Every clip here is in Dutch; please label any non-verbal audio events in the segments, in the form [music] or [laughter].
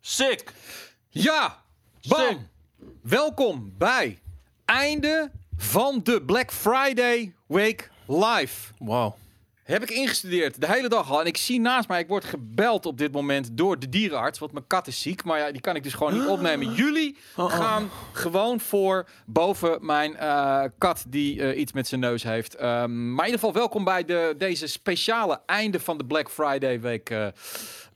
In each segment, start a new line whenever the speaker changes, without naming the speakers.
Sick!
Ja! Bam!
Sick.
Welkom bij einde van de Black Friday Week live.
Wow.
Heb ik ingestudeerd de hele dag al. En ik zie naast mij, ik word gebeld op dit moment door de dierenarts. Want mijn kat is ziek, maar ja, die kan ik dus gewoon niet opnemen. Jullie gaan gewoon voor boven mijn eh, kat die eh, iets met zijn neus heeft. Ehm, maar in ieder geval welkom bij de, deze speciale einde van de Black Friday week. eh,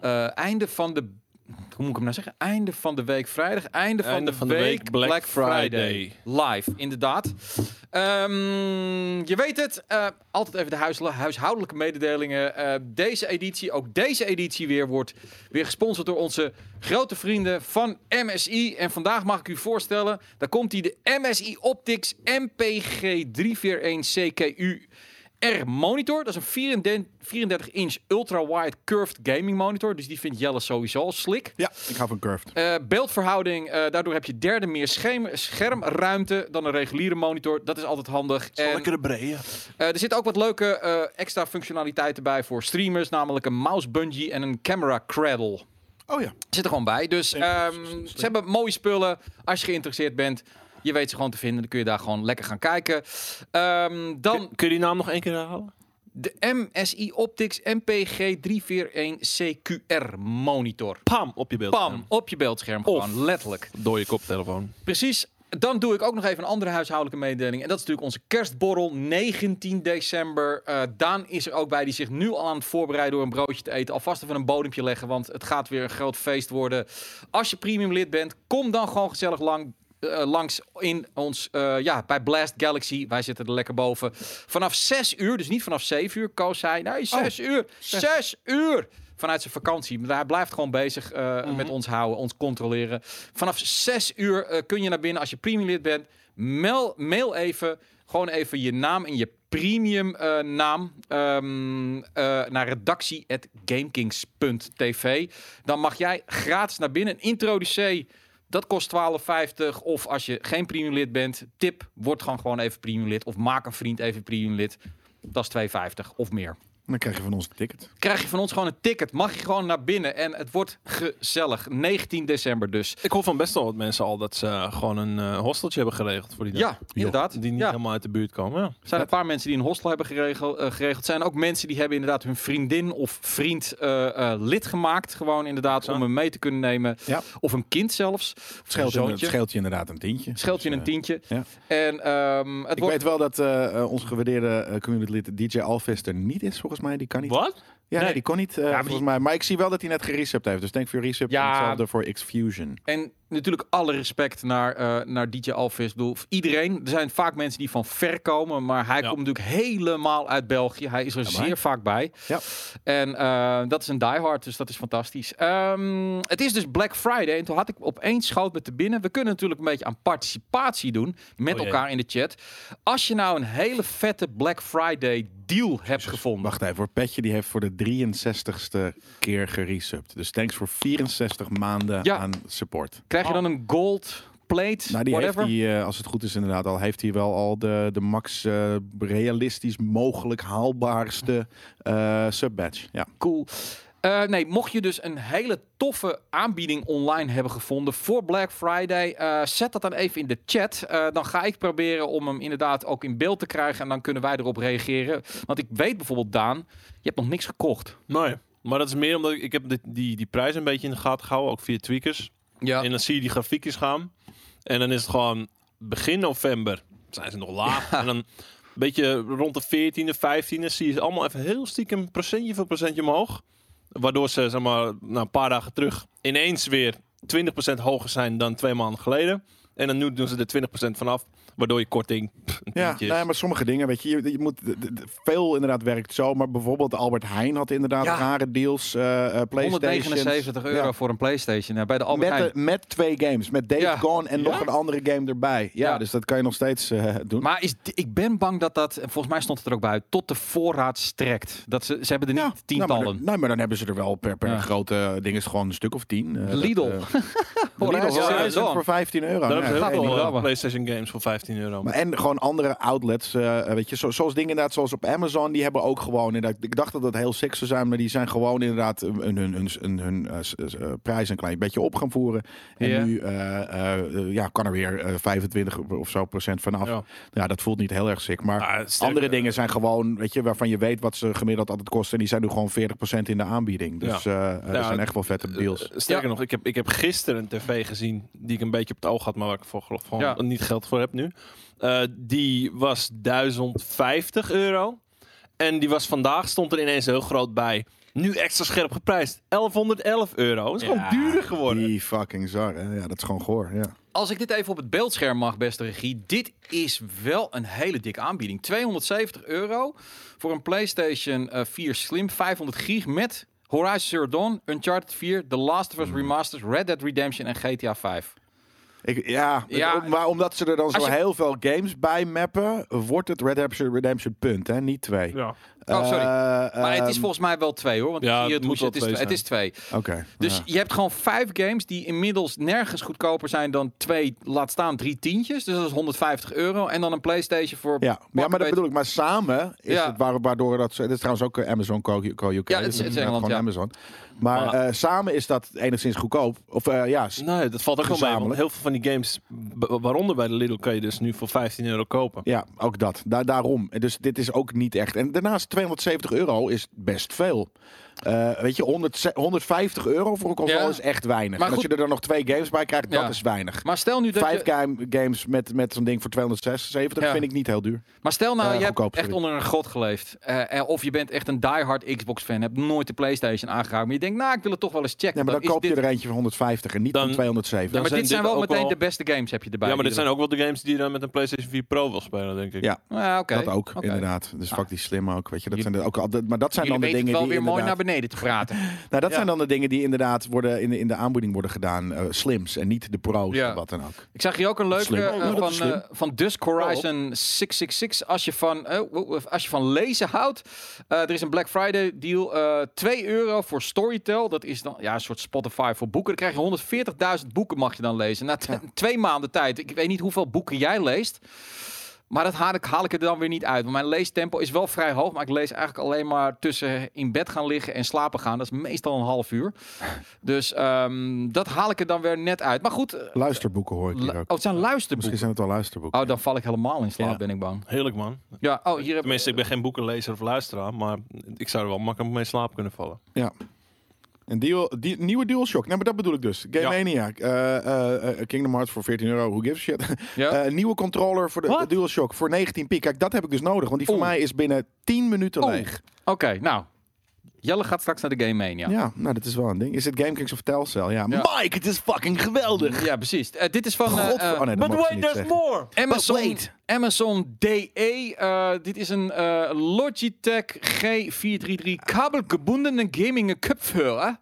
eh, einde van de... Hoe moet ik hem nou zeggen? Einde van de week vrijdag. Einde van,
Einde
de,
van de
week, Black, Friday.
Friday.
Live, inderdaad. Ehm, je weet het, eh, altijd even de huisla- huishoudelijke mededelingen. Eh, deze editie, ook deze editie weer, wordt weer gesponsord door onze grote vrienden van MSI. En vandaag mag ik u voorstellen, daar komt hij, de MSI Optics MPG 341CKU. R monitor, dat is een 34 inch ultra-wide curved gaming monitor. Dus die vindt Jelle sowieso al slick.
Ja, ik ga van curved.
Eh, beeldverhouding, eh, daardoor heb je derde meer scherm- schermruimte dan een reguliere monitor. Dat is altijd handig. En,
Lekkere breien.
eh, er zitten ook wat leuke eh, extra functionaliteiten bij voor streamers, namelijk een mouse bungee en een camera cradle.
Oh ja.
Zit er gewoon bij. Dus ehm, ze hebben mooie spullen. Als je geïnteresseerd bent, je weet ze gewoon te vinden. Dan kun je daar gewoon lekker gaan kijken. Ehm, dan
Kun, kun je die naam nog één keer herhalen?
de MSI Optics MPG 341CQR monitor.
Pam, op je beeld.
Pam, op je beeldscherm
Of.
gewoon, letterlijk.
Door je koptelefoon.
Precies. Dan doe ik ook nog even een andere huishoudelijke mededeling. En dat is natuurlijk onze kerstborrel, 19 december. Eh, Daan is er ook bij, die zich nu al aan het voorbereiden door een broodje te eten. Alvast even een bodempje leggen, want het gaat weer een groot feest worden. Als je premium lid bent, kom dan gewoon gezellig lang, eh, langs in ons, eh, ja, bij Blast Galaxy. Wij zitten er lekker boven. Vanaf 6 uur, dus niet vanaf 7 uur, Koos zei. Nee, 6 uur. 6 uur! Vanuit zijn vakantie. Maar hij blijft gewoon bezig eh, met ons houden, ons controleren. Vanaf 6 uur eh, kun je naar binnen als je premium lid bent. Mail, mail even, gewoon even je naam en je premium eh, naam ehm, eh, naar redactie.gamekings.tv. Dan mag jij gratis naar binnen. Een introducee, dat kost 12,50. Of als je geen premium lid bent, tip, word gewoon, gewoon even premium lid. Of maak een vriend even premium lid. Dat is 2,50 of meer
Dan krijg je van ons een ticket.
krijg je van ons gewoon een ticket. Mag je gewoon naar binnen en het wordt gezellig. 19 december dus.
Ik hoor van best wel wat mensen al dat ze eh, gewoon een eh, hosteltje hebben geregeld voor die dag.
Ja, inderdaad.
Die niet
Ja.
helemaal uit de buurt komen. Ja.
Er zijn een paar mensen die een hostel hebben geregeld. eh, geregeld. Er zijn ook mensen die hebben inderdaad hun vriendin of vriend eh, eh, lid gemaakt. Gewoon inderdaad
Zo.
om hem mee te kunnen nemen.
Ja.
Of een kind zelfs. Of een
Het scheelt, in- het
zoontje.
scheelt je inderdaad een tientje.
Scheelt je
Dus,
een
eh,
tientje.
ja.
En ehm, het
Ik
wordt...
weet wel dat eh, eh, ons gewaardeerde eh, communitylid DJ Alvester niet is, volgens mij. Die kan niet.
Wat?
Ja, nee,
Nee.
die kon niet, eh,
maar
volgens
die-
mij. Maar ik zie wel dat hij net geresubbed heeft. Dus denk voor resub
Ja.
en hetzelfde voor X-Fusion.
En natuurlijk alle respect naar, eh, naar DJ Alvis. Ik bedoel, iedereen. Er zijn vaak mensen die van ver komen. Maar hij
Ja.
komt natuurlijk helemaal uit België. Hij is er
maar.
zeer vaak bij.
Ja.
En eh, dat is een diehard, dus dat is fantastisch. Ehm, het is dus Black Friday. En toen had ik opeens schoot met te binnen. We kunnen natuurlijk een beetje aan participatie doen. Met
Oh jee.
elkaar in de chat. Als je nou een hele vette Black Friday deal hebt gevonden.
Wacht even hoor. Petje die heeft voor de 63ste keer geresubbed. Dus thanks voor 64 maanden
Ja.
aan support.
Krijg je dan een gold plate?
Oh. Nou, die
whatever?
heeft hij, eh, als het goed is inderdaad al, heeft hij wel al de, de max eh, realistisch mogelijk haalbaarste eh subbatch. Ja.
Cool. Eh, nee, mocht je dus een hele toffe aanbieding online hebben gevonden voor Black Friday, eh, zet dat dan even in de chat. Eh, dan ga ik proberen om hem inderdaad ook in beeld te krijgen en dan kunnen wij erop reageren. Want ik weet bijvoorbeeld, Daan, je hebt nog niks gekocht.
Nee. Maar dat is meer omdat ik, ik heb dit, die, die prijs een beetje in de gaten gehouden. Ook via tweakers.
Ja.
En dan zie je die grafiekjes gaan. En dan is het gewoon begin november. Zijn ze nog laag. En dan een beetje rond de 14e, 15e zie je ze allemaal even heel stiekem procentje voor procentje omhoog. Waardoor ze zeg maar, na een paar dagen terug ineens weer 20% hoger zijn dan twee maanden geleden. En dan nu doen ze er 20% vanaf. Waardoor je korting pff, een
Ja,
tientje is.
nou ja, maar sommige dingen, weet je, je, je moet, de- de- de- veel inderdaad werkt zo, maar bijvoorbeeld Albert Heijn had inderdaad
Ja.
rare deals, eh eh, PlayStation.
179 euro
Ja.
voor een PlayStation nou, bij de Albert
Met,
Heijn.
de- met twee games, met Days
Ja.
Gone en nog
Ja?
een andere game erbij. Ja,
Ja.
dus dat kan je nog steeds eh, doen.
Maar is, di- ik ben bang dat dat, en volgens mij stond het er ook bij, tot de voorraad strekt. Dat ze, ze hebben er niet
Ja,
tientallen.
Nou, maar, dan- nou, maar dan hebben ze er wel per, per
Ja.
grote ding is gewoon een stuk of tien. eh, dat,
Lidl. [laughs]
eh, Lidl
Horizon
Horizon
Zero Dawn.
voor 15 euro.
Dan
Nou,
hebben
Ja,
heel
gaat
veel
niet
eh,
labben.
PlayStation games voor 15 euro.
Maar en gewoon andere outlets, eh, weet je, zo- zoals dingen inderdaad, zoals op Amazon, die hebben ook gewoon, inderdaad, ik dacht dat dat heel sick zou zijn, maar die zijn gewoon inderdaad hun, hun, hun, hun, hun, eh, s- s- eh, prijs een klein beetje op gaan voeren. En
Ja.
nu eh, eh, eh, ja, kan er weer eh, 25 of zo procent vanaf. Ja.
Ja.
dat voelt niet heel erg sick, maar
Ah, sterker,
andere
eh,
dingen zijn gewoon, weet je, waarvan je weet wat ze gemiddeld altijd kosten, en die zijn nu gewoon 40 in de aanbieding. Dus eh, er
Ja,
zijn echt wel vette deals.
Eh, Sterker nog, ik heb, ik heb gisteren een tv gezien die ik een beetje op het oog had, maar waar ik voor geloof van
Ja.
niet geld voor heb nu. Eh, die was 1050 euro. En die was vandaag, stond er ineens heel groot bij. Nu extra scherp geprijsd. 1111 euro. Dat is
Ja,
gewoon duurder geworden.
Die fucking zar, hè? Ja, dat is gewoon goor, ja.
Als ik dit even op het beeldscherm mag, beste regie. Dit is wel een hele dikke aanbieding. 270 euro voor een PlayStation eh, 4 Slim 500 gig met Horizon Zero Dawn, Uncharted 4, The Last of Us
Mm.
Remasters, Red Dead Redemption en GTA 5.
Ik, ja,
Ja.
het- maar omdat ze er dan zo
Als je-
heel veel games bij mappen, wordt het Red Redemption, Redemption punt, hè? niet twee.
Ja.
Oh, sorry.
Eh,
Maar het is
ehm,
volgens mij wel twee hoor. Want
Ja,
ik zie
het
het,
moet
hoe ze-
wel
het,
twee
is, het
zijn.
is twee.
Oké.
Dus
ja.
je hebt gewoon vijf games die inmiddels nergens goedkoper zijn dan twee, laat staan drie tientjes. Dus dat is 150 euro. En dan een PlayStation voor.
Ja. ja, maar dat bedoel ik. Maar samen is
Ja.
het waar- waardoor dat... Dit is trouwens ook eh, Amazon Co. Co UK.
Ja, het is- het
dus
is
inderdaad
Engeland,
gewoon
ja.
Amazon. Maar
Maar-
eh, samen is dat enigszins goedkoop. Of eh, ja, s-
Nee, dat valt ook wel mee. Want
Gezamenlijk.
heel veel van die games, b- waaronder bij de Lidl, kan je dus nu voor 15 euro kopen.
ja, ook dat. Da- daarom. En Dus dit is ook niet echt. En daarnaast 270 euro is best veel. Eh, weet je, 100, ze- 150 euro voor een console
Ja.
is echt weinig.
Maar
en als
goed-
je er dan nog twee games bij krijgt,
Ja.
dat is weinig.
Maar stel nu dat je-
Vijf game- games met, met zo'n ding voor 276
Ja.
vind ik niet heel duur.
Maar stel nou,
Eh,
je hebt
goedkoop,
echt
sorry.
onder een god geleefd. Eh, eh, of je bent echt een diehard Xbox-fan. Hebt nooit de PlayStation aangeraakt. Maar je denkt, nou, ik wil het toch wel eens checken.
Ja, maar dan,
is
koop je
dit-
er eentje voor 150 en niet
Dan-
voor 270.
Ja, maar
zijn
dit zijn
dit
wel
ook
meteen
wel-
de beste games heb je erbij.
ja, maar dit
die
zijn ook wel de games die je dan met een PlayStation 4 Pro wil spelen, denk ik.
Ja,
er- Ja, Ah, oké.
dat ook,
oké. Ah.
inderdaad. Dus fuck die slim ook, weet je. Dat
Jullie-
zijn de, ook, al- dat- maar dat zijn
Jullie
dan de
weten
dingen
het wel
die
weer mooi naar
inderdaad-
beneden te praten.
nou, dat
Ja.
zijn dan de dingen die inderdaad worden in de, in de aanbieding worden gedaan. eh, slims en niet de pro's
Ja.
of wat dan ook.
Ik zag hier ook een leuke
Slim.
eh,
Oh, dat is
van,
slim.
eh, van Dusk Horizon 666. Als je van, eh, wo- wo- als je van lezen houdt, eh, er is een Black Friday deal. eh 2 euro voor Storytel. Dat is dan ja, een soort Spotify voor boeken. Dan krijg je 140.000 boeken mag je dan lezen. Na t- [laughs] twee maanden tijd. Ik weet niet hoeveel boeken jij leest. Maar dat haal ik, haal ik er dan weer niet uit. Want mijn leestempo is wel vrij hoog. Maar ik lees eigenlijk alleen maar tussen in bed gaan liggen en slapen gaan. Dat is meestal een half
[laughs]
uur. Dus ehm, dat haal ik er dan weer net uit. Maar goed, eh,
Luisterboeken hoor ik
Lu-
hier
oh,
ook.
het zijn
Misschien
luisterboeken.
zijn het wel luisterboeken.
Oh, dan val ik helemaal in slaap,
Ja.
ben ik bang.
Heerlijk, man.
Ja, oh, hier heb
Tenminste, ik ben geen boekenlezer of luisteraar, maar ik zou er wel makkelijk mee in slaap kunnen vallen.
Ja. Een deal, die, nieuwe DualShock. Nee, maar dat bedoel ik dus. Game
Ja.
Maniac. eh, eh, eh, Kingdom Hearts voor 14 euro. Who gives a shit?
Ja.
Eh, nieuwe controller voor de, de
Wat?
DualShock voor 19 piek. Kijk, dat heb ik dus nodig. Want die voor
Oeh. Oh,
mij is binnen 10 minuten
Oeh.
leeg.
Oké, nou. Jelle gaat straks naar de Game Mania.
Ja. nou dat is wel een ding. Is het GameKings of Telcel? Ja.
Ja.
Mike, het is fucking geweldig.
Ja, precies. Eh, dit is van eh,
Godver-
eh,
oh, nee, dat mag ik niet zeggen.
more!
Amazon,
But wait.
Amazon DE. Eh, dit is een eh, Logitech G433 kabelgebundene gaming cupvuller.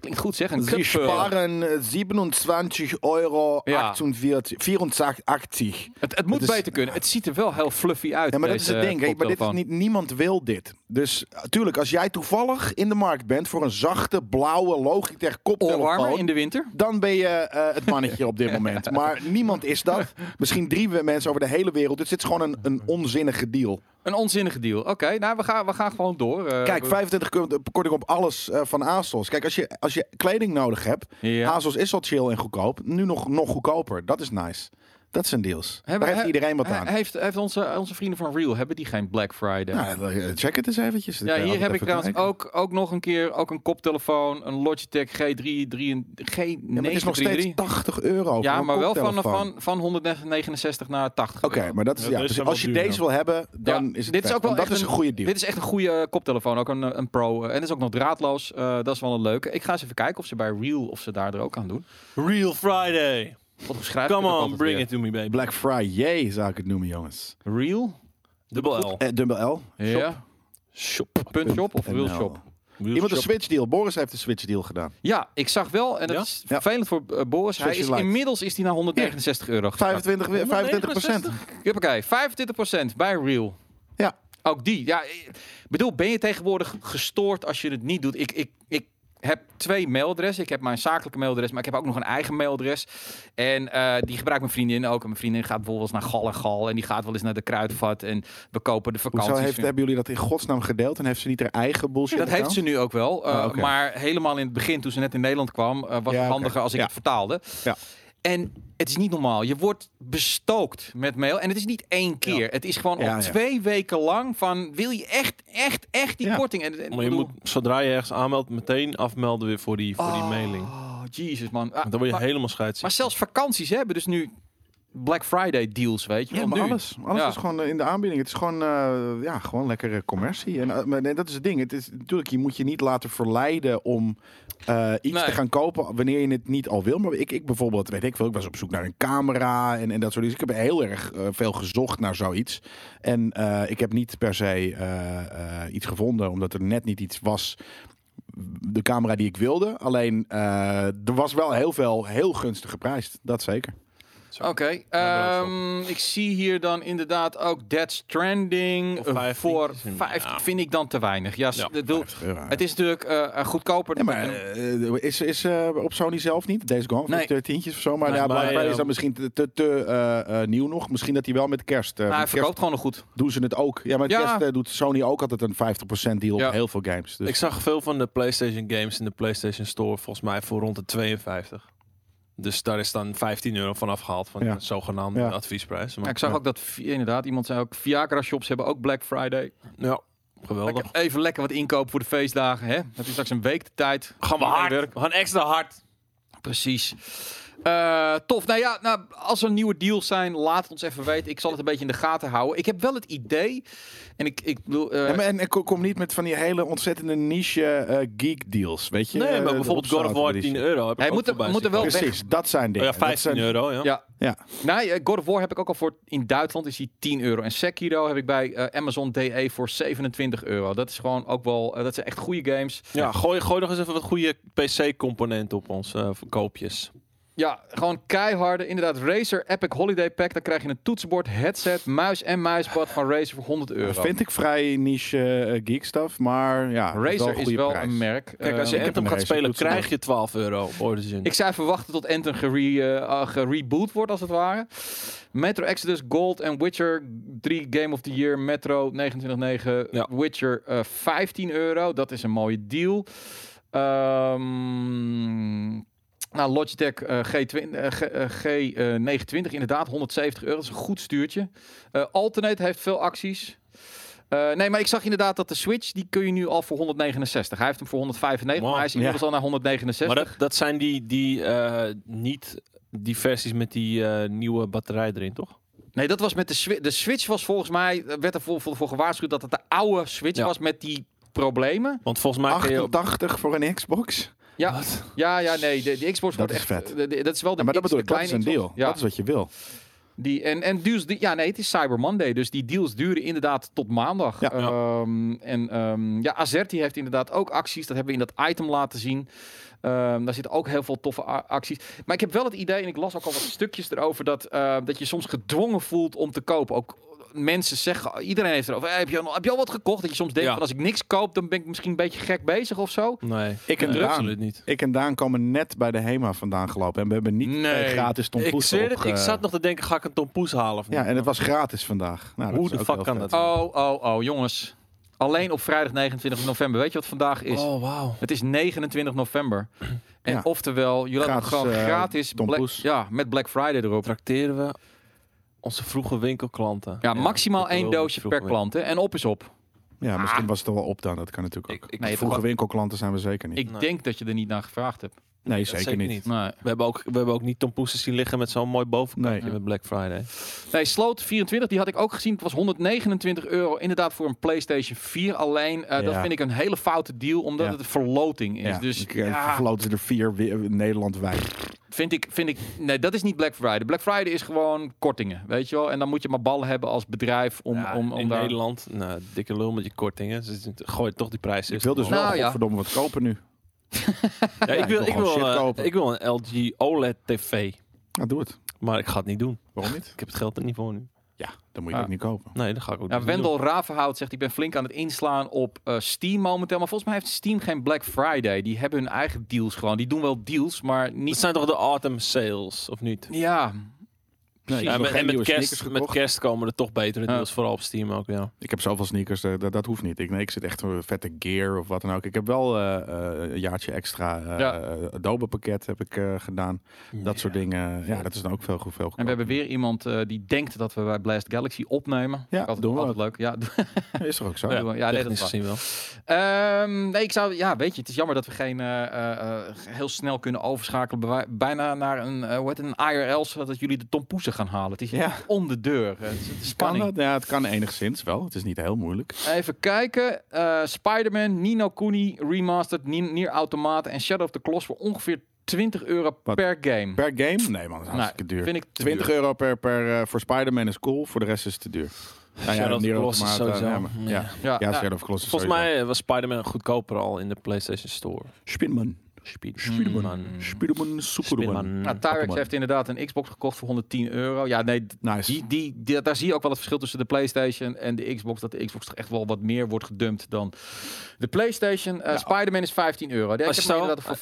Klinkt goed zeg, een
Sie
cupvuller.
sparen eh, 27 euro
Ja.
48, 84.
Het, het moet
Het is-
beter kunnen. Het ziet er wel heel fluffy uit.
Ja, maar dat is
deze eh,
het ding. Kijk, maar dit is
koptelefoon.
niet, niemand wil dit. Dus natuurlijk, als jij toevallig in de markt bent voor een zachte, blauwe Logitech
Oorwarmer
koptelefoon...
in de winter.
dan ben je eh, het
[laughs]
mannetje op dit moment. Maar niemand is dat. Misschien drie mensen over de hele wereld. Dus dit is gewoon een, een onzinnige deal.
Een onzinnige deal. Oké, nou, we gaan, we gaan gewoon door. Eh,
Kijk,
we-
25 ko- korting op alles eh, van ASOS. Kijk, als je, als je kleding nodig hebt,
Ja.
ASOS is al chill en goedkoop. Nu nog, nog goedkoper. Dat is nice. Dat zijn deals. Daar heeft
he-
iedereen wat
he-
aan.
Heeft, heeft onze, onze vrienden van Real, hebben die geen Black Friday?
Nou, eh, check het eens eventjes. Dan
ja,
kan je
hier heb
altijd
ik
even
trouwens
kijken.
ook, ook nog een keer ook een koptelefoon, een Logitech G3, 3, G933.
Ja, maar het is nog steeds 80 euro. voor
Ja,
een
maar wel van,
koptelefoon.
van, van 169 naar 80.
Oké, maar dat is,
Ja, deze
ja, precies.
zijn
als je
wel duur,
deze wil hebben, dan is het
dit is
vet.
ook wel
Want dat
echt
is een goede deal.
Dit is echt een goede eh, koptelefoon, ook een, eh, een pro. eh, En is ook nog draadloos, eh, dat is wel een leuke. Ik ga eens even kijken of ze bij Real of ze daar er ook aan doen.
Real Friday!
Wat schrijf
Come on, bring it to me, baby.
Black Friday zou ik het noemen, jongens.
Real?
Double L.
Eh, Dumbbell L.
Ja.
Shop.
Punt shop of Real
NL.
shop?
Iemand een Switch deal. Boris heeft een Switch deal gedaan.
Ja, ik zag wel, en dat
Ja?
is
Ja.
vervelend voor eh, Boris. Hij
Switch
is,
Lite.
inmiddels is hij naar 169 euro gezakt.
25, weer- 25 procent.
Huppakee, 25% bij Real.
Ja.
Ook die. Ja, ik bedoel, ben je tegenwoordig gestoord als je het niet doet? Ik, ik, ik heb twee mailadressen. Ik heb mijn zakelijke mailadres, maar ik heb ook nog een eigen mailadres. En eh, die gebruikt mijn vriendin ook. En mijn vriendin gaat bijvoorbeeld naar Gal en Gal. En die gaat wel eens naar de Kruidvat. En we kopen de vakanties.
Hoezo heeft, hebben jullie dat in godsnaam gedeeld en heeft ze niet haar eigen bullshit
Dat heeft
account?
ze nu ook wel. eh,
Ah, oké.
Maar helemaal in het begin, toen ze net in Nederland kwam, eh, was het
Ja, oké.
handiger als ik
Ja.
het vertaalde.
Ja.
En het is niet normaal. Je wordt bestookt met mail. En het is niet één keer. Het is gewoon
Ja,
al
ja.
twee weken lang van... wil je echt, echt, echt die
Ja.
korting? En, en,
Maar je
ik
moet,
bedoel-
zodra je ergens aanmeldt, meteen afmelden weer voor die, voor die mailing.
Oh, jezus man. Ah,
Want dan word je
maar,
helemaal scheids.
maar zelfs vakanties hebben dus nu Black Friday deals, weet je
Ja,
wel,
maar
nu.
alles. Alles
Ja.
is gewoon eh, in de aanbieding. Het is gewoon, eh, ja, gewoon lekkere commercie. En eh, maar nee, dat is het ding. Het is, natuurlijk, je moet je niet laten verleiden om eh, iets
Nee.
te gaan kopen wanneer je het niet al wil. Maar ik, ik bijvoorbeeld, weet ik veel, ik was op zoek naar een camera en, en dat soort dingen. Dus ik heb heel erg eh, veel gezocht naar zoiets. En eh, ik heb niet per se eh, eh, iets gevonden, omdat er net niet iets was de camera die ik wilde. Alleen eh, er was wel heel veel heel gunstig geprijsd. Dat zeker.
Oké,
Ja, dat is
ehm, ik zie hier dan inderdaad ook Dead Stranding eh,
Of 15.
voor
Ja.
50 vind ik dan te weinig. Ja, s-
Ja,
dat wil,
50 euro, ja.
het is natuurlijk eh, goedkoper.
Ja, maar eh, is, is eh, op Sony zelf niet? Deze Gone?
Nee.
Nee. Tientjes of zo. Maar
Nee,
ja, Black
maar,
Friday
eh,
is dan misschien te, te, te, eh, eh, nieuw nog. Misschien dat hij wel met kerst... eh,
Maar hij
met kerst
verkoopt gewoon nog goed.
doen ze het ook. Ja, met
Ja.
kerst eh, doet Sony ook altijd een 50% deal
Ja.
op heel veel games. Dus.
Ik zag veel van de PlayStation games in de PlayStation Store volgens mij voor rond de 52. Dus daar is dan 15 euro van afgehaald van
Ja.
de zogenaamde
Ja.
adviesprijs.
Ja,
Maar,
ik zag ook dat, vi- inderdaad, iemand zei ook, Viagra shops hebben ook Black Friday.
ja, geweldig.
Lekker, even lekker wat inkopen voor de feestdagen. Hè? Dat is straks een week de tijd.
Gaan we
Iedereen
hard.
werkt.
We gaan extra hard.
Precies. Eh, tof. Nou ja, nou, als er nieuwe deals zijn, laat het ons even weten. Ik zal het een beetje in de gaten houden. Ik heb wel het idee, en ik, ik bedoel... eh,
Ja, maar en, en ko- kom niet met van die hele ontzettende niche eh, geek deals, weet je?
Nee,
Eh,
maar
de
bijvoorbeeld God of
opzouten
War
edition.
10 euro. Heb ik
Hij
ook
moet er-
voorbij
moet er
zien
wel
komen.
weg.
Precies, dat zijn
Oh
dingen.
ja,
Dat
15
zijn-
euro, ja.
ja,
Ja,
Nee, eh, God of War heb ik ook al voor. In Duitsland is die 10 euro. En Sekiro heb ik bij eh, Amazon DE voor 27 euro. Dat is gewoon ook wel. eh, dat zijn echt goede games.
Ja, gooi, gooi nog eens even wat goede PC-componenten op ons eh, verkoopjes.
Ja, gewoon keiharde. Inderdaad, Razer Epic Holiday Pack. Dan krijg je een toetsenbord, headset, muis en muispad van Razer voor 100 euro.
dat vind ik vrij niche eh, geek stuff, maar ja, wel
Razer is
goede
wel
prijs.
een merk.
Kijk, als je
Eh,
heb
Anthem
een
gaat
race,
spelen,
doet ze maar.
krijg je 12 euro op Origin.
Ik zou even wachten tot Anthem gere, eh, ah, gereboot wordt, als het ware. Metro Exodus Gold en Witcher 3 Game of the Year. Metro 29,9.
Ja.
Witcher eh, 15 euro. Dat is een mooie deal. Ehm, nou, Logitech eh, G20, eh, G, eh, G29, inderdaad, 170 euro. Dat is een goed stuurtje. Eh, Alternate heeft veel acties. Eh, nee, maar ik zag inderdaad dat de Switch, die kun je nu al voor 169. Hij heeft hem voor 195,
Wow.
maar hij is
Ja.
inmiddels al naar 169.
maar dat, dat zijn die, die eh, niet die versies met die eh, nieuwe batterij erin, toch?
Nee, dat was met de Switch. De Switch was volgens mij, eh, werd er voor, voor, voor gewaarschuwd dat het de oude Switch
Ja.
was met die problemen.
Want volgens mij kun je op-
88 voor een Xbox?
Ja, ja, ja nee, de, die Xbox
Dat
wordt
is
echt...
vet.
de- de- dat is wel de
Ja, maar dat
X,
bedoel ik,
de
dat is een
kleine
deal.
Xbox. Ja,
Dat is wat je wil.
die, en, en deals, die, ja, nee, het is Cyber Monday, dus die deals duren inderdaad tot maandag.
Ja.
Ehm, En ehm, ja, Azerti heeft inderdaad ook acties, dat hebben we in dat item laten zien. Ehm, daar zitten ook heel veel toffe a- acties. Maar ik heb wel het idee, en ik las ook al wat stukjes erover, dat, eh, dat je soms gedwongen voelt om te kopen. Ook mensen zeggen, iedereen heeft erover, "Hey, heb, je al, heb je al wat gekocht? Dat je soms denkt,
Ja.
van, als ik niks koop, dan ben ik misschien een beetje gek bezig of zo.
Nee,
Ik en
Nee,
Daan.
absoluut niet.
Ik en Daan komen net bij de HEMA vandaan gelopen. En we hebben niet
Nee.
eh, gratis Tom
Ik,
Poes
zweer het,
opge-
ik zat nog te denken, ga ik een tompoes halen of niet?
Ja, en het was gratis vandaag. Nou, dat
Hoe
is
de
ook
fuck
heel
kan
vet.
dat?
Oh, oh, oh, jongens. Alleen op vrijdag 29 november. Weet je wat vandaag is?
Oh, wauw.
Het is 29 november. En
Ja.
oftewel, jullie hebben
Gratis,
gewoon
eh,
gratis
Tom
Black,
Poes.
ja, met Black Friday erop.
Tracteren we onze vroege winkelklanten.
Ja, maximaal
ik wil
één
wel
doosje
die
per
vroege
klant. Hè? En op is op.
Ja,
Ah.
misschien was het er wel op dan. Dat kan natuurlijk ook.
winkel- Ik, ik,
Nee, het
Vroege
kan-
winkelklanten zijn we zeker niet.
Ik
Nee.
denk dat je er niet naar gevraagd hebt.
nee,
dat
zeker, niet.
Nee.
We hebben ook, we hebben ook niet tompoesen zien liggen met zo'n mooi bovenkantje
Nee.
met Black Friday.
nee, Sloot 24, die had ik ook gezien. Het was 129 euro. Inderdaad voor een PlayStation 4. Alleen, eh, dat
Ja.
vind ik een hele foute deal. Omdat
Ja.
het een verloting is.
Ja,
Dus
dus
ja,
verloten ze er vier wi- Nederlandwijd.
Vind ik, vind ik, nee, dat is niet Black Friday. Black Friday is gewoon kortingen, weet je wel. En dan moet je maar ballen hebben als bedrijf om,
Ja,
om, om
in
daar...
Nederland, nou, dikke lul met je kortingen. Dus gooi toch die prijs
Ik wil dus
Nou,
wel
ja.
godverdomme wat kopen nu.
Ja, ik, wil,
wil
ik,
gewoon
wil,
shit
eh,
kopen.
ik wil een LG OLED TV,
Nou, doe het.
maar ik ga het niet doen.
Waarom niet?
Ik heb het geld er niet voor nu.
Ja, dan moet je
Ah.
het niet kopen.
Nee, dat ga ik ook
Ja,
niet doen.
Wendel Ravenhout zegt, ik ben flink aan het inslaan op eh, Steam momenteel. Maar volgens mij heeft Steam geen Black Friday. Die hebben hun eigen deals gewoon. Die doen wel deals, maar
Dat
niet...
zijn toch de autumn sales, of niet?
Ja,
Nee, ik,
Ja,
heb nog
met,
geen
en met
nieuwe
kerst,
sneakers
met
gekocht.
kerst komen er toch betere
Ja.
deals, vooral op Steam ook, ja.
ik heb zoveel sneakers, eh, dat, dat hoeft niet. Ik, nee, ik zit echt een vette gear of wat dan ook. Ik heb wel eh, eh, een jaartje extra eh
Ja.
eh, Adobe pakket heb ik eh, gedaan. Dat soort dingen. Ja, dat is dan ook veel, veel
en we
goedkoper.
hebben weer iemand eh, die denkt dat we bij Blast Galaxy opnemen.
Ja,
altijd,
doen we
altijd leuk. Ja, [laughs] doen
Is er ook zo?
we. ja, nee, dat
technisch
is waar.
gezien wel.
Ehm, nee, ik zou, ja, weet je, het is jammer dat we geen eh, eh, eh, heel snel kunnen overschakelen, bij- bijna naar een, eh, hoe heet het, een IRL, zodat jullie de tompoesen gaan halen. Het is
Ja.
om de deur. Eh, Het is, het is
Kan
spanning.
dat? Ja, het kan enigszins wel. Het is niet heel moeilijk.
Even kijken. Eh, Spider-Man, Nino Kuni Remastered, Ni- Nier Automata en Shadow of the Colossus voor ongeveer 20 euro
Wat?
per game.
Per game? Nee man, dat
Nou,
is hartstikke duur.
Vind ik te
20
duur.
euro per, per eh, voor Spider-Man is cool, voor de rest is het te duur. Nou
Shadow of the
Nier
Colossus
Automata,
sowieso.
ja, maar-
Ja.
ja.
Ja,
Ja,
nou,
Shadow of Colossus
Volgens mij was Spider-Man goedkoper al in de PlayStation Store.
Spinman.
Hmm.
Speed-
Spiderman.
Mm.
Spiderman, Superman.
Spiderman.
nou, Tyrex
Automata.
heeft inderdaad een Xbox gekocht voor 110 euro. Ja, nee, d-
Nice.
die, die, die- daar zie je ook wel het verschil tussen de PlayStation en de Xbox. Dat de Xbox toch echt wel wat meer wordt gedumpt dan de PlayStation.
Nou.
Eh, Spider-Man is 15 euro. Ik heb
je
hem
zou-
inderdaad voor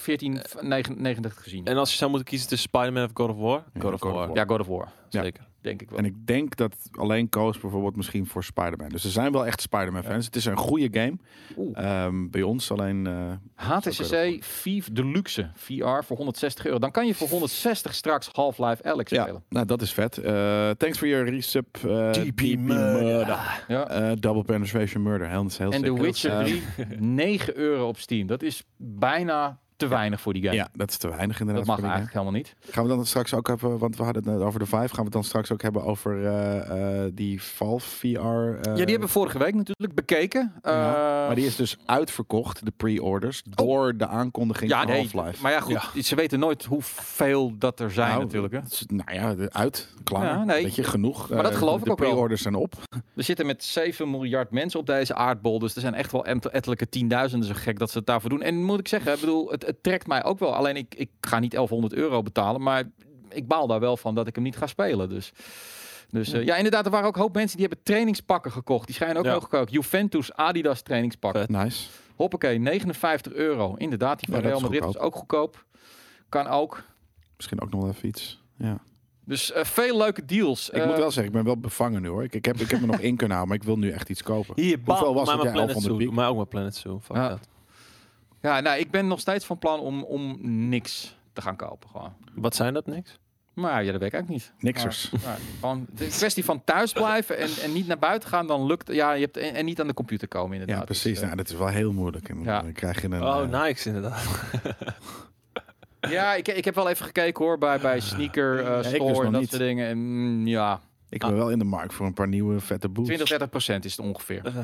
14,99 gezien.
En als je zou moeten kiezen tussen Spider-Man of God of War?
Ja,
God of War,
Ja, God of War,
Ja.
zeker.
denk ik wel.
En ik denk dat alleen koos bijvoorbeeld misschien voor Spider-Man. Dus er zijn wel echt Spider-Man-fans. Het is een goede game.
Oeh.
Ehm, bij ons alleen... eh,
HTCC Vive Deluxe VR voor 160 euro. Dan kan je voor 160 straks Half-Life Alex
ja,
spelen.
nou dat is vet. Eh, thanks for your resub. eh,
DP Murder.
Ja.
Eh, double Penetration Murder. Heel, heel
en
sick.
The Witcher
Eh, [laughs]
3, 9 euro op Steam. Dat is bijna te weinig voor die game.
Ja, dat is te weinig
dat
inderdaad.
mag
voor die game.
eigenlijk helemaal niet.
Gaan we dan straks ook hebben, want we hadden het net over de Vive. Gaan we het dan straks ook hebben over eh, eh, die Valve VR. eh,
ja, die hebben we vorige week natuurlijk bekeken.
Ja,
Eh,
maar die is dus uitverkocht, de pre-orders,
Oh.
door de aankondiging
ja,
van
nee,
Half-Life.
Maar ja, goed. Ze weten nooit hoeveel dat er zijn
Nou,
natuurlijk. Hè.
het is- Nou ja, de- uit, klaar.
Ja, nee.
Weet je, genoeg.
Maar dat
Eh,
geloof
de
ik ook wel.
pre-orders zijn op.
We zitten met 7 miljard mensen op deze aardbol. Dus er zijn echt wel ent- ettelijke tienduizenden. Zo gek dat ze het daarvoor doen. En moet ik zeggen, ik bedoel, het, het trekt mij ook wel. Alleen ik, ik ga niet 1100 euro betalen. Maar ik baal daar wel van dat ik hem niet ga spelen. Dus. Dus eh, ja, inderdaad, er waren ook een hoop mensen die hebben trainingspakken gekocht. Die schijnen ook
Ja.
heel goedkoop. Juventus Adidas trainingspak.
Vet.
Nice.
Hoppakee, 59 euro. Inderdaad, die van
Ja, dat
Real
is
Madrid is ook goedkoop. Kan ook.
Misschien ook nog wel even iets. Ja.
Dus eh, veel leuke deals.
ik
Eh,
moet wel zeggen, ik ben wel bevangen nu hoor. Ik, ik, heb, ik heb me nog in kunnen houden, maar ik wil nu echt iets kopen.
Hier, bam,
Hoeveel was
maar
het?
mijn
Ja,
Planet
1100
Zoo.
piek.
Maar ook mijn Planet Zoo. Fuck
Ja.
dat.
ja, nou, ik ben nog steeds van plan om, om niks te gaan kopen. Gewoon.
Wat zijn dat, niks?
Maar ja, dat weet ik eigenlijk
[laughs]
niet.
Niksers.
Maar- maar gewoon, het is een kwestie van thuis blijven en, en niet naar buiten gaan, dan lukt Ja, je hebt, en, en niet aan de computer komen inderdaad.
Ja, precies.
Dus, eh, nou,
Nou, dat is wel heel moeilijk. En
Ja.
Dan krijg je een... eh,
Oh, Nikes inderdaad.
ja, ik, ik heb wel even gekeken hoor, bij, bij sneaker eh,
Ja, Ah, ik dus
store en
nog
dat
niet.
soort dingen. En, mm, ja,
Ik ben wel in de markt voor een paar nieuwe vette boots.
20, 30 procent is het ongeveer.
Eh.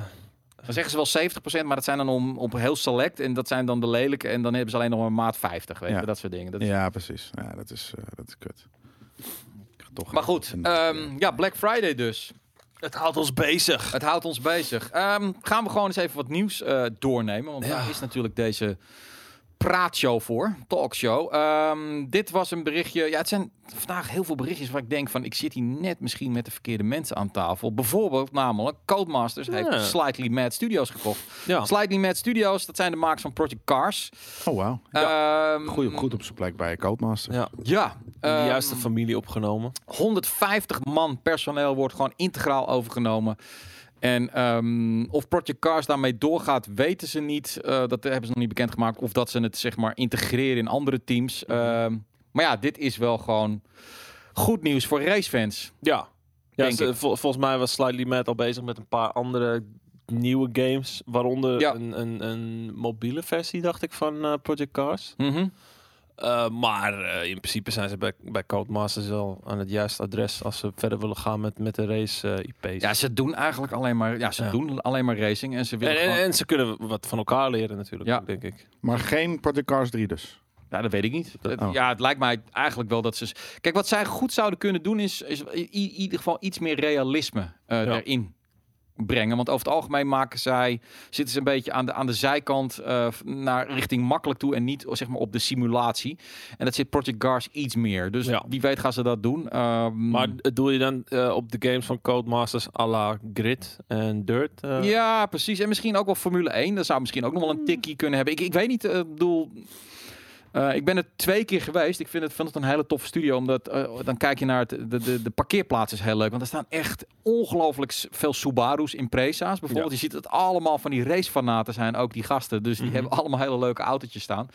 Dan zeggen ze wel 70 procent, maar dat zijn dan om, op heel select. En dat zijn dan de lelijke. En dan hebben ze alleen nog een maat 50, weet je,
Ja.
dat soort dingen. Dat is-
Ja, precies. Ja, dat is, eh, dat is kut. Ik ga toch
Maar goed,
een-
ehm, ja, Black Friday dus.
[laughs] Het houdt ons bezig.
Het houdt ons bezig. Ehm, gaan we gewoon eens even wat nieuws eh, doornemen. Want
Ja.
daar is natuurlijk deze praatshow voor. Talkshow. Ehm, dit was een berichtje. Ja, het zijn vandaag heel veel berichtjes waar ik denk van... ik zit hier net misschien met de verkeerde mensen aan tafel. Bijvoorbeeld namelijk Codemasters
Ja.
heeft Slightly Mad Studios gekocht.
Ja.
Slightly Mad Studios, dat zijn de makers van Project Cars.
Oh, wauw.
Ehm,
Goed, goed op zijn plek bij Codemaster.
ja.
Ja.
De
ehm,
juiste familie opgenomen.
150 man personeel wordt gewoon integraal overgenomen. En ehm, of Project Cars daarmee doorgaat, weten ze niet. Eh, dat hebben ze nog niet bekendgemaakt. Of dat ze het zeg maar integreren in andere teams. Ehm, maar ja, dit is wel gewoon goed nieuws voor racefans.
Ja. ja
Denk
ze-
ik.
vol- volgens mij was Slightly Mad al bezig met een paar andere nieuwe games. Waaronder
Ja.
een, een, een mobiele versie, dacht ik, van eh, Project Cars.
Mhm.
Eh, maar eh, in principe zijn ze bij, bij Codemasters al aan het juiste adres als ze verder willen gaan met, met de race eh, IP's.
Ja, ze doen eigenlijk alleen maar, ja, ze
Ja.
doen alleen maar racing. En ze willen
en, en,
gewoon-
en ze kunnen wat van elkaar leren natuurlijk,
Ja.
ook, denk ik.
Maar geen Project Cars 3 dus.
Ja, Nou, dat weet ik niet.
Dat-
oh.
Ja, het lijkt mij eigenlijk wel dat ze... Kijk, wat zij goed zouden kunnen doen is, is i- i- in ieder geval iets meer realisme eh
Ja.
erin brengen. Want over het algemeen maken zij, zitten ze een beetje aan de, aan de zijkant eh, naar richting makkelijk toe en niet zeg maar, op de simulatie. En dat zit Project Cars iets meer. Dus
Ja.
wie weet gaan ze dat doen. Ehm,
Maar eh, doe je dan eh, op de games van Codemasters à la Grid en Dirt? eh?
Ja, precies. En misschien ook wel Formule 1. Dat zou misschien ook nog wel een tikkie kunnen hebben. Ik, ik weet niet, eh, ik bedoel... eh, ik ben er twee keer geweest. Ik vind het, vind het een hele toffe studio. Omdat eh, dan kijk je naar het, de, de, de parkeerplaats is heel leuk. Want er staan echt ongelooflijk s- veel Subaru's, Impreza's bijvoorbeeld. Je ziet het allemaal van die racefanaten zijn ook die gasten. Dus die hebben allemaal hele leuke autootjes staan.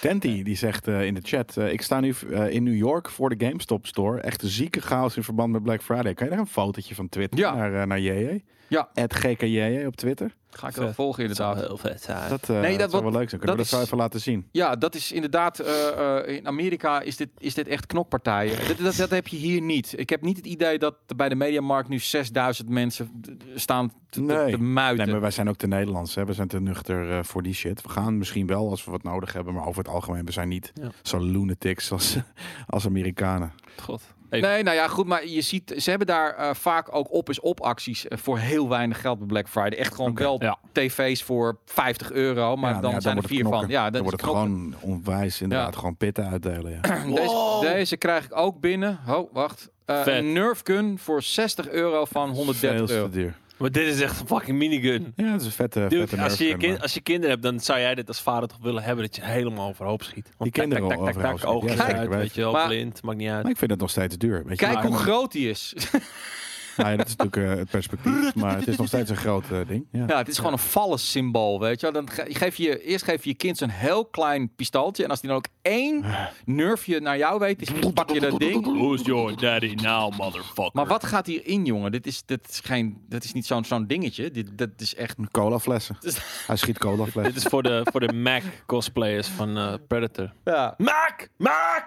Tenty die zegt eh, in de chat: eh, Ik sta nu eh, in New York voor de GameStop store. Echt zieke chaos in verband met Black Friday. Kan je daar een fotootje van Twitter
Ja.
naar, eh, naar JJ?
Ja.
Het GKJJ op Twitter.
Ga ik
Vet.
wel volgen
Dat zou
inderdaad.
heel vet zijn.
Dat, eh
Nee, dat
dat zou
wat-
wel leuk zijn. Kunnen we
dat
dat zo
is-
even laten zien?
Ja, dat is inderdaad. eh, eh, in Amerika is dit, is dit echt knokpartijen. dat, dat, dat heb je hier niet. Ik heb niet het idee dat er bij de Mediamarkt nu 6000 mensen d- d- staan te- te,
Nee.
te muiten.
Nee, maar wij zijn ook te Nederlands. Hè? We zijn te nuchter eh, voor die shit. We gaan misschien wel als we wat nodig hebben. Maar over het algemeen, we zijn niet
Ja.
zo lunatics als, [laughs] als Amerikanen.
God.
Nee, nou ja, goed, maar je ziet, ze hebben daar eh, vaak ook op-is-op acties eh, voor heel weinig geld bij Black Friday. Echt gewoon
Oké,
wel
ja.
tv's voor 50 euro, maar
Ja, nou
dan,
ja,
zijn er
wordt het
vier van.
knokken.
Ja,
Dan
dat
wordt het gewoon onwijs inderdaad. Gewoon pitten uitdelen,
[clears throat]
ja. [clears throat]
Deze, deze krijg ik ook binnen. Oh, wacht. Eh
Vet.
een Nerf gun voor 60 euro van 130
Veel
euro.
te duur.
Maar dit is echt een fucking minigun.
Ja, dat is een vette, vette
Dude, als je, je
nerfgun,
kind-
maar-
als je kinderen hebt, dan zou jij dit als vader toch willen hebben dat je helemaal overhoop schiet. Want
Die
tak,
kinderen
tak, tak, tak,
overhoop
tak,
schieten,
ogen
ja,
eruit,
zeker
weet
weten.
je wel,
Maar-
blind, maakt niet uit.
Maar ik vind het nog steeds duur. Weet je.
Kijk
Maar-
hoe groot die is.
Nou ja, dat is natuurlijk eh, het
[laughs]
perspectief. Maar het is nog steeds een groot eh, ding. Ja.
Ja, het is gewoon een vallus symbool, weet je wel. Dan ge- geef je, eerst geef je je kind zo'n heel klein pistooltje. En als die dan ook één nerfje naar jou weet, is, pak je dat ding.
Who's your daddy now, motherfucker?
Maar wat gaat hierin, jongen? Dit is, dit is, geen, dit is niet zo'n zo'n dingetje. Dit, dat is echt...
Colaflessen.
Dus-
Hij schiet colaflessen.
Dit is voor de, voor de Mac cosplayers van eh, Predator.
Ja.
Mac! Mac!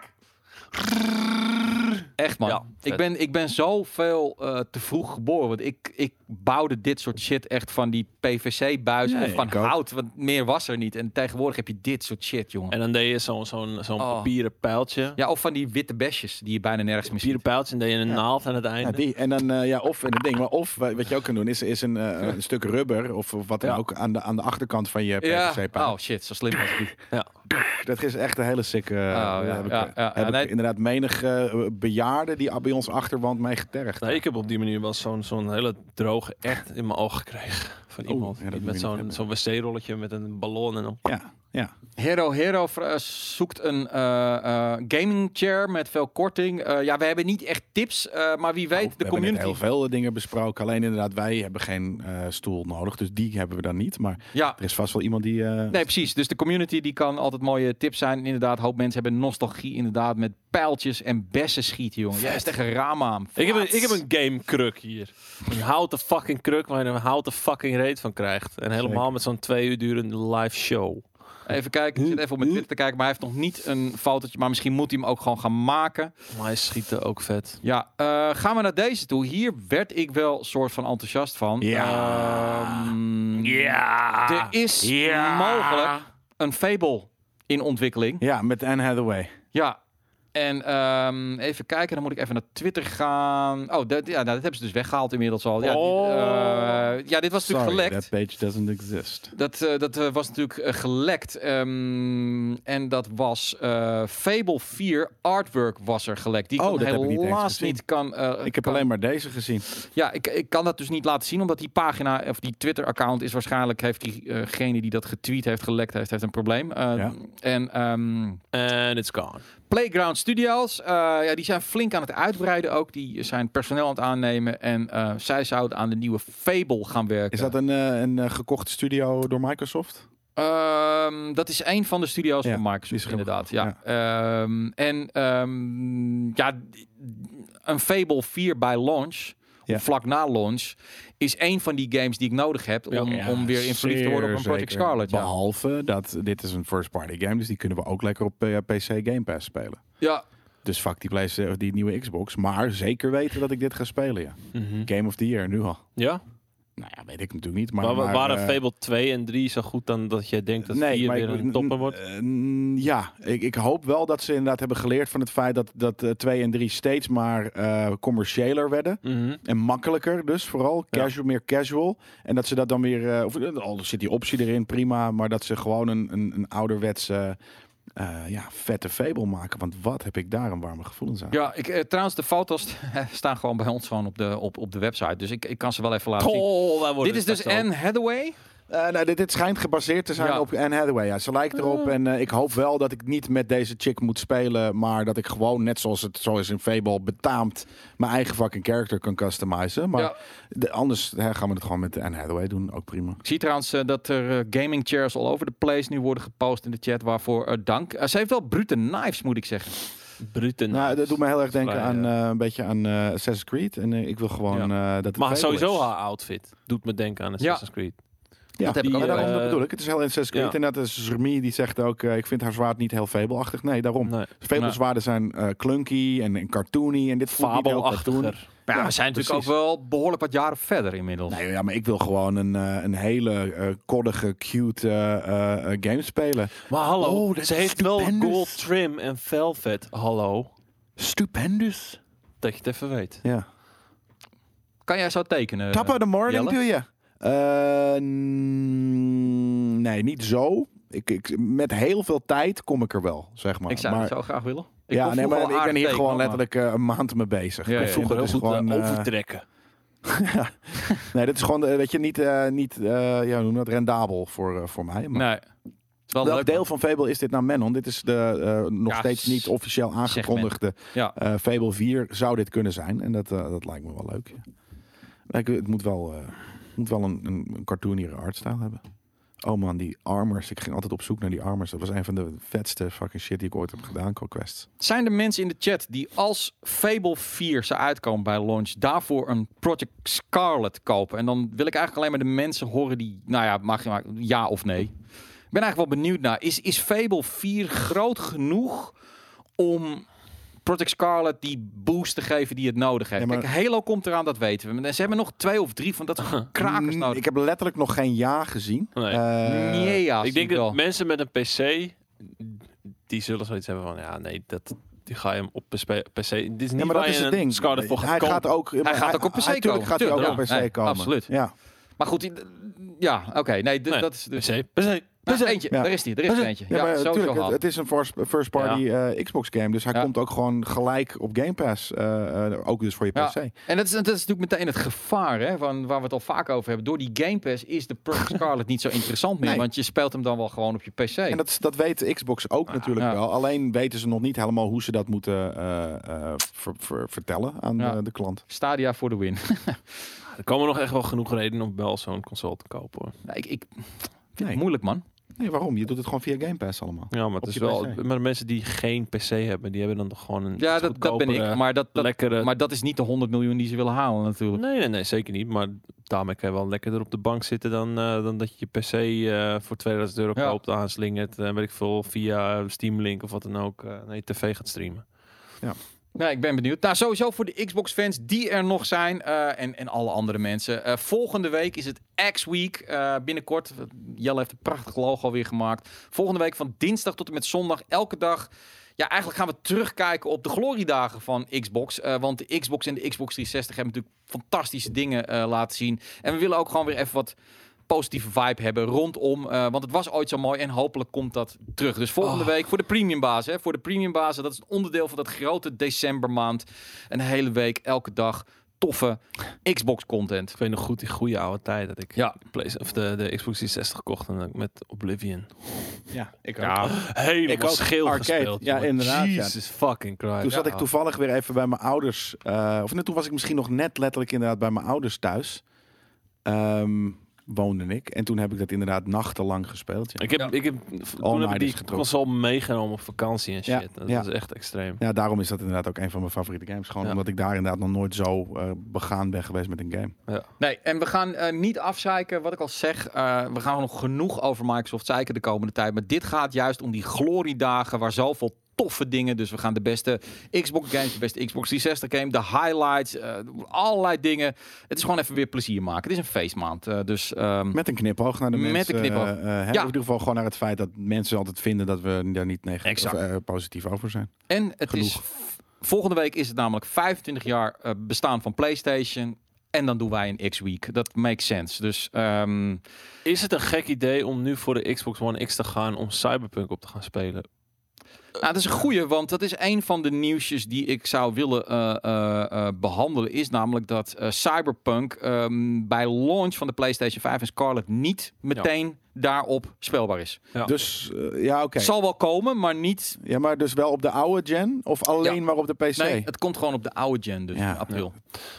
Echt, man.
Ja,
ik,
vet.
ben, ik ben zoveel eh, te vroeg geboren. Want ik, ik bouwde dit soort shit echt van die PVC-buis
Ja,
of van
ik ook.
hout. Want meer was er niet. En tegenwoordig heb je dit soort shit, jongen.
En dan deed je zo'n zo'n zo'n
Oh.
papieren pijltje.
Ja, of van die witte besjes die je bijna nergens meer ziet.
Papieren pijltje en deed je een naald aan het einde.
Ja, die. En dan, eh, ja, of in het ding. Maar of, eh, wat je ook kan doen, is, is een, eh, een stuk rubber of, of wat dan
Ja.
ook aan de, aan de achterkant van je
Ja,
PVC-pijl.
oh shit, zo slim was ik niet.
Dat is echt een hele sick. eh,
Oh, ja,
heb ik,
ja, ja,
heb
ja,
ik
nee.
inderdaad menig eh, bejaarde die bij ons achterwand mee getergd.
Nee, ik heb op die manier wel zo'n zo'n hele droge echt in mijn oog gekregen van
Oeh,
iemand.
Oh, ja, dat moet je
met
niet
zo'n
hebben.
zo'n wc-rolletje met een ballon en dan...
Ja, ja.
Hero Hero vra- zoekt een eh, eh, gaming chair met veel korting. Eh, ja, we hebben niet echt tips, eh, maar wie weet,
Oh, we
de
hebben net
community.
heel veel dingen besproken. Alleen inderdaad, wij hebben geen eh, stoel nodig. Dus die hebben we dan niet. Maar
Ja,
er is vast wel iemand die. eh,
nee, precies. Dus de community die kan altijd mooie tips zijn. En Inderdaad, een hoop mensen hebben nostalgie inderdaad met pijltjes en bessen schieten, jongen. Jij is tegen raam aan.
Ik heb, een, ik heb een gamekruk hier. Een houten fucking kruk waar je een houten fucking reet van krijgt. En helemaal
Zeker.
met zo'n twee uur durende live show.
Even kijken, ik zit even op mijn Twitter te kijken, maar hij heeft nog niet een fotootje. Maar misschien moet hij hem ook gewoon gaan maken.
Maar hij schiet er ook vet.
Ja, eh, gaan we naar deze toe. Hier werd ik wel soort van enthousiast van.
Ja.
Ehm,
Ja!
Er is
Ja.
mogelijk een Fable in ontwikkeling.
Ja, met Anne Hathaway.
Ja. En ehm, even kijken, dan moet ik even naar Twitter gaan. Oh, dat, ja, nou, dat hebben ze dus weggehaald inmiddels al. Ja, die,
Oh.
eh, ja dit was natuurlijk
Sorry,
gelekt.
that page doesn't exist.
Dat, eh, dat eh, was natuurlijk eh, gelekt. Ehm, en dat was eh, Fable 4 Artwork was er gelekt. Die ik
Oh,
dan
dat heb ik niet eens
helaas
gezien.
niet, kan... eh,
Ik heb
kan-
alleen maar deze gezien.
Ja, ik, ik kan dat dus niet laten zien, omdat die pagina of die Twitter-account is waarschijnlijk heeft diegene die dat getweet heeft, gelekt heeft, heeft een probleem. Eh,
Ja.
En ehm,
And it's gone.
Playground Studios, eh, ja, die zijn flink aan het uitbreiden ook. Die zijn personeel aan het aannemen en eh, zij zouden aan de nieuwe Fable gaan werken.
Is dat een, eh, een eh, gekochte studio door Microsoft?
Ehm, dat is een van de studio's
Ja,
van
die is
Microsoft,
er
inderdaad. Ja.
helemaal-
Ehm, en ehm, ja, d- een Fable 4 bij launch,
Ja.
of vlak na launch, is een van die games die ik nodig heb om,
Ja,
om weer in verliefd te worden op een Project
Zeker.
Scarlet. Ja.
Behalve dat dit is een first-party game, dus die kunnen we ook lekker op eh, PC Game Pass spelen.
ja,
Dus fuck die, PlayStation, of die nieuwe Xbox. Maar zeker weten dat ik dit ga spelen, ja.
Mhm.
Game of the Year, nu al.
Ja?
Nou ja, weet ik natuurlijk niet. Maar,
Maar, wa-
maar,
waren
eh,
Fable 2 en 3 zo goed dan dat jij denkt dat 4
maar
weer
ik-
een topper wordt?
eh, mm, ja, ik, ik hoop wel dat ze inderdaad hebben geleerd van het feit dat, dat eh, 2 en 3 steeds maar eh, commerciëler werden.
Mhm.
En makkelijker dus vooral.
Ja.
Casual, meer casual. En dat ze dat dan weer... eh, of, eh, al zit die optie erin, prima. Maar dat ze gewoon een, een, een ouderwetse... eh, ja, vette fable maken. Want wat heb ik daar een warme gevoelens aan.
Ja, ik, eh, trouwens, de foto's [laughs] staan gewoon bij ons gewoon op de, op, op de website. Dus ik, ik kan ze wel even laten zien.
Goh, wij worden
Dit is
er
dus
straks al.
Anne Hathaway.
Eh, nou, dit, dit schijnt gebaseerd te zijn
Ja.
op Anne Hathaway. Ja, ze lijkt erop. En eh, ik hoop wel dat ik niet met deze chick moet spelen. Maar dat ik gewoon, net zoals het zo is in Fable, betaamt mijn eigen fucking character kan customizen. Maar
Ja.
de- anders hè, gaan we het gewoon met Anne Hathaway doen. Ook prima.
Ik zie trouwens eh, dat er eh, gaming chairs all over the place nu worden gepost in de chat. Waarvoor eh, dank. Eh, ze heeft wel brute knives, moet ik zeggen.
Brute
Nou, dat doet me heel erg denken
Vrij,
aan
eh,
eh, een beetje aan eh, Assassin's Creed. En eh, ik wil gewoon eh, dat het
Maar
Fable
sowieso ah,
is.
haar outfit doet me denken aan Assassin's Creed.
Ja,
dat heb
die,
ik ook.
Maar
wel.
daarom dat
eh,
bedoel ik. Het is heel Assassin's Creed.
ja.
En dat is Remy die zegt ook, eh, ik vind haar zwaard niet heel Fable-achtig. Nee, daarom.
Nee.
Fable zwaarden zijn eh, clunky en, en cartoony. En dit voelt niet heel cartoon.
Fabelachtiger.
Maar ja,
Ja,
we zijn natuurlijk
precies.
ook wel behoorlijk wat jaren verder inmiddels.
Nee, ja, maar ik wil gewoon een, eh, een hele eh koddige, cute eh, eh, eh, game spelen.
Maar hallo,
Oh, dat
ze
is
heeft wel
stupendous.
gold trim en velvet. Hallo,
Stupendous.
dat je het even weet.
Ja.
Kan jij zo tekenen?
Top of the morning,
Eh, Jelle?
doe je? Eh, mm, nee, niet zo. Ik, ik, met heel veel tijd kom ik er wel, zeg maar.
Ik zou
maar,
het zo graag willen. Ik
ja,
kon
nee,
vroeger
maar
al
ik ben
aardig
hier
tekenen,
gewoon
maar-
letterlijk eh, een maand mee bezig.
Ja,
Ik
ja,
kon vroeger
heel
dus
goed
gewoon...
eh,
eh,
overtrekken.
nee, dit is gewoon, eh, weet je, niet, eh, niet eh, ja, hoe noem je dat, rendabel voor, eh, voor mij. Maar
Nee. Het is wel
Welk
leuk.
deel van Fable is dit nou Menon? Dit is de eh, nog
Ja,
steeds
s-
niet officieel aangekondigde
Ja.
eh, Fable 4 zou dit kunnen zijn. En dat, eh, dat lijkt me wel leuk. Lijkt- het moet wel, eh, het moet wel een, een, een cartooniere artstyle hebben. Oh man, die armors. Ik ging altijd op zoek naar die armors. Dat was een van de vetste fucking shit die ik ooit heb gedaan qua quests.
Zijn er mensen in de chat die als Fable 4 zou uitkomen bij launch, daarvoor een Project Scarlet kopen? En dan wil ik eigenlijk alleen maar de mensen horen die, nou ja, mag je maar ja of nee. Ik ben eigenlijk wel benieuwd naar, is, is Fable 4 groot genoeg om Project Scarlet die boost te geven die het nodig heeft?
Ja, maar-
Kijk, Halo komt eraan, dat weten we. Maar Ze hebben nog twee of drie van dat
[laughs]
soort krakers
Mm,
nodig.
Ik heb letterlijk nog geen ja gezien.
Nee.
Eh,
nee, ja,
ik denk dat
wel.
mensen met een PC, die zullen zoiets hebben van, ja nee, dat, die ga je hem op PC. PC. Dit is niet
Ja, maar
waar
dat is
je
het
een
ding.
Scarlet voor
hij gaat ook, maar
gaat ook op PC
hij- tuurlijk
komen.
gaat hij ook
Tuurlijk,
op
ja.
PC
Nee,
komen.
absoluut.
Ja.
Maar goed, die- ja, oké. nee, d-
Nee,
dat is dus...
PC. PC.
Nou, eentje,
Ja.
daar is die, daar is er eentje. Ja,
Ja, maar
sowieso
natuurlijk, het,
gehad.
het is een first, first party eh, Xbox game. Dus hij
Ja.
komt ook gewoon gelijk op Game Pass. eh, eh, ook dus voor je
Ja.
PC.
En dat is, dat is natuurlijk meteen het gevaar, hè, van, waar we het al vaak over hebben. Door die Game Pass is de Project
[laughs]
Scarlet niet zo interessant meer,
Nee.
want je speelt hem dan wel gewoon op je PC.
En dat, dat weet Xbox ook natuurlijk
Ah, ja.
wel. Alleen weten ze nog niet helemaal hoe ze dat moeten eh, eh, ver- ver- vertellen aan eh,
Ja.
de, de klant.
Stadia voor de
[laughs]
win.
Er komen nog echt wel genoeg redenen om wel zo'n console te kopen. Hoor.
Ja, ik, ik vind
Nee.
het moeilijk, man.
Nee, waarom? Je doet het gewoon via Game Pass allemaal.
Ja, maar het
Op
is
je
wel.
PC.
Maar de mensen die geen PC hebben, die hebben dan toch gewoon een.
Ja,
iets
dat, dat ben ik.
goedkopere,
Maar
eh,
dat, dat,
lekkere.
maar dat is niet de 100 miljoen die ze willen halen, natuurlijk.
Mm.
Nee, nee, nee, zeker niet. Maar daarmee kan je wel lekkerder op de bank zitten dan, eh, dan dat je je PC eh, voor 2000 euro
Ja.
koopt, aanslingert. en weet ik veel, via Steam Link of wat dan ook. eh naar je tv gaat streamen.
Nou, ik ben benieuwd. Nou, sowieso voor de Xbox-fans die er nog zijn eh, en, en alle andere mensen. Eh, volgende week is het X-Week. Eh, binnenkort, Jelle heeft een prachtig logo alweer gemaakt. Volgende week van dinsdag tot en met zondag, elke dag. Ja, eigenlijk gaan we terugkijken op de gloriedagen van Xbox. Eh, want de Xbox en de Xbox 360 hebben natuurlijk fantastische dingen eh, laten zien. En we willen ook gewoon weer even wat positieve vibe hebben rondom. eh, want het was ooit zo mooi en hopelijk komt dat terug. Dus volgende week voor de premiumbazen. hè, Voor de premiumbazen, dat is een onderdeel van dat grote decembermaand. Een hele week, elke dag, toffe Xbox-content.
Ik weet nog goed die goede oude tijd dat ik
Ja.
de, Play- of de, de Xbox 360 kocht en dat ik met Oblivion.
Ja, ik Ik
Helemaal
ook.
scheel
Arcade.
gespeeld.
Ja,
jongen.
inderdaad, ja.
Jesus fucking Christ.
Toen zat
Ja.
ik toevallig weer even bij mijn ouders. eh, of net toen was ik misschien nog net letterlijk inderdaad bij mijn ouders thuis. Ehm, woonde ik. En toen heb ik dat inderdaad nachtenlang gespeeld. Ja,
Ik heb,
Ja.
ik heb toen heb ik
All-nighters
die
getrokken.
console meegenomen op vakantie en
Ja,
shit. Dat
ja.
is echt extreem.
ja daarom is dat inderdaad ook een van mijn favoriete games. Gewoon
Ja.
omdat ik daar inderdaad nog nooit zo eh, begaan ben geweest met een game.
Nee, en we gaan eh, niet afzeiken. Wat ik al zeg, eh, we gaan nog genoeg over Microsoft zeiken de komende tijd. Maar dit gaat juist om die gloriedagen waar zoveel toffe dingen. Dus we gaan de beste Xbox games, de beste Xbox 360 game, de highlights, eh, allerlei dingen. Het is gewoon even weer plezier maken. Het is een feestmaand. eh, dus ehm,
Met een knipoog naar de
Met een
mensen.
knipoog.
eh, eh, hè,
Ja.
Of in ieder geval gewoon naar het feit dat mensen altijd vinden dat we daar niet negatief
Exact.
of, eh, positief over zijn.
En het is.
Genoeg.
v- Volgende week is het namelijk 25 jaar eh, bestaan van PlayStation. En dan doen wij een X-Week. Dat makes sense. Dus ehm,
Is het een gek idee om nu voor de Xbox One X te gaan om Cyberpunk op te gaan spelen?
nou, dat is een goeie, want dat is een van de nieuwsjes die ik zou willen eh, eh, eh, behandelen. Is namelijk dat eh, Cyberpunk ehm, bij launch van de PlayStation 5 en Scarlet niet meteen daarop speelbaar is.
Ja.
Dus eh, ja, oké.
Zal wel komen, maar niet.
Ja, maar dus wel op de oude gen of alleen
Ja.
maar op de PC?
Nee, het komt gewoon op de oude gen, dus
Ja.
in april.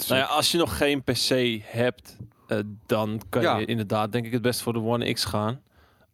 Nou ja, als je nog geen PC hebt, eh, dan kan
Ja.
je inderdaad denk ik het best voor de One X gaan.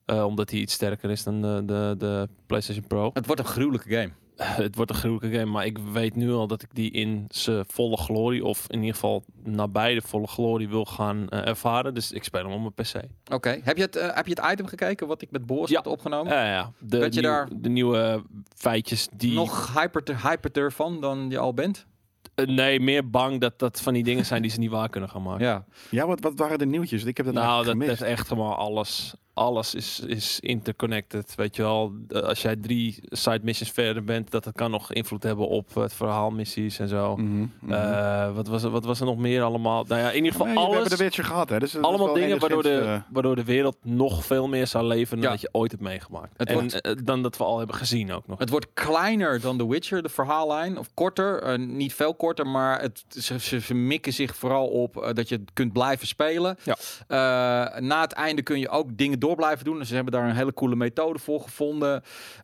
Eh, omdat die iets sterker is dan de, de, de PlayStation Pro.
Het wordt een gruwelijke game.
[laughs] het wordt een gruwelijke game, maar ik weet nu al dat ik die in zijn volle glorie, of in ieder geval nabij de volle glorie, wil gaan eh, ervaren. Dus ik speel hem op mijn PC.
Oké, heb, je het, eh, heb je het item gekeken wat ik met Boris
Ja.
had opgenomen?
Ja, ja, de,
Weet je
nieuw-
daar-
de nieuwe eh, feitjes die...
nog hyper, hyperder van dan je al bent.
Eh, nee, meer bang dat dat van die dingen zijn die ze niet waar kunnen gaan maken.
Ja.
Ja, wat, wat waren de nieuwtjes? Ik heb dat
nou, dat,
eigenlijk
dat is
gemist.
echt helemaal alles. Alles is, is interconnected, weet je wel. Eh, als jij drie side missions verder bent, dat, dat kan nog invloed hebben op eh, het verhaal missies en zo.
Mhm, mhm.
Eh, wat, was, er- wat was er nog meer allemaal? Nou ja, in ieder geval
Nee, We
alles.
hebben de Witcher gehad, hè? Dus dat is
allemaal
wel
dingen waardoor
enigszins,
de,
eh,
waardoor de wereld nog veel meer zou leven dan
Ja.
dat je ooit hebt meegemaakt.
Het
en
wordt-
eh, dan dat we al hebben gezien ook nog.
Het wordt kleiner dan The Witcher, de verhaallijn. Of korter, eh, niet veel korter, maar het, ze, ze, ze mikken zich vooral op eh, dat je kunt blijven spelen.
Ja.
Eh, na het einde kun je ook dingen door blijven doen. Dus ze hebben daar een hele coole methode voor gevonden.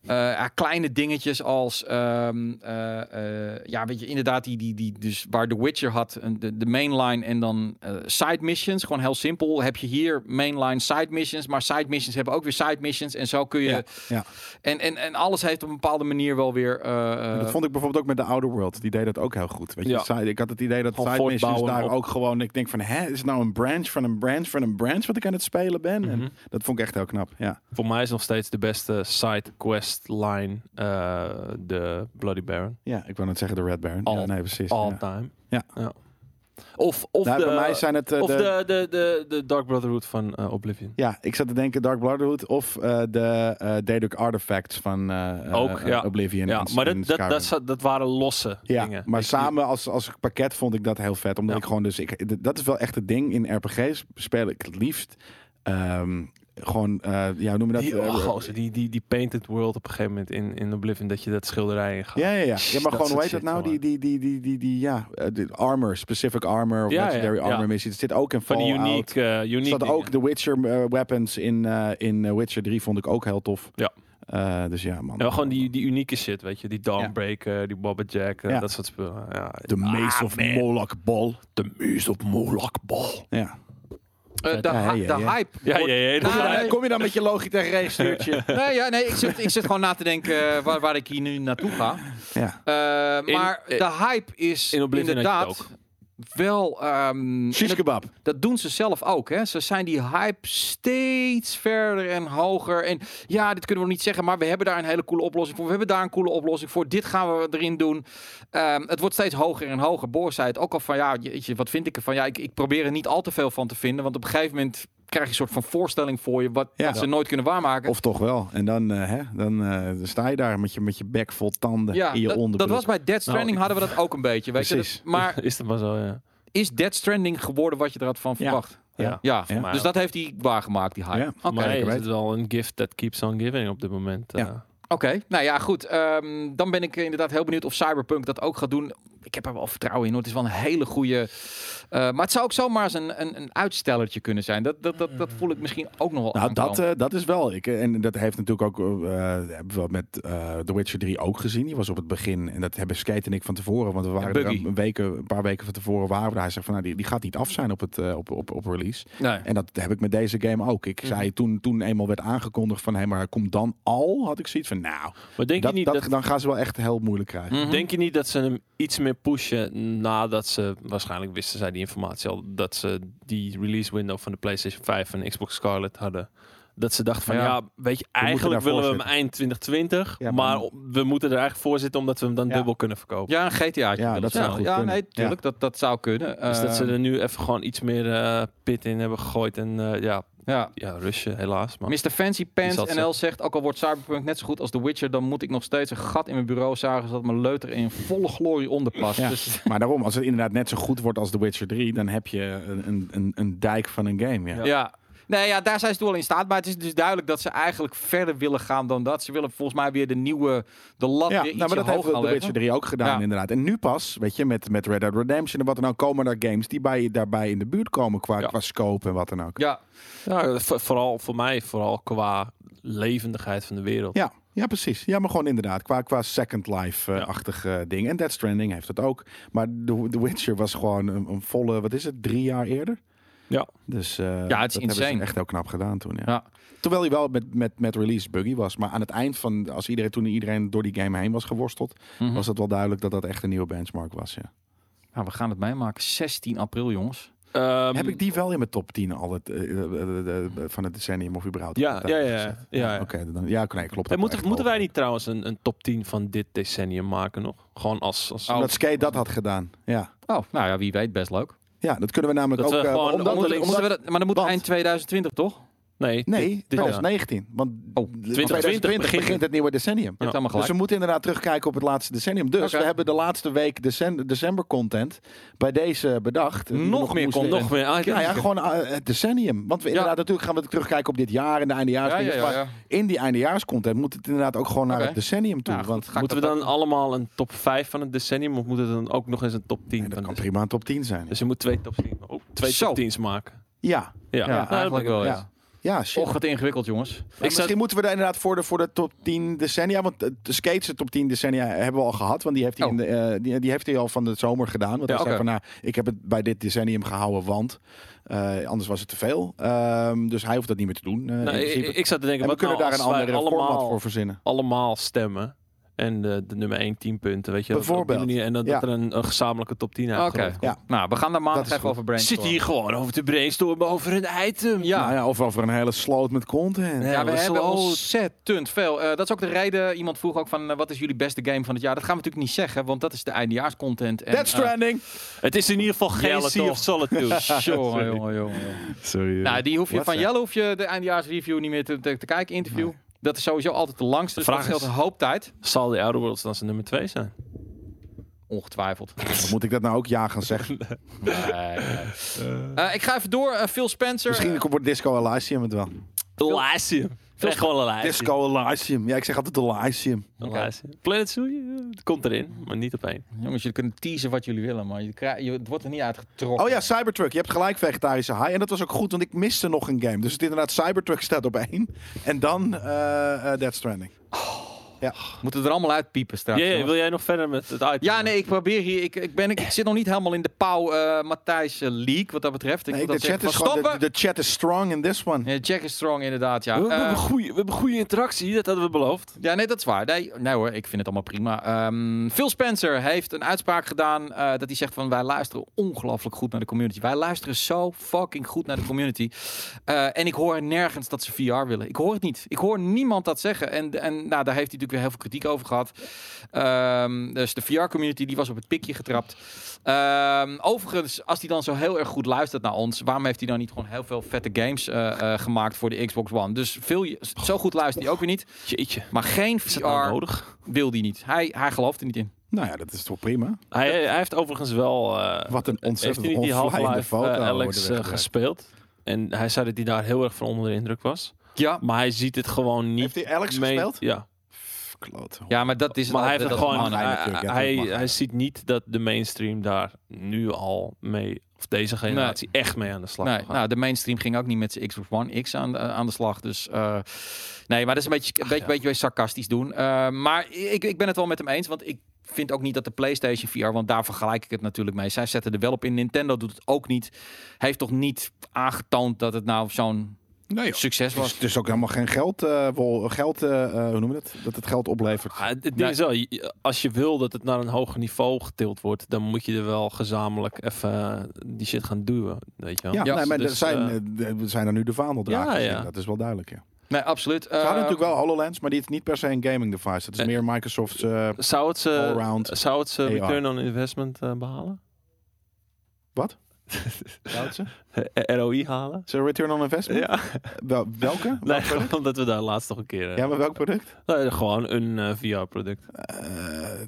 Eh, ja, kleine dingetjes als, ehm, eh, eh, ja, weet je, inderdaad, die, die, die, dus waar The Witcher had, een- de, de mainline en dan eh, side missions. Gewoon heel simpel. Heb je hier mainline side missions, maar side missions hebben ook weer side missions. En zo kun je.
Ja, ja.
En, en, en alles heeft op een bepaalde manier wel weer. eh, eh,
dat vond ik bijvoorbeeld ook met de Outer World. Die deed dat ook heel goed. Weet je?
Ja.
Side- Ik had het idee dat
Gewoon
side missions
voortbouwen
daar
op-
ook gewoon... Ik denk van, hè, is het nou een branch van een branch van een branch wat ik aan het spelen ben?
Mhm.
En dat vond ik echt heel knap, ja.
Voor mij is nog steeds de beste side quest line eh, de Bloody Baron.
Ja, ik wou net zeggen de Red Baron.
Al-
ja, nee, precies.
All
ja.
time.
Ja.
Of, of
Nou,
de,
bij mij zijn het eh,
of
de,
de, de, de, de Dark Brotherhood van eh, Oblivion.
Ja, ik zat te denken Dark Brotherhood of eh, de eh Daedric Artifacts van eh, eh,
Ook, ja.
Oblivion
Ja,
en-
maar
en
dat, dat,
Skyrim.
dat, za- dat waren losse
Ja,
dingen.
maar
Ik-
samen als, als pakket vond ik dat heel vet. Omdat
Ja.
ik gewoon dus... Ik, d- dat is wel echt het ding. In RPG's speel ik het liefst ehm, gewoon... eh ja, hoe noem je dat?
Die,
Eh,
oh, gozer, die, die, die Painted World op een gegeven moment in, in Oblivion, dat je dat schilderij in gaat.
ja, ja, ja. ja, maar
Dat
gewoon,
soort
hoe heet dat
shit,
nou? Die,
jongen.
die, die, die, die, die, ja, eh, de armor, specific armor, of
Ja, ja,
legendary
ja.
armor missie. Het zit ook in
Van die
Fallout.
uniek, eh uniek
Er zat
dingen.
ook de Witcher eh, weapons in, eh, in eh, Witcher 3, vond ik ook heel tof.
Ja.
Eh, dus ja, man.
Ja, gewoon die, die unieke shit, weet je. Die Dawnbreaker, die Boba Jack, eh,
Ja.
dat soort spullen. Ja.
De
Ah,
Mace of Moloch Ball.
The Muse of Moloch Ball.
Ja.
Eh, de,
Ja,
hy-
ja,
de
ja.
hype.
Ja, ja,
wordt-
Ah, ja. dat-
Nou, nee.
Kom je dan met je Logitech [laughs] race
Nee, ja, nee ik, zit, ik zit gewoon na te denken eh, waar, waar ik hier nu naartoe ga.
Ja.
Eh,
In-
maar
eh,
de hype is
in Oblivion had je het
inderdaad wel. ehm, en
Shish
dat,
kebab.
dat doen ze zelf ook. Hè. Ze zijn die hype steeds verder en hoger. En ja, dit kunnen we nog niet zeggen, maar we hebben daar een hele coole oplossing voor. We hebben daar een coole oplossing voor. Dit gaan we erin doen. Ehm, het wordt steeds hoger en hoger. Boris zei het ook al van ja, jeetje, wat vind ik ervan? Ja, ik, ik probeer er niet al te veel van te vinden, want op een gegeven moment krijg je een soort van voorstelling voor je wat,
Ja.
wat ze nooit kunnen waarmaken.
Of toch wel. En dan, eh, hè, dan eh, dan sta je daar met je, met je bek vol tanden
ja,
in je
dat,
onderbroek. Nou,
dat was bij Dead Stranding hadden we dat ook een beetje. Weet je?
Precies.
Dat- maar
Is dat maar zo, ja.
is Dead Stranding geworden wat je er had van
Ja.
verwacht?
Ja.
Ja,
voor mij
dus dat heeft hij waargemaakt, die hype.
Ja,
Oké,
Maar
Zeker
hey, is
weten.
het wel een gift that keeps on giving op dit moment. eh.
Ja.
Oké. nou ja, goed. Ehm, dan ben ik inderdaad heel benieuwd of Cyberpunk dat ook gaat doen. Ik heb er wel vertrouwen in, hoor. Het is wel een hele goede... eh, maar het zou ook zomaar eens een, een, een uitstellertje kunnen zijn. Dat, dat, dat, dat voel ik misschien ook nog wel
Nou, dat,
aankomen.
eh, dat is wel. Ik, eh, en dat heeft natuurlijk ook. eh hebben we met eh The Witcher 3 ook gezien. Die was op het begin. En dat hebben Skate en ik van tevoren. Want we waren er
Buggy.
een, weken, een paar weken van tevoren. Waren we daar. Hij zegt van nou, die, die gaat niet af zijn op, het, eh, op, op, op release.
Nee.
En dat heb ik met deze game ook. Ik
Mhm.
zei toen, toen eenmaal werd aangekondigd van hé, maar hij komt dan al. Had ik zoiets van nou.
Maar denk
dat,
je niet
dat,
dat...
dan gaan ze wel echt heel moeilijk krijgen.
Mhm.
Denk je niet dat ze hem iets meer pushen nadat ze, waarschijnlijk wisten zij die informatie al, dat ze die release window van de PlayStation 5 en Xbox Scarlet hadden Dat ze dacht van,
Ja.
ja, weet je, eigenlijk
daarvoor
willen we hem
zitten.
eind 2020.
Ja, maar-
maar we moeten er eigenlijk voor zitten, omdat we hem dan
Ja.
dubbel kunnen verkopen.
Ja, een GTA.
Ja, dat zou goed
Ja,
kunnen.
nee, tuurlijk. Dat, dat zou kunnen.
Dus dat ze
Eh,
er nu even gewoon iets meer eh, pit in hebben gegooid. En eh, ja,
ja.
ja, Rusje helaas. Maar
Mr. Fancy Pants
zat ze.
NL zegt, ook al wordt Cyberpunk net zo goed als The Witcher, dan moet ik nog steeds een gat in mijn bureau zagen, zodat mijn leuter in volle glorie onderpast.
Ja.
Dus,
Maar daarom, als het inderdaad net zo goed wordt als The Witcher 3, dan heb je een, een, een, een dijk van een game. Ja.
ja. Nee, ja, daar zijn ze toch wel in staat. Maar het is dus duidelijk dat ze eigenlijk verder willen gaan dan dat. Ze willen volgens mij weer de nieuwe, de lat weer
Ja, nou, maar
ietsje
dat heeft
hoger gaan
The
leggen.
Witcher 3 ook gedaan,
Ja.
inderdaad. En nu pas, weet je, met, met Red Dead Redemption en wat dan ook, komen daar games die bij, daarbij in de buurt komen qua,
Ja.
qua scope en wat dan ook.
Ja,
ja, voor- vooral voor mij, vooral qua levendigheid van de wereld.
Ja, ja precies. Ja, maar gewoon inderdaad, qua, qua Second Life-achtig eh, ding. En Death Stranding heeft het ook. Maar The, The Witcher was gewoon een, een volle, wat is het, drie jaar eerder?
Ja.
Dus eh, dat
het is
hebben ze
insane.
echt heel knap gedaan toen, ja.
Ja.
Terwijl hij wel met, met, met release buggy was. Maar aan het eind van, als iedereen, toen iedereen door die game heen was geworsteld,
Hm.
Mhm.
was het wel duidelijk dat dat echt een nieuwe benchmark was, ja.
Nou, we gaan het meemaken. 16 april, jongens.
Ehm,
Heb ik die wel in mijn top 10 al het, eh, eh, eh, eh, van het decennium of überhaupt?
Ja,
daar
ja, ja,
gezet?
ja, ja.
Oké, dan, dus, eh, ja nee, klopt.
En
dat
moeten,
echt
moeten
wel.
wij niet trouwens een, een top 10 van dit decennium maken nog? Gewoon als... als
Oh,
Dat Skate dat had gedaan, ja.
Oh, nou ja, wie weet, best leuk.
Ja, dat kunnen we namelijk
Dat we
ook... eh,
gewoon
omdat-
onder-
Moeten- moeten we dat- maar dan moet
want-
eind 2020, toch?
nee,
Nee,
dit- dit, jaar.
2019. Want
Oh,
2020 begint,
begint
het nieuwe decennium.
Je hebt allemaal
Dus
gelijk.
we moeten inderdaad terugkijken op het laatste decennium. Dus
Oké.
we hebben de laatste week decem- december content bij deze bedacht. Die
Nog meer
moest-
content.
nog meer. Ah, ja.
Ja, ja, gewoon eh, het decennium. Want we inderdaad, natuurlijk gaan we terugkijken op dit jaar en de eindejaars.
Ja, ja, ja,
Maar
ja.
in die eindejaarscontent moet het inderdaad ook gewoon naar
Oké.
het decennium toe.
Nou, goed,
want
ga ik
Moeten we
dat
dan allemaal een top 5 van het decennium? Of moet het dan ook nog eens een top 10?
dat
van
kan
het-
prima een top 10 zijn.
dus je moet twee top 10, oh, twee
Zo.
top 10's maken.
ja,
Ja,
Ja,
Nou, dat
eigenlijk
ben ik-
wel.
ja.
Ja.
ja, shit.
Och, wat ingewikkeld, jongens.
Maar
Ik
misschien
zou-
moeten we daar inderdaad voor de, voor de top 10 decennia. Want eh, de skates, de top 10 decennia, hebben we al gehad. Want die heeft hij,
Oh.
in de, eh, die, die heeft hij al van de zomer gedaan. Want
Ja,
hij zei
oké.
van, nou, ik heb het bij dit decennium gehouden, want eh, anders was het te veel. Ehm, dus hij hoeft dat niet meer te doen. eh, in
nou, ik,
principe.
ik zat te denken,
en we
wat
kunnen
nou
daar een
als wij
andere format
allemaal,
voor verzinnen.
allemaal stemmen? En de, de nummer 1 10 punten, weet je. wel, op die
Bijvoorbeeld.
manier. en dat,
Ja.
dat er een, een gezamenlijke top 10
Oké.
uitkomt.
Ja.
Nou, we gaan daar maandag
Dat is
even
goed.
over brainstormen.
Zit hier gewoon over te brainstormen over een item.
Ja.
Nou ja, of over een hele sloot met content.
Ja.
Ja, we
dat is
hebben
wel-
ontzettend veel. Eh, dat is ook de reden. Iemand vroeg ook van, eh, wat is jullie beste game van het jaar? Dat gaan we natuurlijk niet zeggen, want dat is de eindejaarscontent.
eh,
En, eh,
Death Stranding!
Het is in ieder geval geen
Jelle,
Sea
toch?
of
[laughs]
Solitude.
eh, jongen, jongen, jongen, jongen.
Sorry.
Nou, die hoef je,
Wat,
van
hè?
Jelle hoef je de eindejaarsreview niet meer te, te, te kijken, interview.
Nee.
Dat is sowieso altijd de langste, dus
De
dat
vraag
scheelt een hoop tijd.
Zal de Outer Worlds dan zijn nummer 2 zijn?
Ongetwijfeld.
Moet ik dat nou ook ja gaan
[laughs]
zeggen?
Nee, nee. Eh, ik ga even door. eh, Phil Spencer.
Misschien wordt Disco Elysium het wel.
Elysium. Echt gewoon Elysium.
Disco Elysium. Ja, ik zeg altijd Elysium.
Oké.
Elysium. Planet Zoo, eh, het komt erin, maar niet op één.
Eh, Jongens, jullie kunnen teasen wat jullie willen, maar je krijgt- je, het wordt er niet uitgetrokken.
Oh ja, Cybertruck. Je hebt gelijk vegetarische haai. En dat was ook goed, want ik miste nog een game. Dus het inderdaad, Cybertruck staat op één. En dan eh eh Death Stranding.
Moeten we er allemaal uitpiepen straks.
Jee,
jongens.
wil jij nog verder met het item?
Ja, nee, ik probeer hier. Ik, ik, ben, ik, ik zit nog niet helemaal in de pauw eh Matthijs eh, leak, wat dat betreft. Ik
Nee,
moet
de,
dat
chat
zeggen.
is
Van
gewoon, de,
stoppen!
de chat is strong in this one.
Ja, Jack is strong, inderdaad, ja.
We, we, hebben
Eh,
goeie, we hebben goede interactie, dat hadden we beloofd.
ja, nee, dat is waar. Nee, nee hoor, ik vind het allemaal prima. Ehm, Phil Spencer heeft een uitspraak gedaan eh, dat hij zegt van... wij luisteren ongelooflijk goed naar de community. Wij luisteren zo fucking goed naar de community. Eh, en ik hoor nergens dat ze VR willen. Ik hoor het niet. Ik hoor niemand dat zeggen. En, en nou, daar heeft hij natuurlijk weer heel veel kritiek over gehad. Ehm, dus de VR-community die was op het pikje getrapt. Ehm, overigens, als hij dan zo heel erg goed luistert naar ons... waarom heeft hij dan niet gewoon heel veel vette games eh, eh, gemaakt voor de Xbox One? Dus veel, zo goed luistert hij ook weer niet.
Jeetje.
Maar geen
Is dat nou
VR
nodig?
wil hij niet. Hij, hij gelooft er niet in.
Nou ja, dat is toch prima.
Hij, hij heeft overigens wel... eh,
Wat een
heeft
ontzettend
hij niet die
onvlijende
Half-Life
foto.
eh,
worden
Alex eh,
weggewerkt.
gespeeld? En hij zei dat hij daar heel erg van onder de indruk was.
Ja,
Maar hij ziet het gewoon niet.
Heeft hij Alex
mee-
gespeeld?
Ja.
Pff, kloot.
ja maar dat is...
Maar hij heeft
dat-
het
dat-
gewoon...
mag hij
Hij,
natuurlijk, ja,
hij,
dat mag hij.
hij ziet niet dat de mainstream daar nu al mee... Of deze generatie echt mee aan de slag
Nee,
gaat.
nou, de mainstream ging ook niet met zijn Xbox One X aan, eh, aan de slag. Dus eh, nee, maar dat is een beetje, een beetje, beetje sarcastisch doen. Eh, maar ik, ik ben het wel met hem eens, want ik vind ook niet dat de PlayStation VR, want daar vergelijk ik het natuurlijk mee. Zij zetten er wel op in. Nintendo doet het ook niet. Heeft toch niet aangetoond dat het nou zo'n
Nee, joh.
succes
Het is,
was.
het is ook helemaal geen geld, eh, wol- geld eh, eh, hoe noem je dat? Dat het geld oplevert.
Ah, het ding
Nee.
is wel, je- als je wil dat het naar een hoger niveau getild wordt, dan moet je er wel gezamenlijk even eh, die shit gaan duwen, weet je wel.
ja,
ja,
nee, maar
dus,
er zijn,
eh,
eh, er zijn er nu de vaandeldragers.
Ja, Eh,
in.
ja.
Dat is wel duidelijk, ja.
Nee, absoluut.
Ze hadden
Eh,
natuurlijk wel HoloLens, maar die is niet per se een gaming device. Dat
Nee.
is meer Microsoft's eh,
Zou het ze,
allround.
zou het ze
AR.
return on investment eh,
[laughs]
behalen?
Houdt ze?
ROI halen?
Ze return on investment?
Ja,
Wel- welke? Welk
nee,
product?
[laughs] omdat we daar laatst nog een keer... eh,
[laughs] Ja, maar welk product?
nee, gewoon een VR-product.
Eh,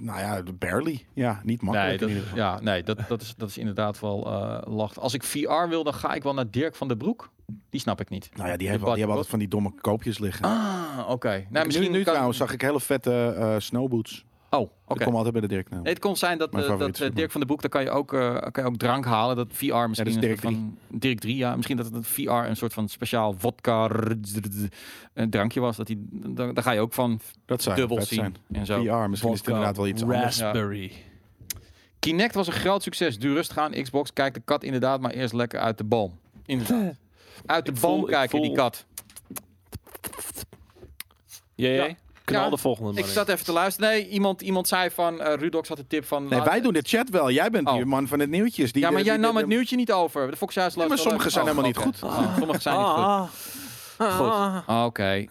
nou ja, barely. Ja, niet makkelijk
Nee, dat,
in ieder geval.
ja, nee dat, dat, is, dat is inderdaad wel eh lacht. Als ik VR wil, dan ga ik wel naar Dirk van der Broek. Die snap ik niet.
Nou ja, die hebben, die hebben altijd van die domme koopjes liggen.
Ah, oké. Nou,
Ik-
misschien
nu, nu
kan-
trouwens zag ik hele vette eh, snowboots.
Oh, oké.
Ik kom altijd bij de Dirk. Nou.
Nee, het kon zijn dat,
Mijn
eh, dat
favoriete
eh, Dirk van der Broek, daar kan je ook, eh, kan je ook drank halen. Dat VR misschien
dat is
een
Dirk
soort van Dirk 3, ja. Misschien dat het een VR een soort van speciaal vodka rrrr- een drankje was. Dat die, daar, daar ga je ook van
dat zou
dubbel
vet
zien
zijn.
en zo.
VR, misschien is het inderdaad wel iets anders.
Raspberry.
Kinect was een groot succes. Duur rustig aan Xbox. Kijk de kat inderdaad maar eerst lekker uit de boom.
[laughs]
Inderdaad. Uit de
Ik
boom
voel- ik
kijken, die
voel-
kat.
Jee,
Ja.
knal
Ja,
de volgende maar
Ik
in.
zat even te luisteren. Nee, iemand, iemand zei van... eh Rudox had de tip van...
Nee,
laat-
wij doen de chat wel. Jij bent
Oh.
die man van het nieuwtjes. Die
ja, maar
die-
jij
die-
nam het
die-
nieuwtje niet over. De Fox House
maar
loopt wel
sommige
even-
zijn helemaal
oké.
niet goed.
Ah, Sommige zijn niet goed.
Ah.
Oké.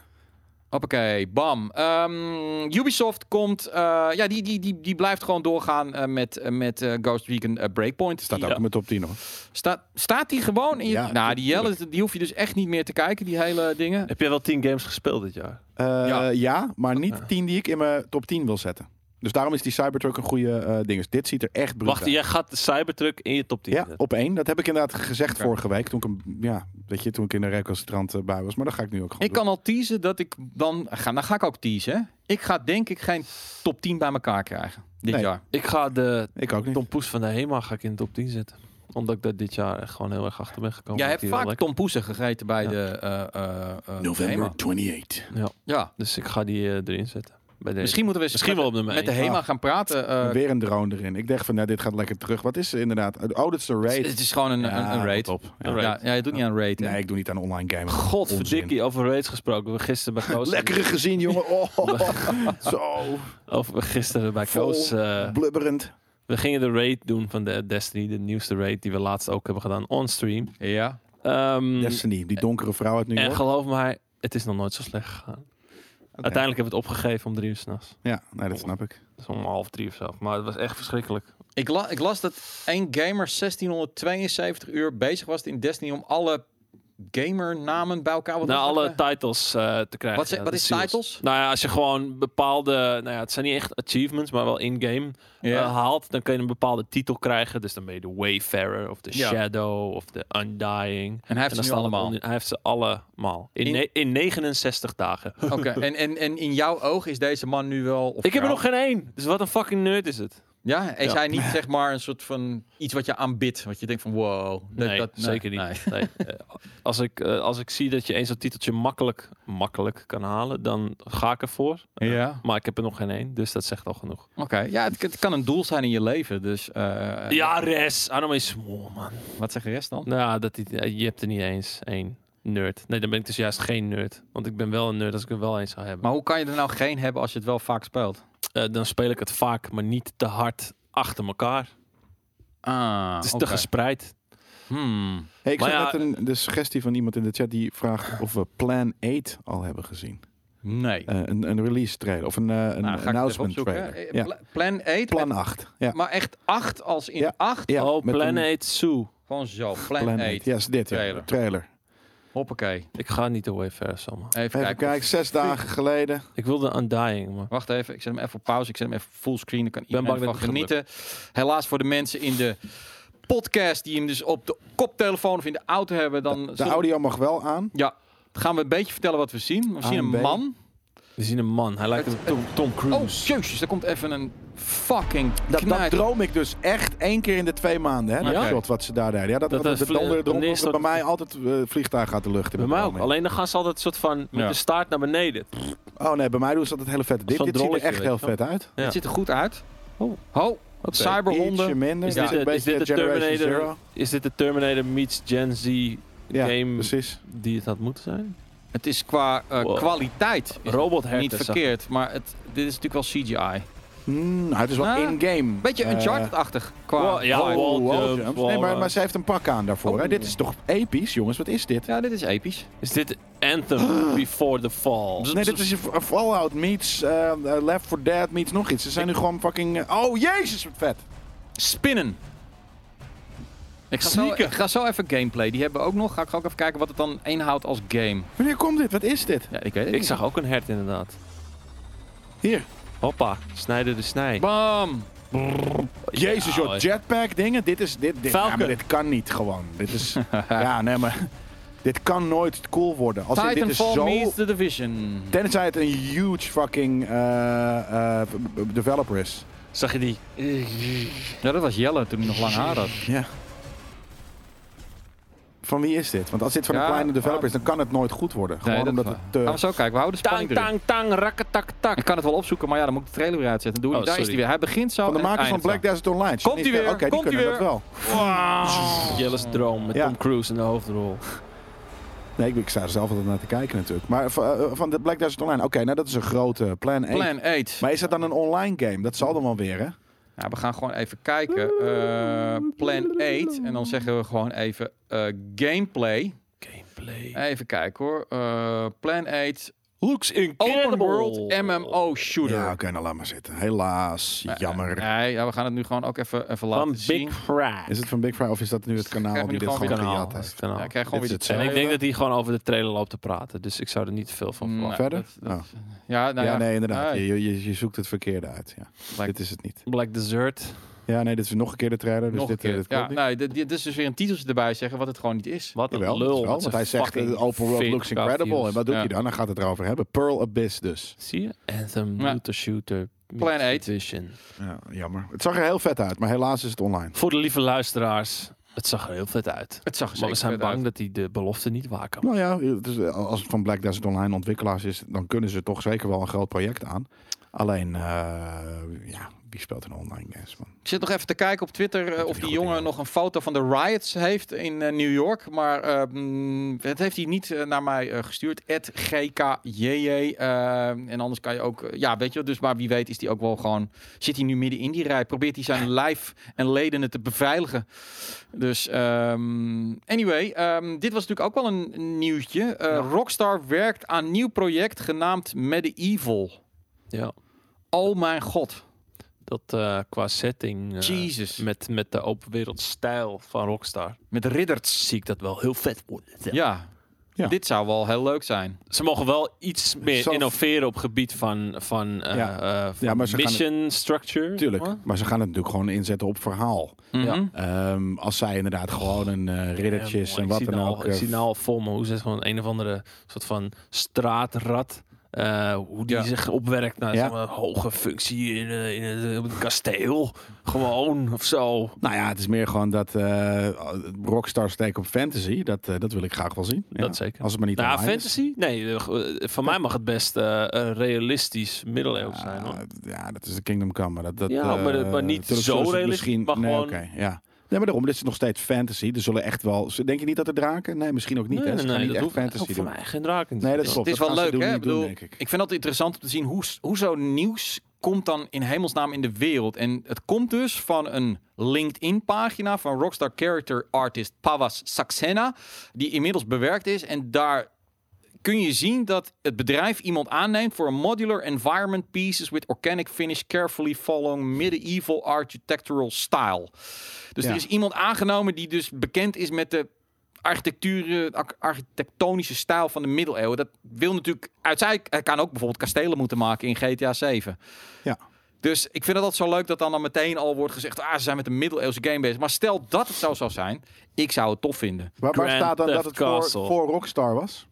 Hoppakee, bam. Ehm, Ubisoft komt... eh, ja, die, die, die, die blijft gewoon doorgaan eh, met, eh, met eh, Ghost Recon eh, Breakpoint.
Staat
Die-
ook in mijn top 10 hoor.
Staat, staat die gewoon in je...
Ja,
nou, die, hele, die hoef je dus echt niet meer te kijken, die hele dingen.
Heb jij wel 10 games gespeeld dit jaar?
Eh,
Ja.
ja. maar niet 10 die ik in mijn top 10 wil zetten. Dus daarom is die Cybertruck een goede eh ding. Dus Dit ziet er echt bruut
Wacht,
uit.
jij gaat de Cybertruck in je top 10
Ja,
zetten.
op één. Dat heb ik inderdaad gezegd
Oké.
vorige week. Toen ik, hem, ja, weet je, toen ik in de recalcitrant eh, bij was. Maar dat ga ik nu ook gewoon
Ik kan al teasen dat ik dan... Ga, dan ga ik ook teasen, hè. Ik ga denk ik geen top 10 bij elkaar krijgen dit
Nee.
jaar.
Ik ga de
doen. Ik ook niet.
Tom Poes van de HEMA ga ik in de top 10 zetten. Omdat ik daar dit jaar echt gewoon heel erg achter ben gekomen. Dat
Jij hebt
die wel
vaak
lekker-
Tom Poesen gegeten bij de... eh, eh, eh, HEMA.
28.
Ja.
Dus ik ga die eh, erin zetten. Bij deze.
Misschien moeten we eens
Misschien
met,
wel op nummer
met de
één.
HEMA gaan praten. eh,
Weer een drone erin. Ik dacht van, nou, dit gaat lekker terug. Wat is er inderdaad? Oh, dat is de raid.
het is gewoon een,
Ja,
een, een raid.
Top. Ja.
Een raid.
Ja, ja, je doet niet aan raid. hè?
Nee, ik doe niet aan online
[laughs]
gamen.
Godverdikkie, over raids gesproken. We gisteren
[laughs]
bij Koos...
Lekkere gezien, jongen.
[laughs]
Oh, zo
Of we gisteren bij
Vol.
Koos... eh,
blubberend.
Mm.
we gingen de raid doen van de Destiny. De nieuwste raid die we laatst ook hebben gedaan onstream.
Ja.
Ehm
Destiny, die donkere vrouw uit New
en
York.
geloof mij, het is nog nooit zo slecht gegaan. Uiteindelijk hebben we het opgegeven om drie uur s'nachts.
Ja, nee, dat snap ik.
Dus om half drie of zo. Maar het was echt verschrikkelijk.
Ik, la- ik las dat één gamer 1672 uur bezig was in Destiny om alle gamernamen bij elkaar... Wat
Naar
was dat,
Nou, alle
eh?
titles eh, te krijgen.
Wat zijn-
Ja,
wat
de
is
seals.
titles?
Nou ja, als je gewoon bepaalde... Nou ja, het zijn niet echt achievements, maar wel in-game
Ja.
eh, haalt. Dan kun je een bepaalde titel krijgen. Dus dan ben je de Wayfarer of de
Ja.
Shadow of de Undying.
en hij
En dan
heeft ze nu
staat het
allemaal.
onder- hij heeft ze allemaal. In,
In-
ne- in 69
[laughs]
dagen.
Oké, en, en, en in jouw ogen is deze man nu wel... of
Ik heb er
vrouw-
nog geen één. Dus wat een fucking nerd is het.
Ja, is
Ja.
hij niet zeg maar een soort van iets wat je aanbidt? Wat je denkt van wow. dat-
Nee,
dat,
zeker
nee,
niet. Nee. [laughs] Eh, Als, ik, eh, als ik zie dat je eens zo'n titeltje makkelijk, makkelijk kan halen, dan ga ik ervoor.
nee. Ja,
Maar ik heb er nog geen één, dus dat zegt al genoeg.
oké. Ja, het, het kan een doel zijn in je leven. Dus eh,
Ja, res. Adam is moe, man.
wat zeg de rest dan?
Nou, dat, die- eh, je hebt er niet eens één nerd. Nee, dan ben ik dus juist geen nerd. Want ik ben wel een nerd als ik er wel één zou hebben.
Maar hoe kan je er nou geen hebben als je het wel vaak speelt?
Eh, dan speel ik het vaak, maar niet te hard achter elkaar.
Ah,
het is te gespreid.
Hmm.
Hey, ik
Maar
zag
ja,
net een, de suggestie van iemand in de chat die vraagt of we Plan 8 al hebben gezien.
Nee.
Eh, een, een release trailer of een, eh, een
Nou, ga ik het even
announcement
opzoeken.
trailer.
Eh,
Ja.
pla- Plan 8.
Plan 8. Ja.
Maar echt 8 als in
Ja.
8.
Ja,
oh,
met een
Planet Zoo.
Gewoon zo. Plan,
Plan
8.
8. Ja, is dit. ja.
Trailer.
Trailer.
Hoppakee. Even,
Ik ga niet de Wayfarer, zomaar.
Even
kijken.
kijken, [laughs] zes dagen geleden.
Ik wilde Undying, maar...
Wacht even, ik zet hem even op pauze. Ik zet hem even fullscreen. Dan kan
ben
iedereen
bang
van
dat het niet
genieten. Helaas voor de mensen in de podcast die hem dus op de koptelefoon of in de auto hebben, dan
De
zullen-
audio mag wel aan.
Ja, gaan we een beetje vertellen wat we zien. We zien
AMB.
een man.
We zien een man. Hij lijkt op Tom, Tom
Oh,
Cruise.
jezus, er komt even een fucking
Dat, dat
knijter.
droom ik dus echt één keer in de twee maanden. Hè, dat
Ja?
shot wat ze daar deden. Ja, dat,
Dat
dat,
een
dat,
vlie-
donder- donder-
wanneer is dat-
bij mij altijd eh, vliegtuig gaat de lucht in.
Bij mij
mijn
ook.
dromen.
Alleen dan gaan ze altijd een soort van met
Ja.
de staart naar beneden.
Oh nee, bij mij doen ze altijd hele vette. Dit,
Zo'n
dit ziet er
drolletje,
echt
weet
heel
je wel.
vet uit.
Ja.
Het ziet er goed uit.
Oh.
Ho,
Oké.
cyberhonden.
Ietsje minder.
Is
Dit
dit
is een
de- is
beetje
dit de
Generation
Terminator?
Zero.
Is dit de Terminator meets Gen Z
Ja,
game
precies.
die het had moeten zijn.
Het is qua eh,
Wow.
kwaliteit is
Robot
het niet verkeerd, maar het, dit is natuurlijk wel CGI.
Mm, nou, het is wel
Ah,
in-game.
Beetje
Eh,
Uncharted-achtig qua
Wow, ja,
vibe.
wow.
oh,
Wall
wall
jump,
jumps.
wall
Nee, maar,
run.
maar ze heeft een pak aan daarvoor. Hè?
eh, Oh.
Dit is toch episch, jongens? Wat is dit?
Ja, dit is episch.
Is dit [gasps] Anthem Before the Fall?
Nee, dit
dus-
is een Fallout meets eh, eh, Left 4 Dead meets nog iets. Ze zijn nu gewoon fucking... eh, oh, jezus, wat vet.
Spinnen. Ik ga, zo,
Sneaken.
ik ga zo even gameplay. Die hebben we ook nog. Ga ik ook even kijken wat het dan inhoudt als game.
Wanneer komt dit? Wat is dit?
Ja, ik weet het
Ik
niet.
zag ook een hert inderdaad.
Hier.
Hoppa, snijden de snij.
Bam!
Jezus,
Ja,
joh.
hoor.
Jetpack dingen. Dit is... Dit, dit, ja,
Falcon.
maar dit kan niet gewoon.
[laughs]
Dit is... ja, nee, maar... [laughs] Dit kan nooit cool worden. Als in, dit is
Titanfall
zo...
meets The Division.
Tenzij het een huge fucking eh, eh, developer is.
Zag je die? Eh,
Ja, dat was Jelle toen hij nog lang haar had.
Ja. Van wie is dit? Want als dit van
Ja,
een kleine developer
maar-
is, dan kan het nooit goed worden. Gewoon
dat
omdat
is
het
waar.
eh, te...
Gaan we zo kijken. We houden de
Tang,
spanning erin.
tang, tang, rakketak, tak.
Ik kan het wel opzoeken, maar ja, dan moet ik de trailer weer uitzetten. Doe
Oh,
niet. Daar is
sorry.
hij weer. Hij begint zo
van de
en
makers van
eindigt
Black Desert Online. Is
Komt-ie
niet- eh,
weer,
Oké, die
komt-ie
kunnen dat
weer.
wel.
zo. Wauw.
Jelle's droom met
Ja.
Tom Cruise in de hoofdrol.
Nee, ik, ik sta er zelf altijd naar te kijken natuurlijk. Maar van, eh, van de Black Desert Online. Oké, nou dat is een grote plan 8.
Plan 8.
Maar is dat dan een online game? Dat zal dan wel weer, hè?
Ja, we gaan gewoon even kijken. Eh, plan 8. En dan zeggen we gewoon even eh, gameplay.
Gameplay.
Even kijken hoor. Eh, plan 8.
Looks incredible.
Open World MMO Shooter.
Ja, oké, nou laat maar zitten. Helaas, jammer.
Nee, ja, we gaan het nu gewoon ook even, even laten
Van
zien.
Big Fry.
Is het van Big Fry of is dat nu het
Krijgen
kanaal
we
die
nu
dit
gewoon
gewoon
weer
gejat
Kanaal,
heeft?
kanaal.
Ja, ik krijg gewoon
Dit
weer
is
die
het
En ik
trailer.
denk dat hij gewoon over de trailer loopt te praten. Dus ik zou er niet veel van
Nou,
verwachten.
Verder?
dat- dat- ja, nou
Ja, nee, inderdaad.
Nee.
Je, je, je zoekt het verkeerde uit. Ja.
Black-
Dit is het niet.
Black Desert.
Ja, nee, dit is nog een keer de trailer. Dus
Nog
dit,
een keer.
dit
ja,
klopt niet.
nee, dit, dit is dus weer een titeltje erbij zeggen wat het gewoon niet is.
Wat een
Jawel, dat
lul.
is wel,
met
want
zijn
hij zegt
fucking
eh, Open World
fit
looks incredible.
cartoons.
En wat doet
Ja.
hij dan? Dan gaat het erover hebben. Pearl Abyss dus.
Zie je? Anthem,
Ja.
Looter Shooter.
Plan
meets
eight.
Division.
Ja, jammer. Het zag er heel vet uit, maar helaas is het online.
Voor de lieve luisteraars. Het zag er heel vet uit.
Het zag er
Maar we
zeker
zijn
vet
bang
uit.
dat hij de belofte niet waar kan.
Nou ja, het is, eh, als het van Black Desert Online ontwikkelaars is, dan kunnen ze toch zeker wel een groot project aan. Alleen, eh, ja, wie speelt een online games, man?
Ik zit nog even te kijken op Twitter eh,
Dat
of
is
die
goed, ja.
jongen nog een foto van de riots heeft in eh, New York. Maar eh, mm, het heeft hij niet eh, naar mij eh, gestuurd. Het GKJJ. eh, en anders kan je ook... eh, ja, weet je wel, Dus maar wie weet is hij ook wel gewoon... Zit hij nu midden in die rij? Probeert hij zijn lijf en ledenen te beveiligen? Dus ehm, anyway. ehm, dit was natuurlijk ook wel een nieuwtje. Eh, Rockstar werkt aan nieuw project genaamd Medieval.
Ja.
Oh mijn god.
Dat eh, qua setting. eh,
Jesus.
Met, met de open wereld stijl van Rockstar.
Met ridders.
Zie ik dat wel heel vet worden.
Ja.
Ja.
Dit zou wel heel leuk zijn.
Ze mogen wel iets meer
Zelf-
innoveren op gebied van, van, eh,
Ja.
eh, van
Ja, maar ze gaan
mission structure.
Tuurlijk,
hoor.
maar ze gaan het natuurlijk gewoon inzetten op verhaal.
Mhm.
Ehm, als zij inderdaad gewoon een eh, riddertje is
Ja,
en
mooi.
wat
ik zie
dan
nou
ook.
al-
eh,
Ik zie nou al voor me hoe ze gewoon een of andere soort van straatrat. eh, hoe die
Ja.
zich opwerkt naar
Ja.
zo'n hoge functie in, eh, in het, op het kasteel. Gewoon of zo.
Nou ja, het is meer gewoon dat eh, Rockstar steek op fantasy. Dat, eh, dat wil ik graag wel zien.
Dat
Ja.
zeker.
Als het maar niet
Nou,
online dus- is.
fantasy? Nee, eh, ge- eh, van mij mag het best eh, eh, realistisch middeleeuws zijn. Hoor.
Ja, ja, Ah, dat is de Kingdom Come. Maar, dat, dat,
Ja, maar dat-
eh,
maar niet
natuurlijk
zo
zullen ze het
realistisch,
Misschien,
maar
nee,
gewoon-
oké, ja. Nee, maar daarom, dit is nog steeds fantasy. Er zullen echt wel... ze- Denk je niet dat er draken? Nee, misschien ook niet. hè? Ze gaan niet
dat
echt
hoeft-
fantasy
hoeft
doen.
voor mij geen draak in te
Nee, dat
zitten.
klopt.
Het is wel
gaan ze
leuk,
doen
hè? Ik
niet doen,
bedoel,
denk
ik.
ik.
vind het altijd interessant om te zien hoe, hoe zo'n nieuws komt dan in hemelsnaam in de wereld. En het komt dus van een LinkedIn-pagina van Rockstar Character Artist Pavas Saxena, die inmiddels bewerkt is. En daar kun je zien dat het bedrijf iemand aanneemt voor een modular environment pieces with organic finish carefully following medieval architectural style. Dus
Ja.
er is iemand aangenomen die dus bekend is met de architectuur, ar- architectonische stijl van de middeleeuwen. Dat wil natuurlijk uit zij hij kan ook bijvoorbeeld kastelen moeten maken in GTA 7.
Ja.
Dus ik vind het altijd zo leuk dat dan, dan meteen al wordt gezegd, ah, ze zijn met een middeleeuwse game bezig. Maar stel dat het zo zou zijn, ik zou het tof vinden.
Waar, waar
Grand
staat dan dat
Theft
het voor,
Castle.
voor Rockstar was?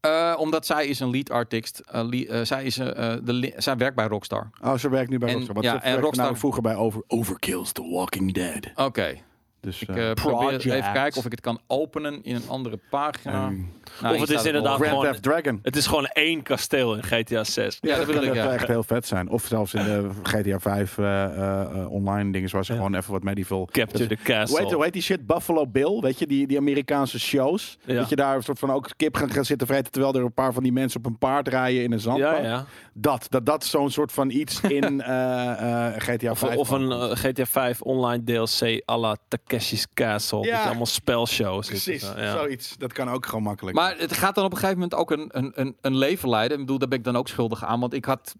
Eh, omdat zij is een lead artist. Eh, li- eh, zij, is, eh, eh, de li- zij werkt bij Rockstar.
Oh, ze werkt nu bij
En-
Rockstar. Want
ja,
ze
en
werkte
Rockstar-
namelijk vroeger bij Over Overkill's The Walking Dead.
Oké.
Dus,
Ik
eh,
eh, probeer
Project.
even kijken of ik het kan openen in een andere pagina.
Mm.
Nou,
Of het
hier
is
staat
inderdaad-
al.
Gewoon-
Grand Theft Dragon.
Het is gewoon één kasteel in GTA 6.
Ja, dat wil
kan
ik. eh,
echt-
Ja.
echt heel vet zijn. Of zelfs in
[laughs]
de GTA 5 eh, eh, eh, online dingen waar ze gewoon even wat medieval...
Capture the Castle.
Hoe heet, hoe heet die shit? Buffalo Bill, weet je? Die, die Amerikaanse shows.
Ja.
Dat je daar een soort van ook kip gaan, gaan zitten vreten... terwijl er een paar van die mensen op een paard rijden in een
ja,
zandbak.
ja.
Dat, dat, dat is zo'n soort van iets
[laughs]
in eh, eh, GTA
Of,
5.
of een
man.
eh, GTA 5 online DLC à la Takeshi's Castle.
Ja.
Dat je allemaal spelshows zit.
Precies,
Ja.
zoiets. Dat kan ook gewoon makkelijk.
Maar het gaat dan op een gegeven moment ook een, een, een, een leven leiden. Ik bedoel, daar ben ik dan ook schuldig aan. Want ik had...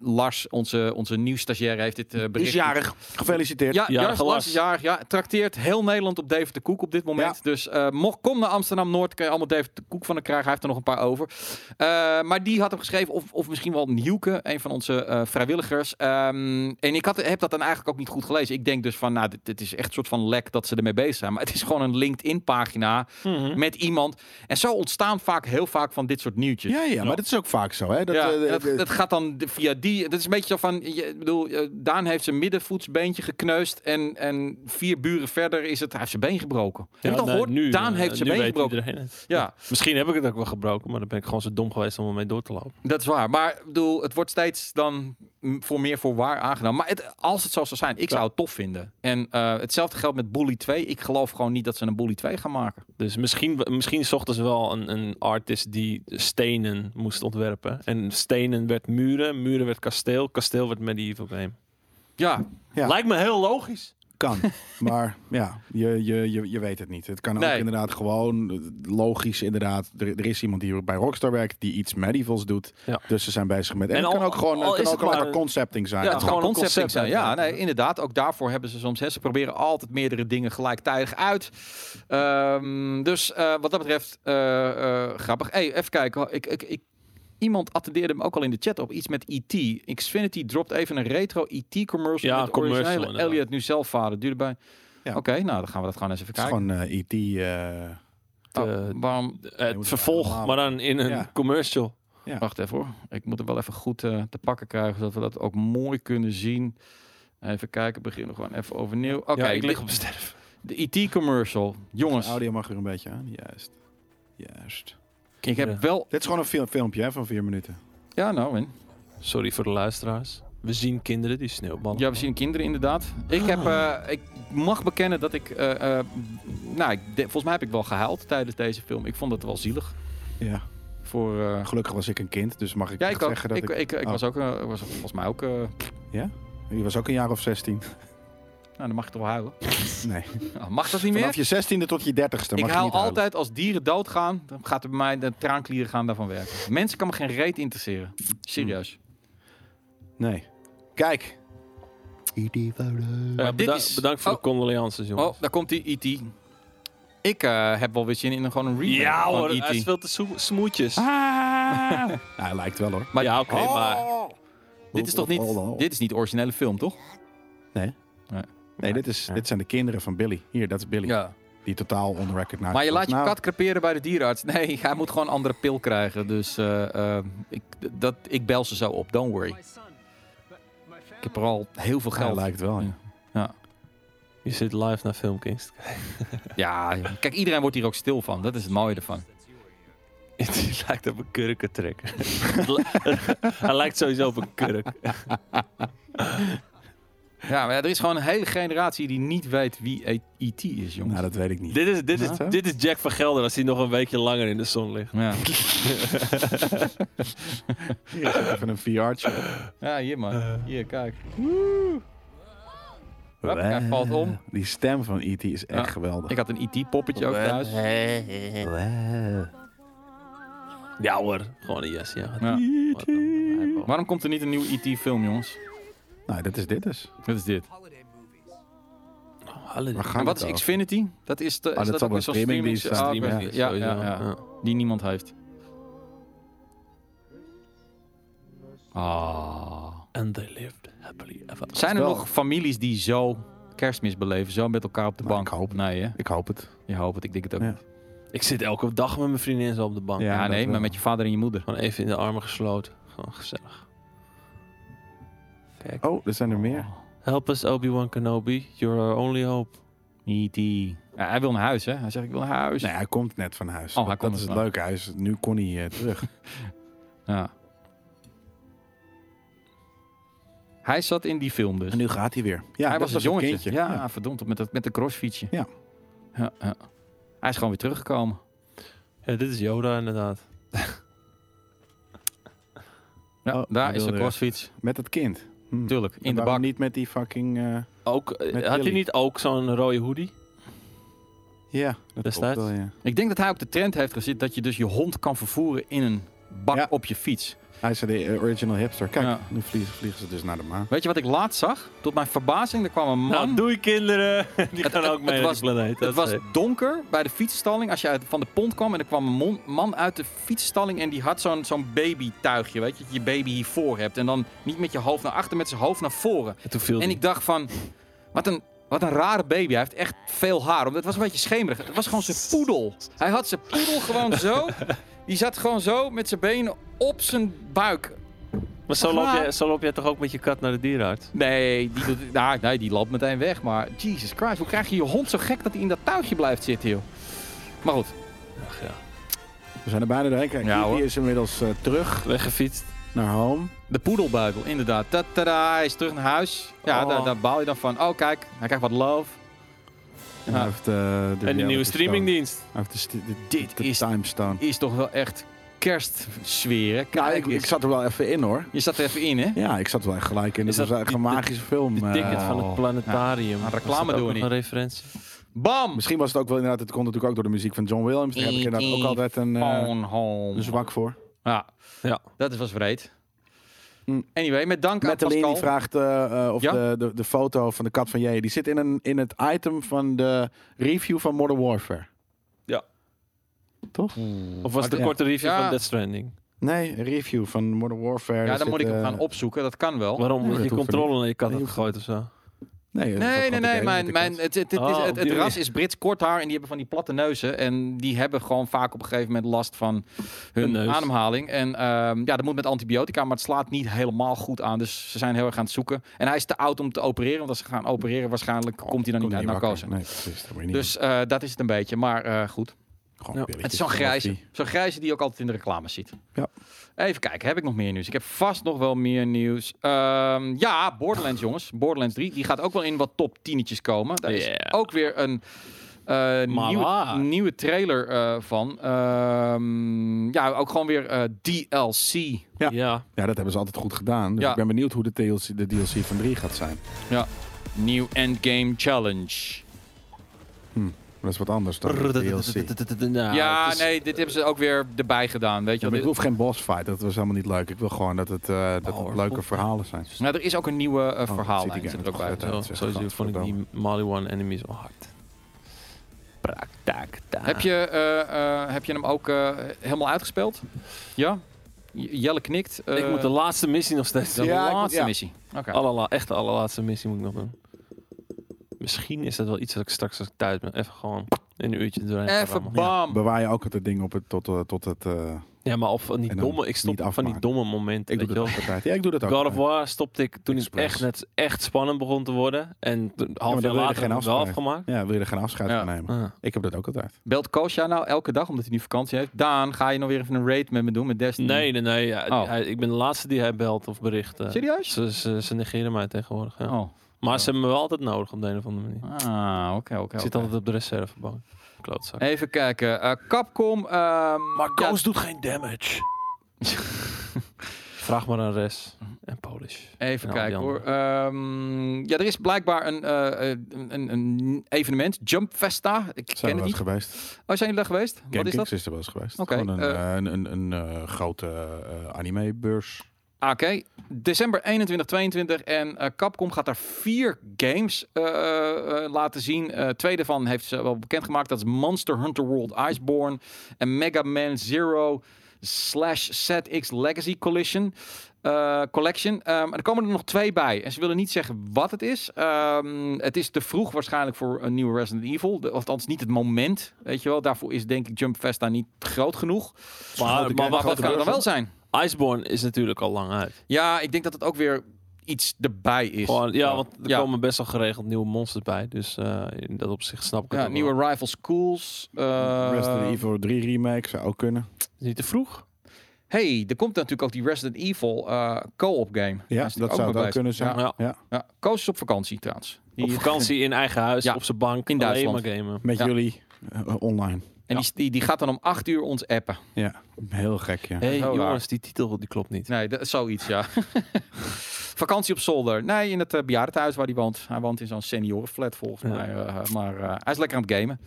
Lars, onze, onze nieuwstagiair, heeft dit eh,
Die
bericht...
is jarig. Gefeliciteerd.
Ja,
Ja,
Jars
glas.
Lars is jarig. Ja, trakteert heel Nederland op David de Koek op dit moment. Dus eh, mocht, kom naar Amsterdam-Noord, kan je allemaal David de Koek van de krijgen. Hij heeft er nog een paar over. Eh, maar die had hem geschreven, of, of misschien wel Nieuwke, een van onze eh, vrijwilligers. Ehm, en ik had, heb dat dan eigenlijk ook niet goed gelezen. Ik denk dus van, nou, dit, dit is echt een soort van lek dat ze ermee bezig zijn. Maar het is gewoon een LinkedIn-pagina
Mhm.
met iemand. En zo ontstaan vaak heel vaak van dit soort nieuwtjes.
Ja, ja, maar dat is ook vaak zo. Hè? Dat,
ja,
eh,
dat,
eh,
dat gaat dan de- via die. Dat is een beetje zo van. Je, ik bedoel, eh, Daan heeft zijn middenvoetsbeentje gekneusd. En, en vier buren verder is het. Hij heeft zijn been gebroken. Heb je
Ja,
het al
nee,
gehoord?
nu,
Daan
eh,
heeft zijn
nu
been
weet
gebroken.
iedereen het.
Ja,
Misschien heb ik het ook wel gebroken, maar dan ben ik gewoon zo dom geweest om ermee door te lopen.
dat is waar. Maar ik bedoel, het wordt steeds dan m- voor meer voor waar aangenomen. Maar het, als het zo zou zijn, ik zou het tof vinden. En eh, hetzelfde geldt met Bully 2. Ik geloof gewoon niet dat ze een Bully 2 gaan maken.
Dus misschien, misschien zochten ze wel een, een artist die stenen moest ontwerpen. En stenen werd muren, muren werd kasteel, kasteel werd medieval game.
Ja,
Ja.
Lijkt me heel logisch.
kan. [laughs] Maar ja, je, je, je, je weet het niet. Het kan ook
Nee.
inderdaad gewoon eh, logisch inderdaad. Er, er is iemand die bij Rockstar werkt die iets medievals doet.
Ja.
Dus ze zijn bezig met... En,
En
het kan
al-
ook gewoon,
al
het kan
is
ook
het
gewoon
maar
maar
een-
concepting zijn.
Ja,
Het
Het
het
kan-
gewoon
Gewoon een
concepting
concept
zijn. Ja,
uiteraard.
nee, inderdaad. Ook daarvoor hebben ze soms. Hè, ze proberen altijd meerdere dingen gelijktijdig uit. Ehm, dus eh, wat dat betreft, eh, eh, grappig. Hey, even kijken. Ik, ik, ik, iemand attendeerde me ook al in de chat op iets met E.T. Xfinity dropt even een retro E.T. commercial.
Ja,
met de
commercial,
originele
inderdaad.
Elliot nu zelf vader. Duurde bij.
Ja.
Oké, nou dan gaan we dat gewoon eens even
het is
kijken.
gewoon eh, E.T. eh,
gewoon,
Oh, waarom?
moet
Eh, Het
het
vervolg,
allemaal-
maar dan in een
Ja.
commercial.
Ja.
Wacht even hoor. Ik moet hem wel even goed eh, te pakken krijgen, zodat we dat ook mooi kunnen zien. Even kijken, beginnen we gewoon even overnieuw. Oké,
ja, ik
dit-
lig op sterf.
De IT-commercial. Jongens,
audio mag er een beetje aan. Juist. Juist.
ik heb
Ja.
wel...
Dit is gewoon een fil- filmpje hè, van vier minuten.
Ja, nou, man.
Sorry voor de luisteraars. We zien kinderen die sneeuwballen.
Ja, we zien kinderen inderdaad. Ik, heb,
Ah.
eh, ik mag bekennen dat ik... eh, eh, nou, ik de- volgens mij heb ik wel gehuild tijdens deze film. Ik vond het wel zielig.
Ja.
Voor, eh,
Gelukkig was ik een kind, dus mag ik,
ja,
echt
ik ook.
zeggen dat
ik,
ik...
ik, ik,
oh.
was ook... eh, was volgens mij ook... eh,
Je was ook een jaar of 16.
nou, dan mag ik toch wel
[laughs]
huilen.
Nee.
Nou, mag dat niet
Vanaf
meer?
je 16e tot je 30ste
Ik
mag je
huil
niet huilen.
altijd als dieren doodgaan. Dan gaat er bij mij de traanklieren gaan daarvan werken. Mensen kan me geen reet interesseren. Serieus.
Nee. Kijk.
Eh,
Mm.
maar dit
beda-
is-
Bedankt voor
Oh.
de condolences, jongens.
Oh, daar komt die E.T. Ik eh, heb wel weer zin in een- gewoon een remake
Ja
van E
hoor,
E.T.
hij is veel te soe- smoetjes.
Ah.
[laughs] Nou, hij lijkt wel hoor.
Maar Oh.
ja, oké, maar...
dit is toch niet,
Hold on, hold on.
dit is niet de originele film, toch?
Nee, dit, is, dit zijn de kinderen van Billy. Hier, dat is Billy.
Ja.
Die totaal onrecognized
Maar je laat je
Nou,
kat creperen bij de dierenarts. Nee, [laughs] hij moet gewoon een andere pil krijgen. Dus eh, eh, ik, dat, ik bel ze zo op, don't worry. Ik heb er al heel veel
Hij
geld.
lijkt wel, ja.
Je zit live naar [laughs] Filmkings.
Ja, kijk, iedereen wordt hier ook stil van. Dat is het mooie ervan.
Die lijkt op een [laughs] kurkentrekker. hij lijkt sowieso op een kurk.
Ja, maar er is gewoon een hele generatie die niet weet wie E.T. is, jongens.
Nou, dat weet ik
[laughs]
niet.
Dit is, dit, is,
Nou, hè?
dit is Jack van Gelder als hij nog een weekje langer in de zon ligt.
Ja.
Hier is even een VR-tje.
ja, hier man. Hier, kijk. Hup,
Wauw.
hij valt om.
Die stem van E.T. is echt
Ja.
geweldig.
Ik had een E.T.-poppetje ook thuis.
Wauw.
Ja hoor, gewoon een yes. Ja.
Ja.
Wat een-
Waarom komt er niet een nieuwe E.T.-film, jongens?
Nou, dat is dit dus.
Wat is dit?
Hallo.
Waar gaan
En
we
wat
het
is
over? Ah,
Xfinity? Dat is, de, is dat
dat zal
ook
wel
weer zo'n
streaming
streaming-
dienst
Ah,
Streaming
oké.
is
ja,
sowieso,
ja, ja.
ja.
Die niemand heeft. Ah.
And they lived happily ever after.
Zijn er
Wel.
nog families die zo kerstmis beleven? Zo met elkaar op de
Nou,
bank?
ik hoop het.
Nee, hè?
Ik hoop het.
Je hoopt het. Ik denk het ook
Ja.
niet.
Ik zit elke dag met mijn vriendin zo op de bank.
Ja,
Ja,
dat
nee,
wel.
maar met je vader en je moeder.
Gewoon even in de armen gesloten. Gewoon gezellig. Kijk.
Oh, er zijn er meer.
Help us Obi-Wan Kenobi. You're our only hope.
E.T. Ja, hij wil naar huis, hè? Hij zegt, ik wil naar huis.
E Nee, hij komt net van huis.
Oh, hij
dat
komt
dat is
net
het
van-
leuke. Hij is, nu kon hij eh,
[laughs]
terug.
Ja. Hij zat in die film dus.
en nu gaat hij weer. Ja,
hij
dat
was een
het
jongetje.
kindje.
ja, verdomd, met, dat, met de crossfietsje.
Ja.
Ja, ja. Hij is gewoon weer teruggekomen.
Ja, dit is Yoda inderdaad.
Ja,
Oh, hij
daar is de
wilde-
crossfiets.
Met het kind. Hm.
Tuurlijk, in
En
de
waarom
bak.
niet met die fucking... eh,
Ook, eh,
Met
had hij
Billy.
niet ook zo'n rode hoodie?
ja, dat klopt
Destijds.
wel, ja.
Ik denk dat hij op de trend heeft gezien dat je dus je hond kan vervoeren in een bak
Ja.
op je fiets.
Hij is de eh, original hipster. Kijk,
Ja.
nu vliegen, vliegen ze dus naar de maan.
Weet je wat ik laatst zag? Tot mijn verbazing, er kwam een man.
Nou, doei kinderen. [laughs] Die gaan
het-
ook mee
het
naar
was-
die planeet.
Het was donker bij de fietsstalling. Als je uit, van de pont kwam en er kwam een mon- man uit de fietsstalling en die had zo'n zo'n babytuigje, weet je, dat je baby hiervoor hebt. En dan niet met je hoofd naar achter, met zijn hoofd naar voren.
Toen viel
En
die.
ik dacht van, wat een, wat een rare baby. Hij heeft echt veel haar. Omdat het was een beetje schemerig. Het was gewoon zijn poedel. Hij had zijn poedel gewoon zo. Die zat gewoon zo met zijn benen op zijn buik.
Maar zo loop,
Waar?
jij, zo loop jij toch ook met je kat naar de dierenarts?
Nee, die, doet- nou, nee, die loopt meteen weg. Maar Jesus Christ, hoe krijg je je hond zo gek dat hij in dat touwtje blijft zitten, joh? Maar goed,
Ach ja.
We zijn er bijna doorheen. Kijk,
Ja,
die
hoor.
is inmiddels eh, terug
Weggefietst.
naar home.
de poedelbuibel, inderdaad. Tatada, hij is terug naar huis. Ja,
Oh.
daar, daar baal je dan van. Oh, kijk, hij krijgt wat love.
En
Ja.
hij heeft, eh, de
en de
reality
nieuwe
stone.
streamingdienst.
Hij heeft de, sti- de,
Dit
de
is-
time stone.
Is toch wel echt kerstsfeer, hè?
Ja,
Kijk
Nou, ik,
eens.
ik zat er wel even in hoor.
Je zat er even in, hè?
Ja, ik zat er wel echt gelijk in.
Is
Dit was
dat
echt een
die-
magische film.
De
eh,
ticket van
oh.
het planetarium.
Ja, een
Was
reclame
dat ook
doen
nog
we niet.
Een referentie.
Bam!
Misschien was het ook wel inderdaad, het komt natuurlijk ook door de muziek van John Williams. Daar heb ik inderdaad ook altijd een, eh,
Phone home.
een zwak voor.
Ja,
Ja.
Dus dat is was vreed.
Hm.
Anyway, met dank
Met de
aan Pascal.
die vraagt eh, eh, of
Ja?
de, de, de foto van de kat van J. Die zit in, een, in het item van de review van Modern Warfare.
Ja.
Toch?
Of was het
Ja.
een korte review
Ja.
van Death Stranding?
Nee, een review van Modern Warfare.
ja,
Daar
dan moet ik
zit,
hem
eh,
gaan opzoeken. Dat kan wel.
Waarom?
Nee,
Omdat je
dat hoeft
controle naar je kat
Nee,
hebt gegooid of zo?
Nee, dat is ook
Nee, nee,
gewoon de
nee.
game
Mijn,
met de kat.
mijn, eh, het, het, het,
Oh,
is,
op
het, het
die
ras
manier.
is Brits kort haar en die hebben van die platte neuzen. En die hebben gewoon vaak op een gegeven moment last van
Hun
hun
neus.
ademhaling. En ehm, ja, dat moet met antibiotica, maar het slaat niet helemaal goed aan. Dus ze zijn heel erg aan het zoeken. En hij is te oud om te opereren, want als ze gaan opereren, waarschijnlijk komt hij dan
Oh, Komt
niet uit
niet
narcose.
wakker. Nee, precies. Dat moet je niet
Dus eh, dat is het een beetje. Maar eh, goed.
doen. Gewoon
Ja.
pilletjes,
Het is zo'n
koffie.
grijze. Zo'n grijze die je ook altijd in de reclame ziet.
Ja.
Even kijken, heb ik nog meer nieuws? Ik heb vast nog wel meer nieuws. Ehm, ja, Borderlands jongens. Borderlands 3. Die gaat ook wel in wat top tienetjes komen. Daar is
Yeah.
ook weer een eh,
Maar
nieuwe,
waar?
nieuwe trailer eh, van. Ehm, ja, ook gewoon weer eh, DLC.
Ja.
Ja.
Ja, dat hebben ze altijd goed gedaan. Dus
Ja.
ik ben benieuwd hoe de DLC, de DLC van 3 gaat zijn. Maar
Ja. Nieuw Endgame Challenge.
dat is wat anders dan de DLC.
ja,
het is-
nee, dit hebben ze ook weer erbij gedaan. Weet je
Nou, Ja, maar
wel.
ik hoef geen boss fight, dat was helemaal niet leuk. Ik wil gewoon dat het, eh, dat het
Oh,
Powerful.
leuke verhalen zijn.
Nou, er is ook een nieuwe eh,
Oh, dat
verhaallijn.
ziet die
Zit er
game
ook bij.
toch uit, hè?
Zo,
is echt
sowieso vond ik die
godverdamme.
Mali One enemies wel hard. Praak, taak, taak.
Heb, je, eh, eh, heb je hem ook eh, helemaal uitgespeeld? Ja? J- Jelle knikt. eh,
ik moet de laatste missie nog steeds
de
doen.
Ja, ik moet-
laatste
ja.
missie. Oké.
Allerla echt de allerlaatste missie moet ik nog doen. Misschien is dat wel iets dat ik straks als ik thuis ben. Even gewoon in een uurtje doorheen gaan
Even
rammen.
bam.
Bewaar je ook altijd dingen op het, tot, eh, tot het... eh,
Ja, maar of van die
En dan
domme... Ik
niet
stop van die
afmaken.
domme momenten.
ik doe
weet
dat
je
ook
wel.
altijd. Ja, ik doe dat ook
God of
altijd.
War stopte ik toen het
Express.
echt, net, echt spannend begon te worden. En toen-
wil
half
je
jaar
er
later
geen
heb ik het wel
afspraak.
afgemaakt.
Ja, wil je er geen afscheid
Ja.
van nemen?
Ah.
Ik heb dat ook altijd.
Belt Koosja nou elke dag omdat hij nu vakantie heeft? Daan, ga je nou weer even een raid met me doen met Destiny?
Nee, nee, nee. ja,
Oh.
hij- ik ben de laatste die hij belt of bericht. eh.
Serieus?
Ze, ze, ze negeren mij tegenwoordig. ja.
Oh.
Maar
Ja.
ze hebben me wel altijd nodig op de een of andere manier.
Ah, oké, oké.
Ik zit
oké.
altijd op de reservebank. Klootzak.
Even kijken. Eh, Capcom. ehm, ja,
doet geen damage. Vraag maar aan Res en Polish.
Even
Ja,
kijken
die
hoor. Ehm, ja, er is blijkbaar een, eh, eh, een, een evenement, Jump Festa. Ik
Zijn
ken
we
het
wel eens
niet.
geweest?
Oh, zijn jullie daar geweest? Wat is
Gamekings
dat?
is er wel eens geweest.
Oké,
Gewoon een,
eh,
eh, een, een, een eh, grote eh, anime-beurs.
Oké, december 21, 22 en eh, Capcom gaat daar vier games eh, eh, eh, laten zien. Eh, twee daarvan heeft ze wel bekendgemaakt. Dat is Monster Hunter World Iceborne en Mega Man Zero slash ZX Legacy Collision. eh, collection. Ehm, en er komen er nog twee bij. En ze willen niet zeggen wat het is. Ehm, het is te vroeg waarschijnlijk voor een nieuwe Resident Evil. De, althans, niet het moment. Weet je wel, daarvoor is denk ik Jump Festa niet groot genoeg.
Maar,
grote
maar
game,
wat
Maar dat
grote
kan er
kan
wel zijn.
Iceborne is natuurlijk al lang uit.
Ja, ik denk dat het ook weer iets erbij is.
Gewoon, ja,
Ja.
want er
Ja.
komen best wel geregeld nieuwe monsters bij. Dus eh, in dat opzicht snap ik het
ja,
ook wel.
nieuwe Rival Schools. eh,
Resident Evil 3 remake zou ook kunnen.
Is Niet te vroeg.
hey, er komt natuurlijk ook die Resident Evil eh, co-op game. Daar
Ja,
is die
dat zou
mee
het ook
bezig.
kunnen zijn.
Ja.
Ja.
Ja, Koos is op vakantie trouwens. Die-
Op vakantie in eigen huis,
Ja,
op zijn bank,
in
alleen
Duitsland.
maar gamen.
Met
Ja.
jullie eh, online.
[laughs] En die, die, die gaat dan om acht uur ons appen.
Ja, heel gek, ja.
hey,
Heel raar.
jongens, die titel die klopt niet.
Nee, dat is
[laughs]
zoiets, ja. Vakantie op zolder. Nee, in het eh, bejaardentehuis waar hij woont. Hij woont in zo'n seniorenflat volgens
Ja.
mij. eh, maar eh, hij is lekker aan het gamen.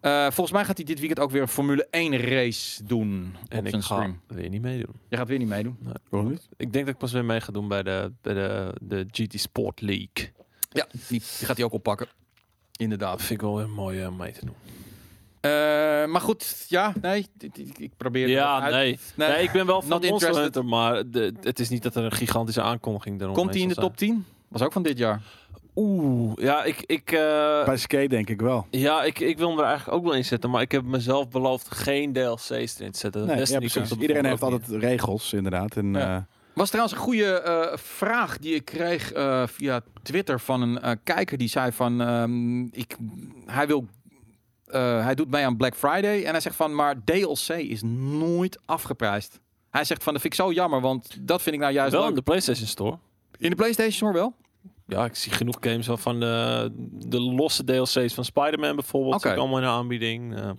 Eh, volgens mij gaat hij dit weekend ook weer een Formule 1 race doen
En
op
ik
zijn
ga
stream.
weer niet meedoen.
Je gaat weer niet meedoen.
Waarom niet?
Ik denk dat ik pas weer mee ga doen bij de, bij de, de GT Sport League.
Ja, die, die gaat hij ook oppakken.
Dat
Inderdaad.
vind ik wel weer mooi om mee te doen.
Eh, maar goed, ja, nee, dit- dit- ik probeer. het
Ja,
wel uit-
nee. nee. ik ben wel van
Not
Monster
interested.
Hunter, maar de- het is niet dat er een gigantische aankondiging daarom
Komt hij in de
meestal
top 10? Was ook van dit jaar.
staat. Oeh, ja, ik, ik, eh,
Bij Skate denk ik wel.
ja ik, ik wil hem er eigenlijk ook wel in zetten, maar ik heb mezelf beloofd geen DLC's erin te zetten.
Nee, ja,
Destiny
precies.
komt er
Iedereen heeft
bijvoorbeeld ook
altijd regels, inderdaad. En,
Ja.
eh,
Was trouwens een goede eh, vraag die ik kreeg eh, via Twitter van een eh, kijker die zei van ehm, ik, hij wil. eh, hij doet mee aan Black Friday en hij zegt van, maar DLC is nooit afgeprijsd. Hij zegt van, dat vind ik zo jammer, want dat vind ik nou
niet.
juist
Wel
leuk.
in de PlayStation Store.
In de PlayStation Store wel?
Ja, ik zie genoeg games wel van de, de losse DLC's van Spider-Man bijvoorbeeld.
Oké.
Zie ik allemaal in de aanbieding. Eh,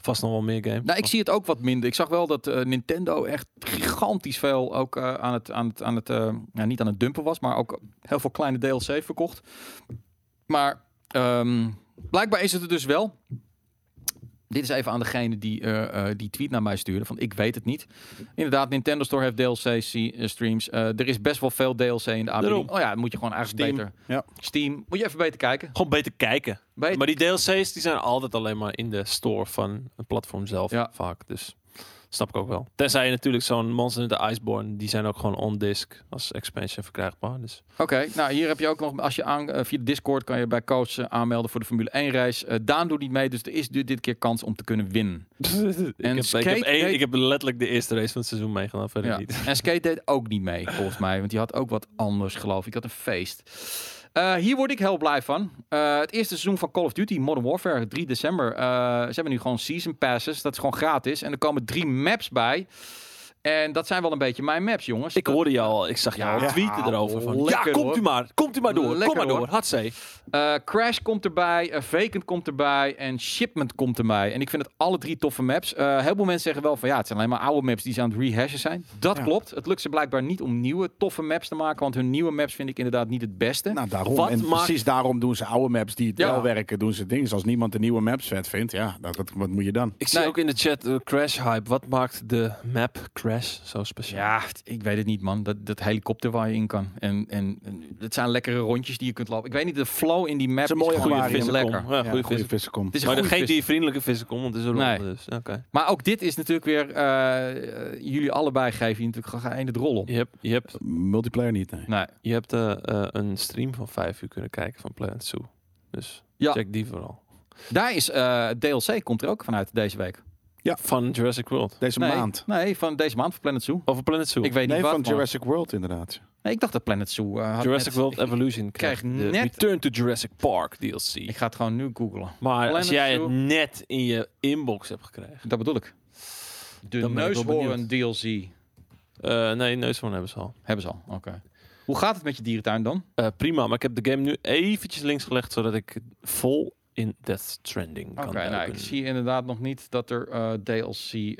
vast nog wel meer games.
Nou, ik zie het ook wat minder. Ik zag wel dat eh, Nintendo echt gigantisch veel ook eh, aan het, aan het, aan het eh, ja, niet aan het dumpen was, maar ook heel veel kleine DLC verkocht. Maar ehm, blijkbaar is het er dus wel. Dit is even aan degene die eh, eh, die tweet naar mij stuurde, want ik weet het niet. Inderdaad, Nintendo Store heeft DLC-streams. eh, er is best wel veel DLC in de
Daarom.
aanbieding. Oh ja, moet je gewoon eigenlijk
Steam,
beter...
ja.
Steam, moet je even beter kijken.
Gewoon beter kijken.
Beter.
Maar die DLC's die zijn altijd alleen maar in de store van het platform zelf
Ja.
vaak. Dus snap ik ook wel. Tenzij je natuurlijk zo'n Monster Hunter Iceborne, die zijn ook gewoon on-disc als expansion verkrijgbaar. [laughs] Dus
Oké, nou hier heb je ook nog, als je aan, eh, via Discord kan je bij coach eh, aanmelden voor de Formule 1 reis. Eh, Daan doet niet mee, dus er is dit dit keer kans om te kunnen winnen.
ik, heb, ik,
Skate
heb één-
deed-
ik heb letterlijk de eerste race van het seizoen meegedaan, verder
Ja.
niet.
En Skate deed ook niet mee, volgens mij, want die had ook wat anders, geloof ik. Dat een feest. Eh, hier word ik heel blij van. Eh, het eerste seizoen van Call of Duty Modern Warfare, 3 december. Eh, ze hebben nu gewoon season passes, dat is gewoon gratis. En er komen drie maps bij. En dat zijn wel een beetje mijn maps, jongens.
Ik hoorde jou al, ik zag jou
Ja,
al tweeten erover. Van,
lekker,
ja, komt
hoor.
u maar, komt u maar door,
Lekker,
kom maar
hoor.
door, hatzee.
Eh, Crash komt erbij, eh, Vacant komt erbij en Shipment komt erbij. En ik vind het alle drie toffe maps. Eh heel veel mensen zeggen wel van ja, het zijn alleen maar oude maps die ze aan het rehashen zijn. Dat
Ja.
klopt. Het lukt ze blijkbaar niet om nieuwe toffe maps te maken, want hun nieuwe maps vind ik inderdaad niet het beste.
nou, daarom.
Wat
en
maakt-
precies daarom doen ze oude maps die het
Eh, Ja.
wel werken, doen ze dingen. Dus als niemand de nieuwe maps vet vindt, ja, dat, dat- wat moet je dan?
Ik zie
Nee.
ook in de chat eh, crash hype. Wat maakt de map crash zo speciaal?
Dus ja, ik weet het niet man. Dat, dat helikopter waar je in kan. En, en, en het zijn lekkere rondjes die je kunt lopen. Ik weet niet, de flow in die map
Het
is,
is een mooie
gewoon
aquarium.
vind ik
Vissenkom. Ja,
lekker.
Ja,
goede
goede
vissen.
vissen komt.
Het is een
Maar
goede
degene
vis.
die vriendelijke vissen komt, want het is een
Nee.
ronde dus. Oké.
Maar ook dit is natuurlijk weer, eh, eh, jullie allebei geven je natuurlijk gewoon één het rol op.
Je hebt, je hebt,
Multiplayer niet, nee.
Nee.
je hebt eh, eh, een stream van vijf uur kunnen kijken van Planet Zoo. Dus
Ja.
check die vooral.
Daar is eh, DLC komt er ook vanuit deze week.
Van Jurassic World.
Deze
nee,
maand.
Nee, van deze maand van Planet Zoo.
Over Planet Zoo.
Ik weet
Nee,
niet wat.
van
maar-
Jurassic World inderdaad.
Nee, ik dacht dat Planet Zoo. eh, had
Jurassic
net-
World
ik-
Evolution krijgt
krijg
de
net-
Return to Jurassic Park DLC.
Ik ga het gewoon nu googlen.
Maar
Planet
als jij
Zoo.
het net in je inbox hebt gekregen.
Dat bedoel ik. De
Dan ben ik wel
neushoorn DLC
Eh, nee, neushoorn hebben ze al.
hebben ze al. Oké. Hoe gaat het met je dierentuin dan?
Eh, prima, maar ik heb de game nu eventjes links gelegd, zodat ik vol in Death Stranding
Oké,
kan
nou,
duiken.
ik zie inderdaad nog niet dat er eh, DLC eh, eh,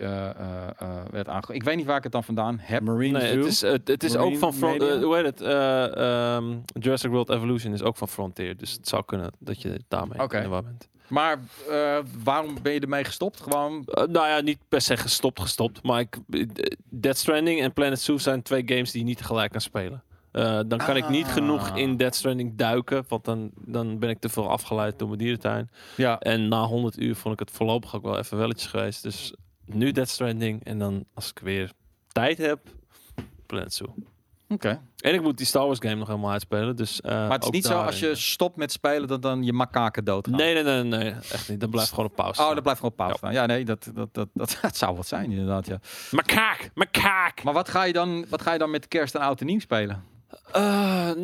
eh, werd aangekomen. Ik weet niet waar ik het dan vandaan heb.
Marine
Nee,
Zoo.
het is, het, het is ook
Marine
van Front,
Media?
eh, hoe heet het? Eh, ehm, Jurassic World Evolution is ook van Frontier, dus het zou kunnen dat je daarmee
Oké.
in de war bent.
Maar eh, waarom ben je ermee gestopt? Gewoon.
Eh, nou ja, niet per se gestopt, gestopt, maar ik, eh, Death Stranding en Planet Zoo zijn twee games die je niet tegelijk kan spelen. Eh, dan kan ik niet
Ah.
genoeg in Death Stranding duiken, want dan, dan ben ik te veel afgeleid door mijn dierentuin.
Ja.
En na 100 uur vond ik het voorlopig ook wel even welletjes geweest. Dus nu Death Stranding en dan als ik weer tijd heb, Planet Zoo.
Oké.
En ik moet die Star Wars game nog helemaal uitspelen. Dus, eh,
Maar het is
ook
niet zo
daarin.
als je stopt met spelen dat dan je makaken doodgaan.
Nee, nee, nee, nee, echt niet. Dan blijft gewoon op pauze.
Oh,
staan.
dat blijft gewoon op pauze
Ja.
staan. Ja, nee, dat, dat, dat, dat, [laughs] dat zou wat zijn inderdaad, ja.
Makaak, makaak.
Maar wat ga je dan, wat ga je dan met kerst en oud en nieuw spelen? Ik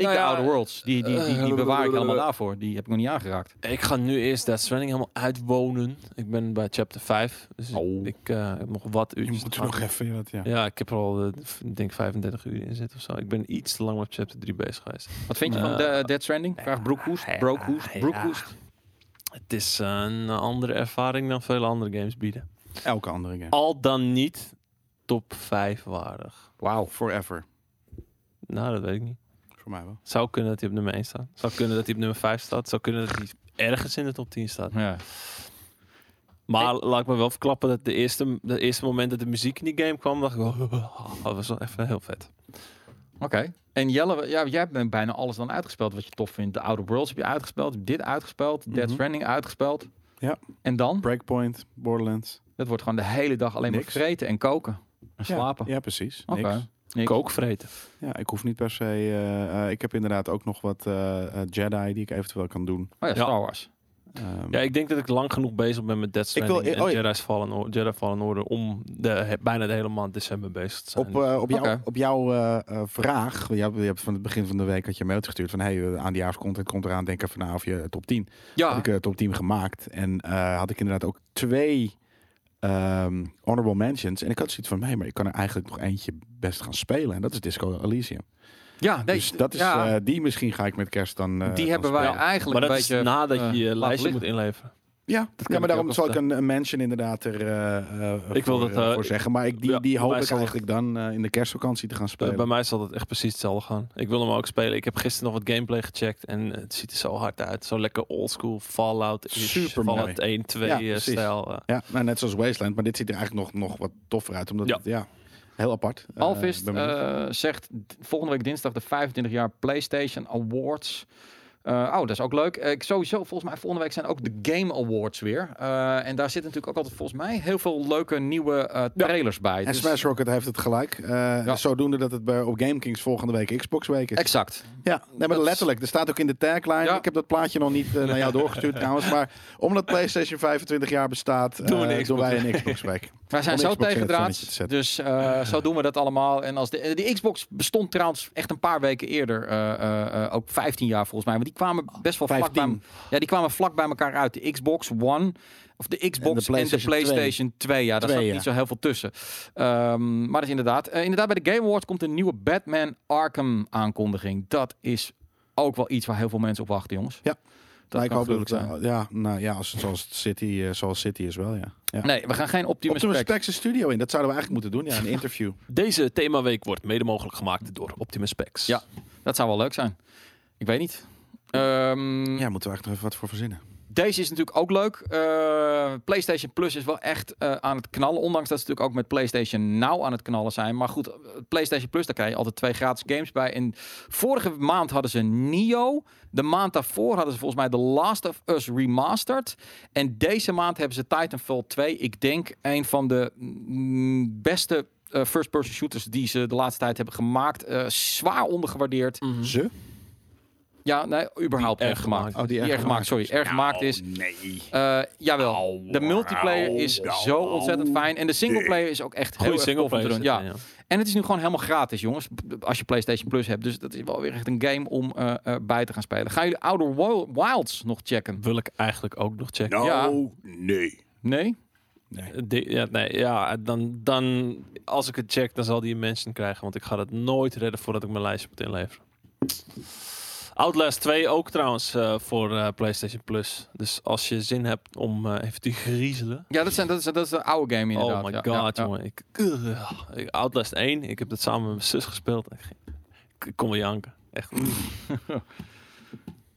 de Outer Worlds. Die, die, die, die
Nou eh,
bewaar ik helemaal daarvoor. Die heb ik nog niet aangeraakt.
Ik ga nu eerst Death Stranding helemaal uitwonen. Ik ben bij chapter 5. Dus ik-
Oh.
ik eh, heb nog wat
Je
uurtjes
moet
te
er
gaan.
nog even in. dat, Ja.
Ja, ik heb er al, eh, v- ik denk 35 uur in zitten of zo. Ik ben iets te lang met chapter 3 bezig geweest.
Wat vind je
Eh,
van de Dead Stranding? Vraag Broekhoest.
ja,
Broekhoest.
ja.
Broekhoest.
Het is eh, een andere ervaring dan vele andere games bieden.
Elke andere game.
Al dan niet top 5 waardig.
Wauw.
Forever.
Nou, dat weet ik niet.
Voor mij wel.
Zou kunnen dat hij op nummer 1 staat. Zou kunnen dat hij op nummer 5 staat. Zou kunnen dat hij ergens in de top 10 staat.
Ja.
Maar laat ik me wel verklappen dat de eerste, de eerste moment dat de muziek in die game kwam, dacht ik, oh, [laughs] dat was wel even heel vet.
Oké. En Jelle, ja, jij hebt bijna alles dan uitgespeeld wat je tof vindt. De Outer Worlds heb je uitgespeeld. Dit uitgespeeld. Dead
Mhm.
Stranding uitgespeeld.
Ja.
En dan?
Breakpoint, Borderlands.
Dat wordt gewoon de hele dag alleen
Niks.
maar vreten en koken. En
Ja,
slapen.
Ja, precies.
Oké.
Niks.
Niks.
Kookvreten.
Ja, ik hoef niet per se. eh, eh, ik heb inderdaad ook nog wat eh, eh, Jedi die ik eventueel kan doen.
Oh ja,
Ja.
Star Wars.
Ehm,
Ja, ik denk dat ik lang genoeg bezig ben met Death
Ik wil-
Stranding en
oh ja.
Jedi's Fallen, Or- Jedi Fallen Order om de, he- bijna de hele maand december bezig te zijn.
op, eh, op jouw,
Oké.
op jouw eh, eh, vraag, je hebt, je hebt van het begin van de week had je een mailtje gestuurd van hey, eh, aan die content komt eraan, denk even na of je top 10.
Ja.
Had ik eh, top 10 gemaakt en eh, had ik inderdaad ook twee ehm, honorable mentions. En ik had zoiets van, hey, maar ik kan er eigenlijk nog eentje best gaan spelen en dat is Disco Elysium.
Ja, nee,
dus dat is,
ja,
eh, die misschien ga ik met kerst dan eh,
die
dan
hebben wij
spelen.
maar
eigenlijk
dat
een
is
beetje...
nadat
eh,
je je
laten
lijstje
liggen.
moet inleveren.
Ja, ja
ik
maar daarom
ook
zal ik
wel
een, een mention inderdaad er eh, eh,
Ik wil
voor,
dat,
eh,
eh,
voor zeggen. Maar ik, die,
ja,
die hoop
bij
ik
zal-
eigenlijk dan eh, in de kerstvakantie te gaan
Bij-
spelen.
bij mij zal het echt precies hetzelfde gaan. Ik wil hem ook spelen. Ik heb gisteren nog wat gameplay gecheckt en het ziet er zo hard uit. Zo lekker oldschool Fallout.
Supermooi.
Fallout 1, 2
Ja,
eh,
precies.
stijl. eh.
Ja, nou, net zoals Wasteland, maar dit ziet er eigenlijk nog, nog wat toffer uit. Omdat
Ja.
het, ja, heel apart. Eh,
Alvist
ik ben
eh,
benieuwd.
zegt d- volgende week dinsdag de 25 jaar PlayStation Awards. Eh, oh, dat is ook leuk. Eh, Ik sowieso, volgens mij volgende week zijn ook de Game Awards weer. Eh, en daar zitten natuurlijk ook altijd volgens mij heel veel leuke nieuwe eh, trailers bij.
en
Dus-
Smash Rocket heeft het gelijk. Eh, Zodoende dat het bij, op GameKings volgende week Xbox Week is.
Exact.
ja, nee, maar
dat is-
letterlijk. Er staat ook in de tagline.
Ja.
Ik heb dat plaatje nog
[laughs]
niet eh, naar jou doorgestuurd trouwens. Maar omdat PlayStation 25 jaar bestaat, eh,
Doen we
doen,
de Xbox
wij een Xbox Week.
Wij zijn
Om
zo
Xbox in het zonnetje
tegendraads.
te zetten.
Dus eh, zo doen we dat allemaal. En als de, eh, die Xbox bestond trouwens echt een paar weken eerder. eh, eh, eh, ook 15 jaar volgens mij. Maar die kwamen best wel vlak bij,
15.
ja, die kwamen vlak bij elkaar uit. De Xbox One. Of de Xbox en de PlayStation,
PlayStation
2. Ja, daar
Twee,
zat
ja.
niet zo heel veel tussen. Ehm, maar dat is inderdaad. eh, inderdaad, bij de Game Awards komt een nieuwe Batman Arkham aankondiging. Dat is ook wel iets waar heel veel mensen op wachten, jongens.
Ja.
Dat
maar ik
kan
hoop dat
gruwelijk
het,
zijn.
eh, ja, nou, ja als, zoals, het City, eh, zoals City is wel, ja. ja.
Nee, we gaan geen Optimus,
Optimus
Pack.
Specs een studio in. Dat zouden we eigenlijk moeten
[laughs]
doen, ja. Een interview.
Deze themaweek wordt mede mogelijk gemaakt door Optimus Specs.
Ja. Dat zou wel leuk zijn. Ik weet niet. Ehm,
ja, moeten we echt nog even wat voor verzinnen.
Deze is natuurlijk ook leuk. Eh, PlayStation Plus is wel echt eh, aan het knallen. Ondanks dat ze natuurlijk ook met PlayStation Now aan het knallen zijn. Maar goed, eh, PlayStation Plus, daar krijg je altijd twee gratis games bij. En vorige maand hadden ze Nio. De maand daarvoor hadden ze volgens mij The Last of Us Remastered. En deze maand hebben ze Titanfall 2. Ik denk een van de mm, beste eh, first-person shooters die ze de laatste tijd hebben gemaakt. Eh, zwaar ondergewaardeerd.
Ze?
Ja, nee, überhaupt
Die
erg
erg
gemaakt.
gemaakt. Nou,
Oh, die
Die
erg
erg gemaakt, sorry. Erg gemaakt is.
Oh, Nee.
Eh, jawel. de multiplayer is zo ontzettend fijn. En de singleplayer is ook echt heel
Goede
erg tof om te
nou, singleplayer.
doen.
is het,
Ja. En het is nu gewoon helemaal gratis, jongens. b- Als je PlayStation Plus hebt. Dus dat is wel weer echt een game om eh, eh, bij te gaan spelen. Gaan jullie Outer Wo- Wilds nog checken?
Wil ik eigenlijk ook nog checken.
Ja.
nee.
Nee?
Die- ja, nee, ja dan, dan, als ik het check, dan zal die een mention krijgen. Want ik ga het nooit redden voordat ik mijn lijstje moet inleveren. Outlast 2 ook trouwens eh, voor eh, PlayStation Plus. Dus als je zin hebt om eh, even te griezelen.
Ja, dat, zijn, dat, is, dat is een oude game inderdaad.
oh my
Ja, ja,
god,
ja.
jongen. Ik, Ugh. Ik- Outlast 1, ik heb dat samen met mijn zus gespeeld. Ik, ik kon wel janken. Echt.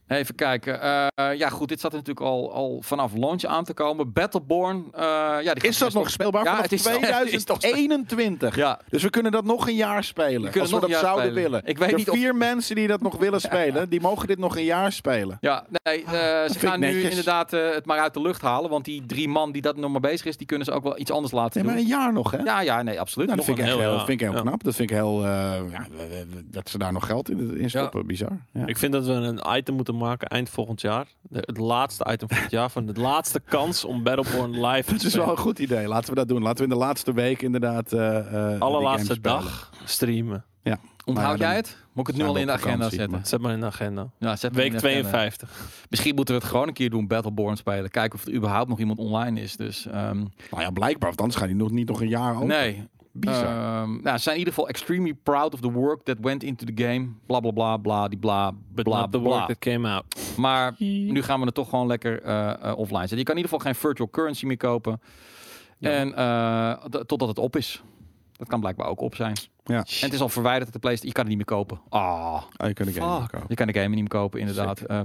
Even kijken. Eh, eh, ja, goed. Dit zat natuurlijk al, al vanaf launch aan te komen. Battleborn. eh, ja, die gaat
Is dat
best wel-
nog speelbaar?
Ja,
Vanaf
het is- [laughs] het is toch-
2021.
Ja,
Dus we kunnen dat nog een jaar spelen.
kunnen
als we
nog
dat
een jaar
zouden
spelen.
willen.
Ik weet
de
niet of-
vier mensen die dat nog
[laughs]
willen spelen, die mogen dit nog een jaar spelen.
Ja, nee, eh, ze
Ah, vind ik
gaan nu
netjes.
inderdaad eh, het maar uit de lucht halen. Want die drie man die dat nog maar bezig is, die kunnen ze ook wel iets anders laten
Nee, maar
doen.
een jaar nog, hè?
Ja, ja, nee, absoluut.
Nou, dat
Nog
vind ik,
een
echt
heel
heel,
jaar.
vind ik heel
Ja.
knap. Dat vind ik heel... eh, ja, we- we- we- dat ze daar nog geld in, in stoppen. Bizar.
[laughs]
Ja.
Ik vind dat we een item moeten maken eind volgend jaar. De- het laatste item van het jaar. Van de laatste kans om Battleborn live te
Dat is wel een goed idee. Laten we dat doen. Laten we in de laatste week inderdaad... eh, eh, die
allerlaatste
games spelen.
dag streamen.
Ja. Maar ja,
Onthoud
dan
jij het? Moet ik het nu
zijn
al
we
in de
op
agenda
vakantie,
zetten?
maar-
Zet maar in de agenda.
Ja, zet hem
Week
in de agenda.
52.
Misschien moeten we het gewoon een keer doen, Battleborn spelen. Kijken of er überhaupt nog iemand online is. Dus, ehm,
Nou ja, blijkbaar, want anders gaan die nog niet nog een jaar open.
nee,
Bizar.
Ehm, nou, ze zijn in ieder geval extremely proud of the work that went into the game. Bla bla bla bla die bla
But
bla
not the work
bla.
that came out.
Maar nu gaan we het toch gewoon lekker eh, eh, offline zetten. Je kan in ieder geval geen virtual currency meer kopen.
Ja.
En eh, d- totdat het op is. Dat kan blijkbaar ook op zijn.
ja,
En het is al verwijderd uit de PlayStation. Je kan het niet meer kopen. Ah,
Ah, je kunt de game
fuck.
kopen.
Je kan de game niet meer kopen, inderdaad. Eh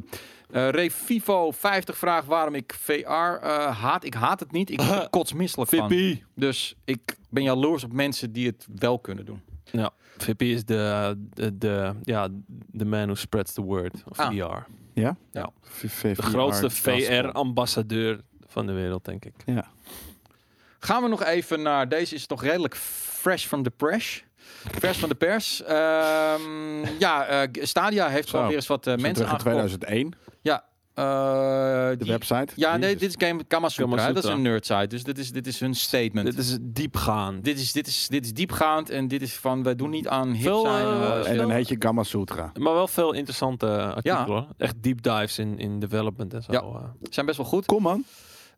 eh, Revivo 50 vraagt waarom ik VR eh, haat. Ik haat het niet. Ik word er kotsmisselijk van.
VP.
Dus ik ben jaloers op mensen die het wel kunnen doen.
Ja, VP is de, de, de, ja, de man who spreads the word of
Ah.
VR.
Ja?
Ja.
V- v-
De
VR
grootste
gospel.
VR-ambassadeur van de wereld, denk ik.
Ja.
Gaan we nog even naar... Deze is nog redelijk fresh from the press. Vers van de pers. Ehm,
[laughs]
ja, eh, Stadia heeft
Zo.
wel weer eens wat eh,
Zo
mensen
terug in
aangekocht.
2001, de
Ja. eh, die-
website.
ja, nee,
Jezus.
dit is Game Kamasutra.
Kamasutra.
hè. Dat is een nerdsite. Dus dit is, dit is hun statement.
Dit is diepgaand.
Dit is, dit, is, dit is diepgaand en dit is van, wij doen niet aan hip
Veel,
zijn.
eh,
eh,
En dan heet je Gamma Sutra.
Maar wel veel interessante artikelen.
Ja.
hoor. Echt deep dives in, in development en zo.
Ja.
eh.
zijn best wel goed.
Kom man.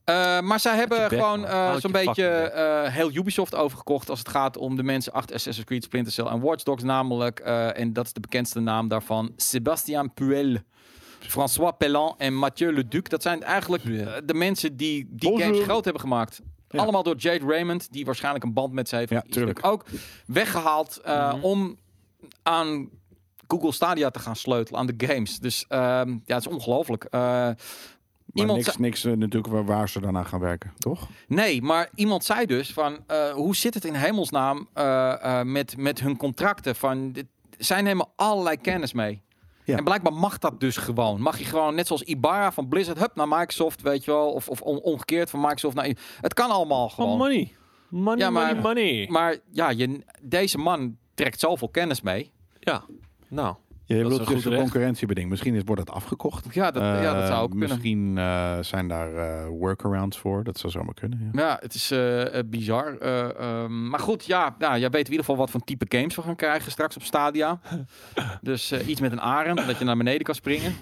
Eh, maar zij hebben
je bek,
gewoon
man.
eh,
Houd
zo'n
je fucking
beetje eh, heel Ubisoft overgekocht als het gaat om de mensen achter Assassin's Creed, Splinter Cell en Watch Dogs namelijk. eh, en dat is de bekendste naam daarvan, Sébastien Puel. François Pellin en Mathieu Leduc. Dat zijn eigenlijk
Ja.
eh, de mensen die die
Bonjour.
games groot hebben gemaakt.
Ja.
Allemaal door Jade Raymond, die waarschijnlijk een band met ze heeft.
Ja,
Iets
tuurlijk.
Ook weggehaald eh,
Mhm.
om aan Google Stadia te gaan sleutelen, aan de games. Dus ehm, ja, het is ongelooflijk. Eh,
Maar
Iemand
niks, niks eh, natuurlijk waar, waar ze daarna gaan werken, toch?
Nee, maar iemand zei dus van eh, hoe zit het in hemelsnaam eh, eh, met, met hun contracten? Van, dit, zij nemen allerlei kennis mee.
Ja.
En blijkbaar mag dat dus gewoon. Mag je gewoon, net zoals Ibarra van Blizzard, hup, naar Microsoft, weet je wel. Of, of om- omgekeerd van Microsoft naar... I- Het kan allemaal gewoon.
Oh, money. Money,
Ja, maar-
money, money.
Maar ja, je, deze man trekt zoveel kennis mee.
Ja, nou.
Je
is
wilt
een
dus
goed
een
recht.
concurrentiebeding. Misschien is, wordt dat afgekocht.
Ja, dat, ja, dat
Eh,
zou ook kunnen.
Misschien eh, zijn daar eh, workarounds voor. Dat zou zomaar kunnen. Ja.
Ja, het is eh, eh, bizar. Eh, ehm, maar goed, ja, nou, jij weet in ieder geval wat voor type games we gaan krijgen straks op Stadia. dus eh, iets met een arend, dat je naar beneden kan springen.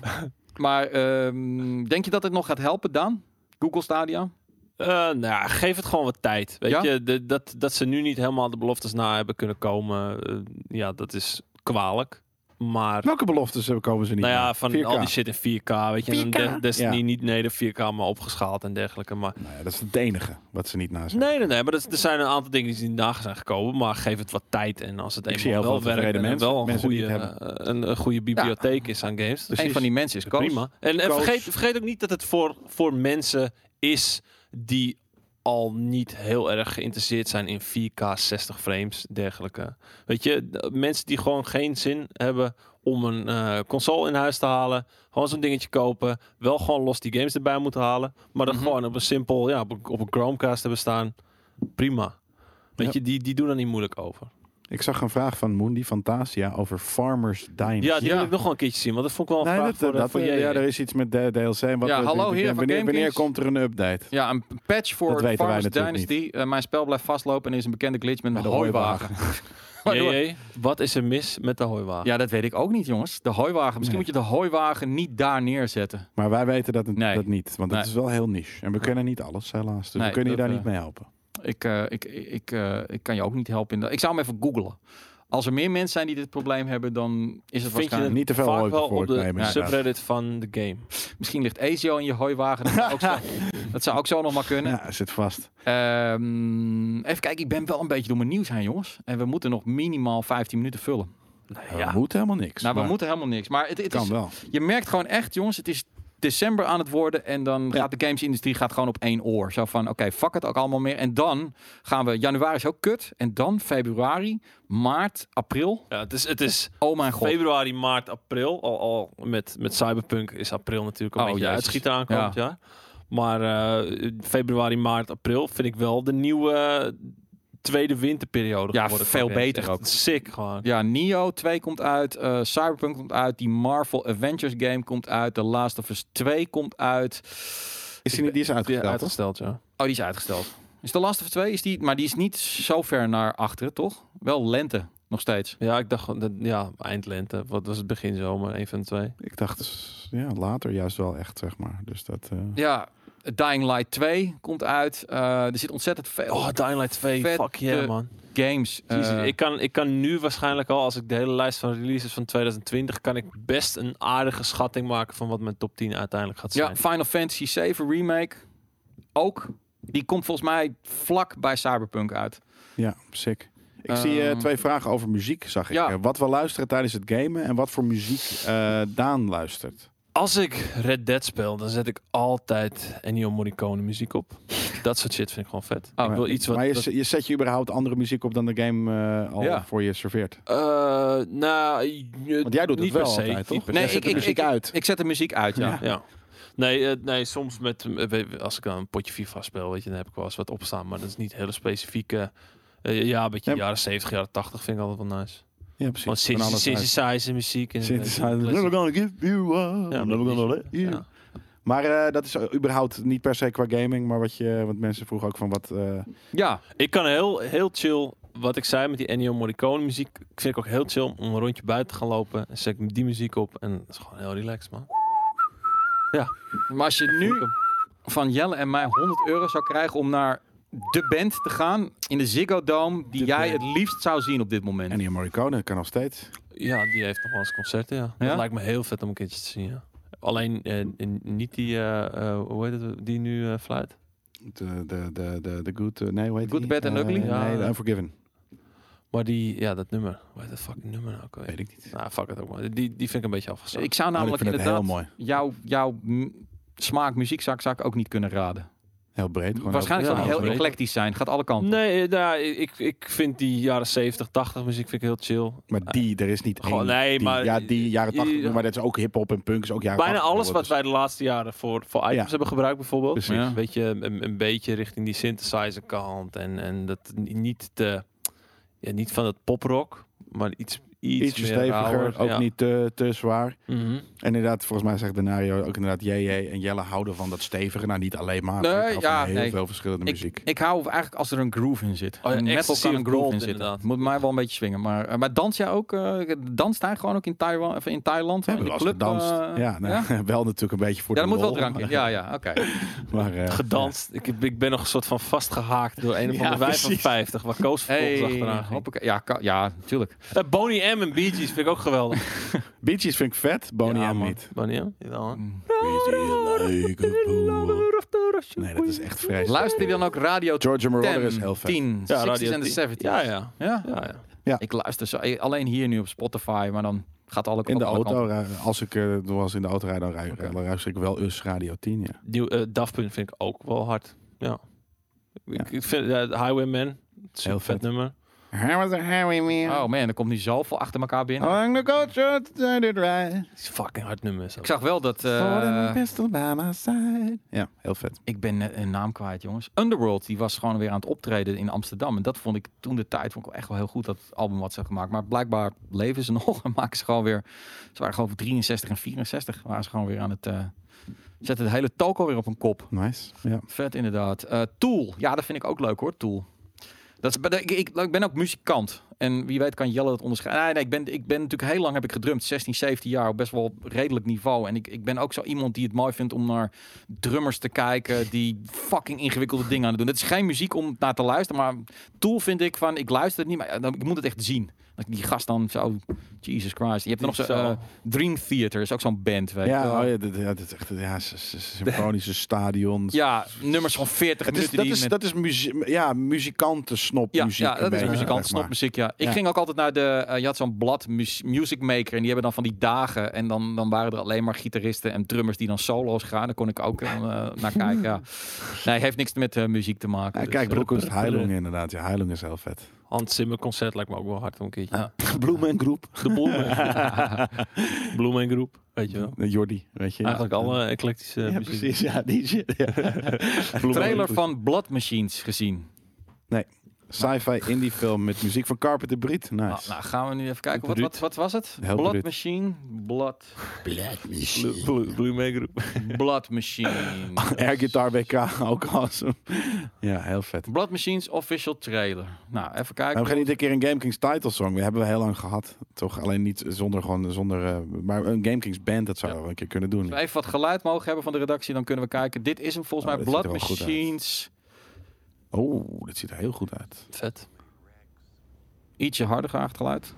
Maar ehm, denk je dat het nog gaat helpen, Dan? Google Stadia?
Eh, nou, ja, geef het gewoon wat tijd. Weet
Ja?
je, de- dat, dat ze nu niet helemaal de beloftes na hebben kunnen komen, eh, ja, dat is kwalijk. Maar,
Welke beloftes eh, komen ze niet?
nou ja,
na?
van
4K.
al die shit in 4K, weet je. En dan
4K?
Des- Destiny
Ja.
niet, nee, de 4K, maar opgeschaald en dergelijke. Maar,
Nou ja, dat is het enige wat ze niet na zijn.
nee, nee, nee, maar dat, er zijn een aantal dingen die niet na zijn gekomen, maar geef het wat tijd. En als het
Ik zie
eenmaal
heel
wel
veel
werkt
tevreden
en er
mensen,
wel een
mensen die
goede,
het
eh, een, een goede bibliotheek is aan games,
Precies.
Een van die mensen is Koos.
Prima. En, en
Coach.
vergeet, vergeet ook niet dat het voor, voor mensen is die al niet heel erg geïnteresseerd zijn in 4K 60 frames dergelijke. Weet je, d- mensen die gewoon geen zin hebben om een eh, console in huis te halen, gewoon zo'n dingetje kopen, wel gewoon los die games erbij moeten halen, maar dan
Mhm.
gewoon op een simpel, ja, op een, op een Chromecast hebben staan. Prima. Weet
Ja.
je, die, die doen er niet moeilijk over.
Ik zag een vraag van Moendi Fantasia over Farmers Dynasty.
Ja, die
Ja.
wil ik nog wel een keertje zien, want dat vond ik wel een
Nee,
vraag
dat,
voor, eh,
dat,
voor
eh,
jij.
ja, er is iets met de DLC. en Wat
Ja,
we-
hallo,
we-
heren van
wanneer, wanneer
GameKings.
komt er een update?
Ja, een patch voor
Dat weten wij
Farmers
natuurlijk
Dynasty. Eh, mijn spel blijft vastlopen en er is een bekende glitch met mijn
de
hooiwagen.
[laughs]
Waardoor-
JJ, wat is er mis met de hooiwagen?
Ja, dat weet ik ook niet, jongens. De hooiwagen. Misschien
Nee.
moet je de hooiwagen niet daar neerzetten.
Maar wij weten dat,
Nee.
dat niet. Want dat
Nee.
is wel heel niche. En we kennen niet alles, helaas. Dus
Nee,
we kunnen je
dat,
daar
eh,
niet mee helpen.
Ik, eh, ik, ik, eh, ik kan je ook niet helpen. In dat. Ik zou hem even googlen. Als er meer mensen zijn die dit probleem hebben, dan is het
Vind je
waarschijnlijk...
Niet te veel
vaak
hooi
wel
voor
op de
het nemen, inderdaad.
subreddit van de game.
Misschien ligt Ezio in je hooiwagen. Dat zou ook zo,
[laughs]
dat zou ook zo nog maar kunnen.
Ja, zit vast.
Ehm, even kijken, ik ben wel een beetje door mijn nieuws heen, jongens. En we moeten nog minimaal 15 minuten vullen.
We moeten helemaal niks.
Nou, we
maar
moeten helemaal niks. Maar het, het
kan
is,
wel.
je merkt gewoon echt, jongens, het is december aan het worden. En dan
Ja.
gaat de gamesindustrie gaat gewoon op één oor. Zo van, oké, fuck het ook allemaal meer. En dan gaan we, januari is ook kut. En dan februari, maart, april.
Ja, het is, het [laughs] is
Oh mijn god.
februari, maart, april. Al, al met, met Cyberpunk is april natuurlijk een
Oh,
beetje
jezus.
uitschieter aankomend jaar. Maar eh, februari, maart, april vind ik wel de nieuwe eh, tweede winterperiode
Ja,
geworden.
veel
Echt
beter ook.
Sick gewoon.
Ja, Nio 2 komt uit, eh, Cyberpunk komt uit, die Marvel Avengers game komt uit, The Last of Us 2 komt uit.
Is die, niet- die is
Ja,
uitgesteld, toch?
uitgesteld, ja.
Oh, die is uitgesteld. Is The Last of Us 2, is die, maar die is niet zo ver naar achteren, toch? Wel lente. Nog steeds.
Ja, ik dacht, dat- ja, eindlente. Wat was het begin zomer? Een van de twee.
Ik dacht, s- ja, later juist wel echt, zeg maar. Dus dat... eh,
Ja, Dying Light 2 komt uit. Eh, er zit ontzettend veel
Oh, Dying Light 2.
Vet
Fuck yeah,
de-
man.
games. eh,
Jezus, ik, kan, ik kan nu waarschijnlijk al, als ik de hele lijst van releases van 2020, kan ik best een aardige schatting maken van wat mijn top 10 uiteindelijk gaat zijn.
ja, Final Fantasy 7 Remake. Ook. Die komt volgens mij vlak bij Cyberpunk uit.
Ja, sick. Ik zie eh,
Ehm,
twee vragen over muziek, zag ik.
ja.
Eh, wat we luisteren tijdens het gamen en wat voor muziek eh, Daan luistert.
Als ik Red Dead speel, dan zet ik altijd Ennio Morricone muziek op. Dat soort shit vind ik gewoon vet.
Oh,
ik wil iets wat...
maar je,
wat-
z- je zet je überhaupt andere muziek op dan de game eh, al
Ja.
voor je serveert.
Eh, nou, je-
Want jij doet
niet
het wel
per se,
altijd, toch?
niet per
Nee,
Jij
se.
zet de
ik-
muziek uit.
Ik zet de muziek uit, ja.
Ja.
Ja. Nee, eh, nee, soms met eh, weet- als ik dan een potje FIFA speel, weet je, dan heb ik wel eens wat opstaan, maar dat is niet hele specifieke. eh, ja, een beetje
Ja.
jaren 70, jaren 80 vind ik altijd wel nice.
ja, precies.
Want
Van alles uit.
synthesizer muziek en eh,
Synthesizer. Never gonna give you up.
Ja,
Never gonna let you.
Ja.
Maar eh, dat is eh, überhaupt niet per se qua gaming, maar wat je, want mensen vroegen ook van wat. eh,
Ja,
Ik kan heel, heel chill, wat ik zei met die Ennio Morricone muziek, vind ik ook heel chill om een rondje buiten te gaan lopen en zet ik die muziek op en dat is gewoon heel relaxed, man.
maar als je nu van Jelle en mij 100 euro zou krijgen om naar de band te gaan in de Ziggo Dome die
De
jij
band.
het liefst zou zien op dit moment.
en die Morricone kan nog steeds.
Ja, die heeft nog wel eens concerten, ja.
Ja?
Dat lijkt me heel vet om een keertje te zien, ja. Alleen eh, in- niet die, eh, eh, hoe heet het, die nu eh, fluit.
De, de, de, de, de good, eh, nee, hoe heet
Good,
die?
Bad and
Eh,
Ugly?
Ja.
Nee, de Unforgiven.
Maar die, ja, dat nummer. Hoe heet dat fucking nummer nou ook alweer?
Weet ik niet.
Nou, fuck het ook, man. Die, die vind ik een beetje afgezaagd.
Ik zou
Maar
namelijk
Oh, ik vind het heel
inderdaad
mooi.
jouw, jouw mm, smaak muziekzak zou ik ook niet kunnen raden.
Heel breed. Gewoon
Waarschijnlijk
ja,
zal die heel
breed.
eclectisch zijn. Gaat alle kanten.
Nee, eh, nou, ik, ik vind die jaren 70, 80 muziek vind ik heel chill.
Maar die, er is niet
Gewoon,
één.
nee,
die,
maar-
ja, die jaren
die-
80, maar dat is ook hip-hop en punk, is ook jaren
Bijna
80
alles wat
geworden,
wij de laatste jaren voor, voor items
Ja.
hebben gebruikt bijvoorbeeld.
Precies.
Ja.
Een beetje, een, een beetje richting die synthesizer kant. En, en dat niet, te, ja, niet van het poprock, maar iets, iets
dus Ietsje
meer
steviger,
rauwer.
ook
Ja.
niet te, te zwaar.
Mhm.
En inderdaad, volgens mij zegt Denario ook inderdaad... JJ en Jelle houden van dat stevige. Nou, niet alleen maar.
Nee,
hoor. Ik hou van
ja,
heel
nee.
veel verschillende
Ik,
muziek.
ik hou eigenlijk als er een groove in zit.
Oh ja,
Een metal
Ecstasy
kan een
of
groove
Gold,
in zitten.
inderdaad.
Moet mij wel een beetje swingen. Maar, eh, maar dans jij ook? eh danst hij gewoon ook in Taiwan? Of in Thailand?
we hebben wel
in
eens gedanst.
eh,
ja, nou,
ja?
[laughs] wel natuurlijk een beetje voor
Ja,
de
dat moet wel
lol,
drank in.
maar-
Ja, ja, oké.
[laughs] Maar, eh,
Gedanst. Ik, heb- ik ben nog een soort van vastgehaakt door een of
Ja,
andere wijn van
precies.
50. Waar Koos vervolgens
Hey,
achteraan ging.
hoppakee. ja, ka- ja, natuurlijk.
Eh, Boney M en Bee Gees vind ik ook geweldig.
[laughs]
ja. Beaches vind ik vet, Bonnie
Ja,
en
man.
niet.
Boney M? Jawel, hè?
Mm.
Nee, dat is echt vreselijk.
Luister je dan ook Radio
Georgia Moroder
10,
is heel vet.
10,
Ja,
60s
Radio
en de
10.
70s?
Ja, ja.
Ja?
ja, ja.
Ik luister zo, alleen hier nu op Spotify, maar dan gaat alle
In de
alle kanten.
auto, rij- als ik eh, nog wel eens in de auto rijd, dan rij- dan luister ik wel US Radio 10, ja.
Nieuw, eh, Daft Punk vind ik ook wel hard. Ja. Ik, ik vind eh, Highwayman. het is een
Heel
vet
vet.
nummer.
How was Harry man?
Oh man, er komt nu zoveel achter elkaar binnen.
Along the culture to the right.
Het is een fucking hard nummer. Zo.
Ik zag wel dat... eh,
pistol by my side. Ja, heel vet.
ik ben net een naam kwijt, jongens. Underworld, die was gewoon weer aan het optreden in Amsterdam. En dat vond ik toen de tijd vond ik wel echt wel heel goed, dat album wat ze hebben gemaakt. Maar blijkbaar leven ze [laughs] nog en maken ze gewoon weer... Ze waren gewoon 63 en 64, waren ze gewoon weer aan het... eh zetten de hele toko weer op een kop.
Nice. Ja.
Vet inderdaad. Eh, Tool. Ja, dat vind ik ook leuk hoor, Tool. Dat is, ik, ik, ik ben ook muzikant. En wie weet kan Jelle dat onderscheiden. Ah, Nee, nee, ik, ben, ik ben natuurlijk heel lang heb ik gedrumd. 16, 17 jaar op best wel redelijk niveau. En ik, ik ben ook zo iemand die het mooi vindt om naar drummers te kijken. Die fucking ingewikkelde dingen aan het doen. Het is geen muziek om naar te luisteren. Maar Tool vind ik van, ik luister het niet. Maar eh, dan- ik moet het echt zien. Dat ik Die gast dan zo, Jesus Christ. Je hebt nog zo,
Zo.
eh, Dream Theater is ook zo'n band. Weet je wel.
Ja, oh ja, dit, ja, dit is echt ja, s- s- s- [laughs] symfonische stadion.
ja, nummers van 40
Het is,
minuten.
dat
die
is,
met-
dat is muzie ja, muzikantensnop
Ja,
muziek.
ja dat is muzikant,
snop
snopmuziek, ja. Ik
Ja.
ging ook altijd naar de... eh, je had zo'n blad mus- Music Maker en die hebben dan van die dagen. En dan, dan waren er alleen maar gitaristen en drummers die dan solo's gaan. Daar kon ik ook eh, naar
[laughs]
kijken, ja. Nee, heeft niks met eh, muziek te maken.
Ja,
dus,
kijk,
eh,
Broekhoest Heilung inderdaad. Ja, Heilung is heel [laughs] vet.
Hans Zimmer concert lijkt me ook wel hard om een keertje.
Ja.
Bloemen en Groep.
De [laughs] Bloemen. Bloemen Groep. Weet je wel.
Eh, Jordi, weet je.
Eigenlijk alle eclectische
Ja,
muziek.
[laughs] precies. Ja, die shit. Ja.
Bloemen
trailer
Groep.
van Blood Machines gezien.
Nee. Sci-fi indie film met muziek van Carpenter Breed. Nice.
Nou, nou, gaan we nu even kijken. Wat,
Bruut.
wat, wat was het?
Heel
Blood
bruut.
Machine. Blood,
Blue, Blue, Blue Man Group.
[laughs]
Blood Machine.
Air Guitar WK, ook awesome. ja, heel vet.
Blood Machines official trailer. Nou, even
Nou,
kijken.
we gaan niet een keer een Game Kings title song. We hebben we heel lang gehad. Toch alleen niet zonder gewoon zonder. eh, maar een Game Kings band, dat zouden we een keer kunnen doen.
Als we even wat geluid mogen hebben van de redactie, dan kunnen we kijken. Dit is hem volgens
Oh,
mij.
dit ziet
Blood
er wel goed uit.
Machines.
Oh, dit ziet er heel goed uit.
Vet. Ietsje harder graag het geluid.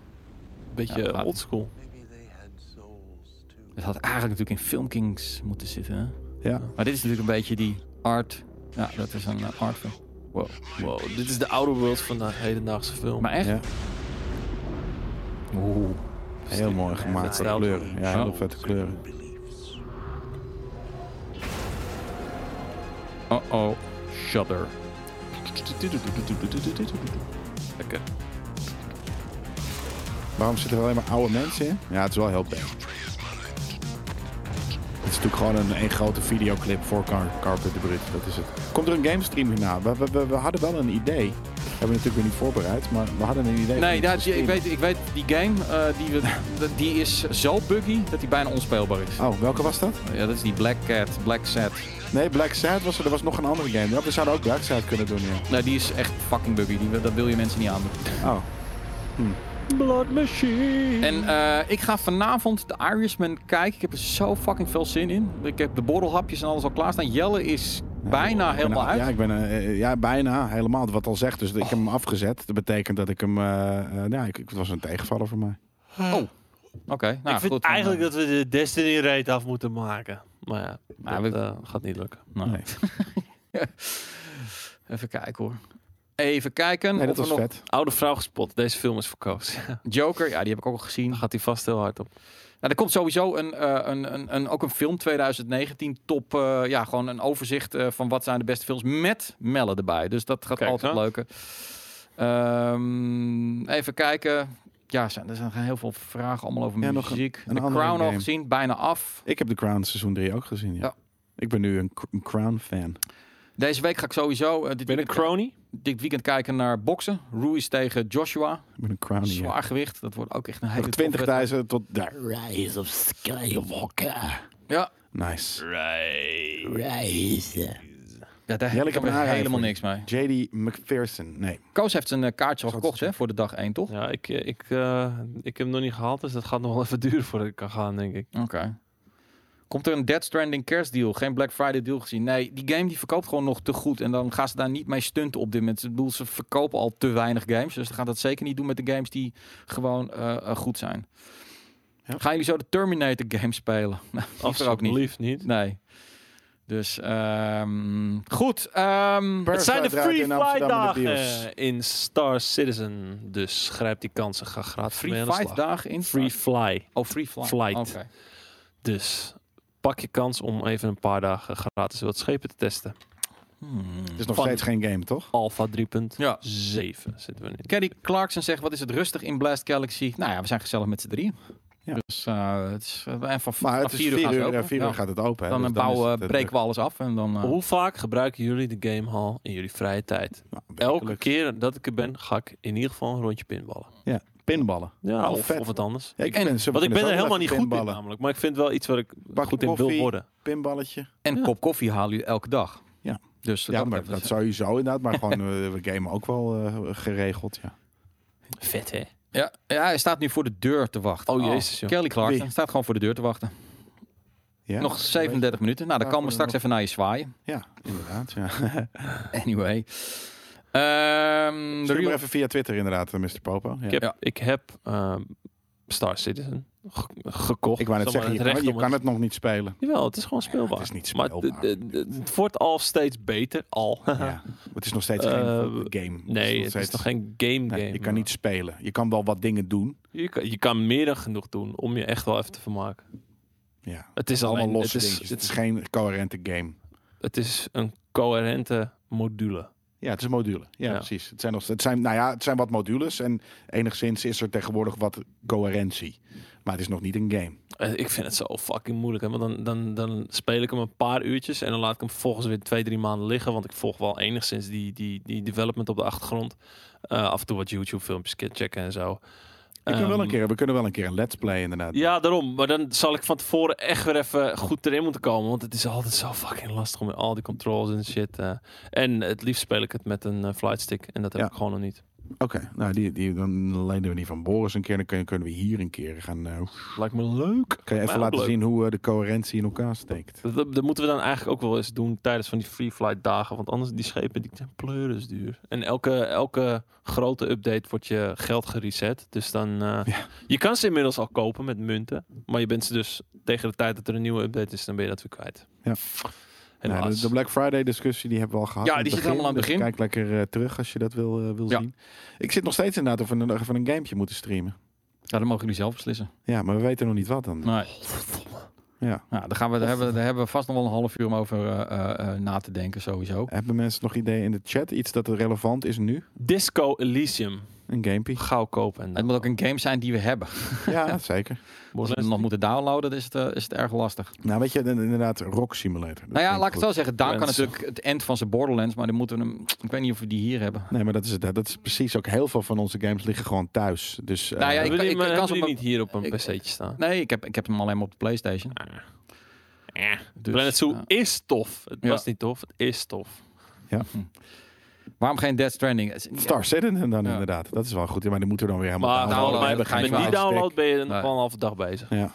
Beetje
Ja, laat.
oldschool.
Maybe they had souls too.
Het had eigenlijk natuurlijk in Film Kings moeten zitten. Hè?
Ja.
Maar dit is natuurlijk een beetje die art. Ja, dat is een eh, art film. Wow.
Wow, dit is de oude world van de hedendaagse film.
Maar echt?
ja.
Oeh.
Heel mooi gemaakt.
Vet stijl.
kleuren. Ja, heel
Oh.
vette kleuren.
Beliefs.
Oh oh. Shudder.
Lekker.
Waarom zitten er alleen maar oude mensen in? Ja, het is wel heel best. Het is natuurlijk gewoon een, een grote videoclip voor Car Carpet de Brit. Dat is het. Komt er een gamestream hierna? We, we, we, we hadden wel een idee. hebben we natuurlijk weer niet voorbereid, maar we hadden een idee.
Nee,
daar
dat, ik, weet, ik weet, die game eh, die,
[laughs]
we, die is zo buggy dat die bijna onspeelbaar is.
Oh, welke was dat?
Ja, dat is die Black Cat, Black Set.
Nee, Black Sad was er. Er was nog een andere game. Ja, we zouden ook Black Sad kunnen doen. Ja.
Nou, die is echt fucking buggy. Die, wil- dat wil je mensen niet aandoen.
Oh.
Blood Machine.
En eh, ik ga vanavond de Irishman kijken. Ik heb er zo fucking veel zin in. Ik heb de borrelhapjes en alles al klaarstaan. Jelle is bijna
Ik ben
helemaal
er-
uit.
Ja, ik ben, eh, eh, ja, bijna helemaal. Wat al zegt, dus ik heb hem afgezet. Dat betekent dat ik hem... eh, eh, nou ja, ik, het was een tegenvaller voor mij.
Oké, nou
ik vind
goed. dan,
eigenlijk
eh,
dat we de Destiny Raid af moeten maken. Maar ja,
Nou,
dat
we-
eh, gaat niet lukken.
nou. [laughs]
Nee.
Even kijken hoor. Even kijken.
Nee,
of
dat
we
was
nog-
vet.
Oude vrouw gespot. Deze film is verkozen. [laughs] Daar
Joker, ja, die heb ik ook al gezien.
gaat hij vast heel hard op.
Nou, er komt sowieso een, eh, een, een, een, ook een film 2019 top. eh, ja, gewoon een overzicht eh, van wat zijn de beste films met Melle erbij. Dus dat gaat
Kijk,
altijd
hè?
leuker. Ehm, even kijken. Ja, zijn, er zijn heel veel vragen allemaal over
Ja, nog
muziek.
een
de
andere
Crown al
game.
gezien, bijna af.
Ik heb de Crown seizoen 3 ook gezien, ja.
Ja.
Ik ben nu een, Cr- een Crown fan.
Deze week ga ik sowieso eh, dit,
Ben een
weekend,
crony?
dit weekend kijken naar boksen. Ruiz tegen Joshua.
Ik ben een
Oh,
Crown
Zwaar
eh,
gewicht. Dat wordt ook echt een hele topwedstrijd.
Nog 20.000 tot daar.
Rise of Skywalker.
Ja,
Nice.
Right.
Rise.
ja daar
Jelle,
heb
ik
ik
heb een aanrader
helemaal
voor je.
niks mee.
JD McPherson. Nee.
Koos heeft zijn eh, kaartje al
Zal het
gekocht hè, voor de dag 1, toch?
Ja, ik, eh, ik, eh, ik heb hem nog niet gehaald, dus dat gaat nog wel even duren voordat ik kan gaan, denk ik.
Oké. Komt er een Dead Stranding kerstdeal? Geen Black Friday deal gezien? Nee, die game die verkoopt gewoon nog te goed. En dan gaan ze daar niet mee stunten op dit moment. Ik bedoel, ze verkopen al te weinig games. Dus ze gaan dat zeker niet doen met de games die gewoon eh, eh, goed zijn.
Ja.
Gaan jullie zo de Terminator game spelen? [laughs] Nou, die is er ook niet.
Alsjeblieft niet.
Nee. Dus, ehm, goed. ehm,
Per-
Het zijn de
Uiteraard
free
in Amsterdam
flight
in de
dagen eh, in Star Citizen. Dus grijp die kansen, ga gratis
free
mee aan de
fight
slag.
dagen in?
Free fly.
oh, free flight.
flight.
Oké.
Dus pak je kans om even een paar dagen gratis wat schepen te testen.
Hmm.
Het is nog
Van-
steeds geen game, toch?
Alpha 3.7
Ja.
zitten we in.
Kelly Clarkson zegt, wat is het rustig in Blast Galaxy? Nou ja, we zijn gezellig met z'n drieën.
Ja.
Dus eh, het is, eh, en van
Maar het
vanaf
is
vier uur
4
gaan ze
uur,
open.
eh, vier
Ja.
uur gaat het open. hè,
Dan
dus
eh,
is
bouwen,
het, eh,
breken we alles af en dan... eh,
Hoe vaak gebruiken jullie de gamehall in jullie vrije tijd?
nou,
Elke
wekelijks.
keer dat ik er ben, ga ik in ieder geval een rondje pinballen.
Pinballen.
Ja,
Oh,
of,
vet.
of wat anders.
Ja, ik
En-
vind, ze
Want ik
kunnen
ben er
zo
helemaal
wel
niet
even
goed in nou.
pinballen.
namelijk. Maar ik vind wel iets waar ik
Bakje
goed in wil
koffie.
worden.
Pinballetje.
En kop koffie halen jullie elke dag.
Ja.
Dus
Ja, maar dat sowieso inderdaad. Maar gewoon, eh, we gamen ook wel eh, geregeld, ja.
Vet hè?
ja, ja, hij staat nu voor de deur te wachten.
Oh, jezus, joh.
Kelly Clarkson
Wie?
staat gewoon voor de deur te wachten.
ja.
Nog 37 minuten. Nou, dan
Ja,
kan we
voor de
straks
nog-
even naar je zwaaien.
Ja, inderdaad, ja.
Anyway. Ehm, de
Stuur
real-
maar even via Twitter inderdaad, eh, Mr. Popo. Ja.
Ik heb,
Ja.
ik heb ehm, Star Citizen ge- gekocht.
Ik wou net
Zeg maar
zeggen, je,
recht
kan, je
om
kan het nog niet spelen.
Jawel, het is gewoon speelbaar.
het is niet
Maar
speelbaar.
d- d- d- het wordt al steeds beter. Al.
Ja. Het is nog steeds
Eh,
geen game.
[laughs] Nee, het is nog geen game game.
Nee, je kan niet spelen. Je kan wel wat dingen doen.
Je kan, je kan meer dan genoeg doen om je echt wel even te vermaken.
Ja.
Het is
Allemaal
alleen,
losse
het is,
dingetjes.
het,
Het is
is,
geen coherente game.
het is een coherente module.
Ja, het is een module. Ja,
Ja.
precies. Het zijn, nog, het, zijn, nou ja, het zijn wat modules en enigszins is er tegenwoordig wat coherentie. Maar het is nog niet een game.
Eh, Ik vind het zo fucking moeilijk. Hè? Want dan, dan, dan speel ik hem een paar uurtjes en dan laat ik hem vervolgens weer twee, drie maanden liggen. Want ik volg wel enigszins die, die, die development op de achtergrond. Eh, af en toe wat YouTube-filmpjes ke- checken en zo.
Ik wil wel
Ehm,
een keer, we kunnen wel een keer een let's play inderdaad.
Ja, daarom. Maar dan zal ik van tevoren echt weer even goed erin moeten komen. Want het is altijd zo fucking lastig om met al die controls en shit. eh. en het liefst speel ik het met een eh, flightstick. En dat heb
Ja.
ik gewoon nog niet.
Oké, nou die, die, dan leiden we die van Boris een keer. Dan kun- kunnen we hier een keer gaan. eh,
Lijkt me leuk.
kan
Mij
je even
ook
laten
leuk.
zien hoe eh, de coherentie in elkaar steekt.
Dat, dat- dat moeten we dan eigenlijk ook wel eens doen tijdens van die free flight dagen. Want anders die schepen die zijn pleuris duur. En elke, elke grote update wordt je geld gereset. Dus dan. eh,
Ja.
Je kan ze inmiddels al kopen met munten. Maar je bent ze dus tegen de tijd dat er een nieuwe update is, dan ben je dat weer kwijt.
Ja.
Helaas.
Nou, de, de Black Friday discussie die hebben we al gehad.
Ja,
in het
die zit allemaal aan het
dus
begin.
kijk lekker eh, terug als je dat wil, eh, wil
Ja.
zien. Ik zit nog steeds inderdaad of we nog even een gamepje moeten streamen.
Ja, dan mogen jullie zelf beslissen.
Ja, maar we weten nog niet wat dan.
Nee.
Ja.
Nou, daar, gaan we, daar, hebben, we- daar hebben we vast nog wel een half uur om over eh, eh, eh, na te denken sowieso.
Hebben mensen nog ideeën in de chat? Iets dat relevant is nu?
Disco Elysium.
Een
[laughs]
gamepje?
Gauw kopen. En
Het moet ook een game zijn die we hebben.
Ja, zeker.
Als we hem nog moeten downloaden, dan is het, eh, is het erg lastig.
Nou, weet je, in- inderdaad, Rock Simulator. Dat
nou ja,
klinkt
laat ik het zo
goed.
zeggen. Daan kan
Borderlands.
natuurlijk het end van zijn Borderlands, maar dan moeten we hem... Ik weet niet of we die hier hebben.
Nee, maar dat is, het, hè. dat is precies ook heel veel van onze games liggen gewoon thuis. Dus eh,
Nou ja,
ik,
ik-
ik,
ik- ik kan
kan
ze
ze
op
niet hier op een
ik-
pc'tje staan.
Nee, ik heb, ik heb hem alleen maar op de Playstation. Dus,
Planet Zoo
ja.
is tof. Het
Ja.
was niet tof, het is tof.
Waarom geen Dead Stranding? Het is-
Star Citizen dan
Ja. nou,
inderdaad. Dat is wel goed. Ja, maar die moeten we dan weer helemaal
Maar
downloaden.
gewoon
downloaden
bij-
hebben
met
geen
die
verhaal.
download ben je dan
Nee.
wel een halve dag bezig.
Ja.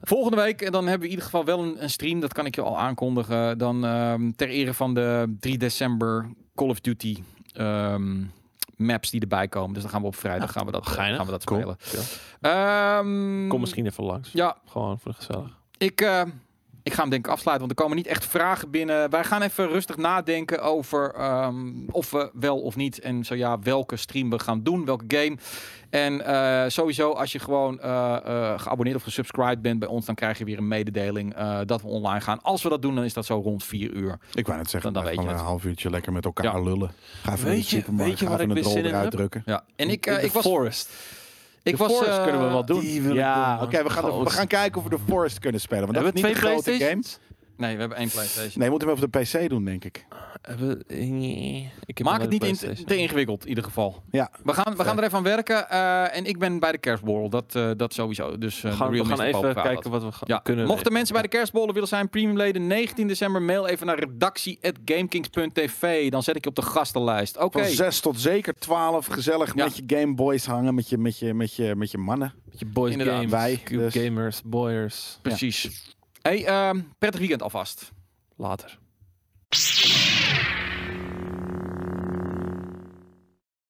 Volgende week, en dan hebben we in ieder geval wel een, een stream. Dat kan ik je al aankondigen. Dan ehm, ter ere van de 3 december Call of Duty ehm, maps die erbij komen. Dus dan gaan we op vrijdag gaan we dat,
Ah, geinig.
gaan we dat
Cool.
spelen. Ehm,
Kom misschien even langs.
Ja,
Gewoon voor de gezellig.
ik, eh, ik ga hem denk ik afsluiten, want er komen niet echt vragen binnen. Wij gaan even rustig nadenken over ehm, of we wel of niet en zo ja, welke stream we gaan doen, welke game. En eh, sowieso, als je gewoon eh, eh, geabonneerd of gesubscribed bent bij ons, dan krijg je weer een mededeling eh, dat we online gaan. Als we dat doen, dan is dat zo rond 4 uur.
Ik wou net zeggen,
Dan- dan
blijf
weet je
gewoon een
het.
half uurtje lekker met elkaar
Ja.
lullen. Ga even naar
Weet
de
je-
supermarkt,
weet je
ga
waar
even
ik
een
weer
rol
zin in
eruit
heb?
drukken.
Ja. En ik, eh,
The
ik was.
Forest.
Ik
De
was
Forest
eh,
kunnen we wel doen.
die wil ik doen,
Ja,
man.
oké, we, gaan de- we
Goos.
gaan kijken of we de Forest kunnen spelen. Want dat
Hebben
is
we
niet de
twee
grote game.
PlayStations?
Nee, we hebben één PlayStation.
Nee, we moeten hem op de PC doen, denk ik.
Hebben we- nee. Ik heb
Maak het
alleen
niet
de
in
PlayStation.
te ingewikkeld, in ieder geval.
Ja.
We gaan, we gaan er even aan werken. eh, en ik ben bij de kerstborrel. Dat, eh, dat sowieso. Dus eh,
We
de
gaan, we
Real
gaan
Mr. Pope
even
verhaal
kijken wat
dat.
we gaan
Ja.
kunnen.
Mochten mensen bij de kerstbollen willen zijn, premiumleden 19 december, mail even naar redactie.gamekings.tv. Dan zet ik je op de gastenlijst. Oké,
Van 6 tot zeker 12, gezellig
Ja.
met je Game Boys hangen, met je, met je, met je, met je mannen.
je boys
Inderdaad,
games,
wij,
cube
dus.
gamers, boyers.
precies. Hey, ehm, prettig eh, weekend alvast.
Later.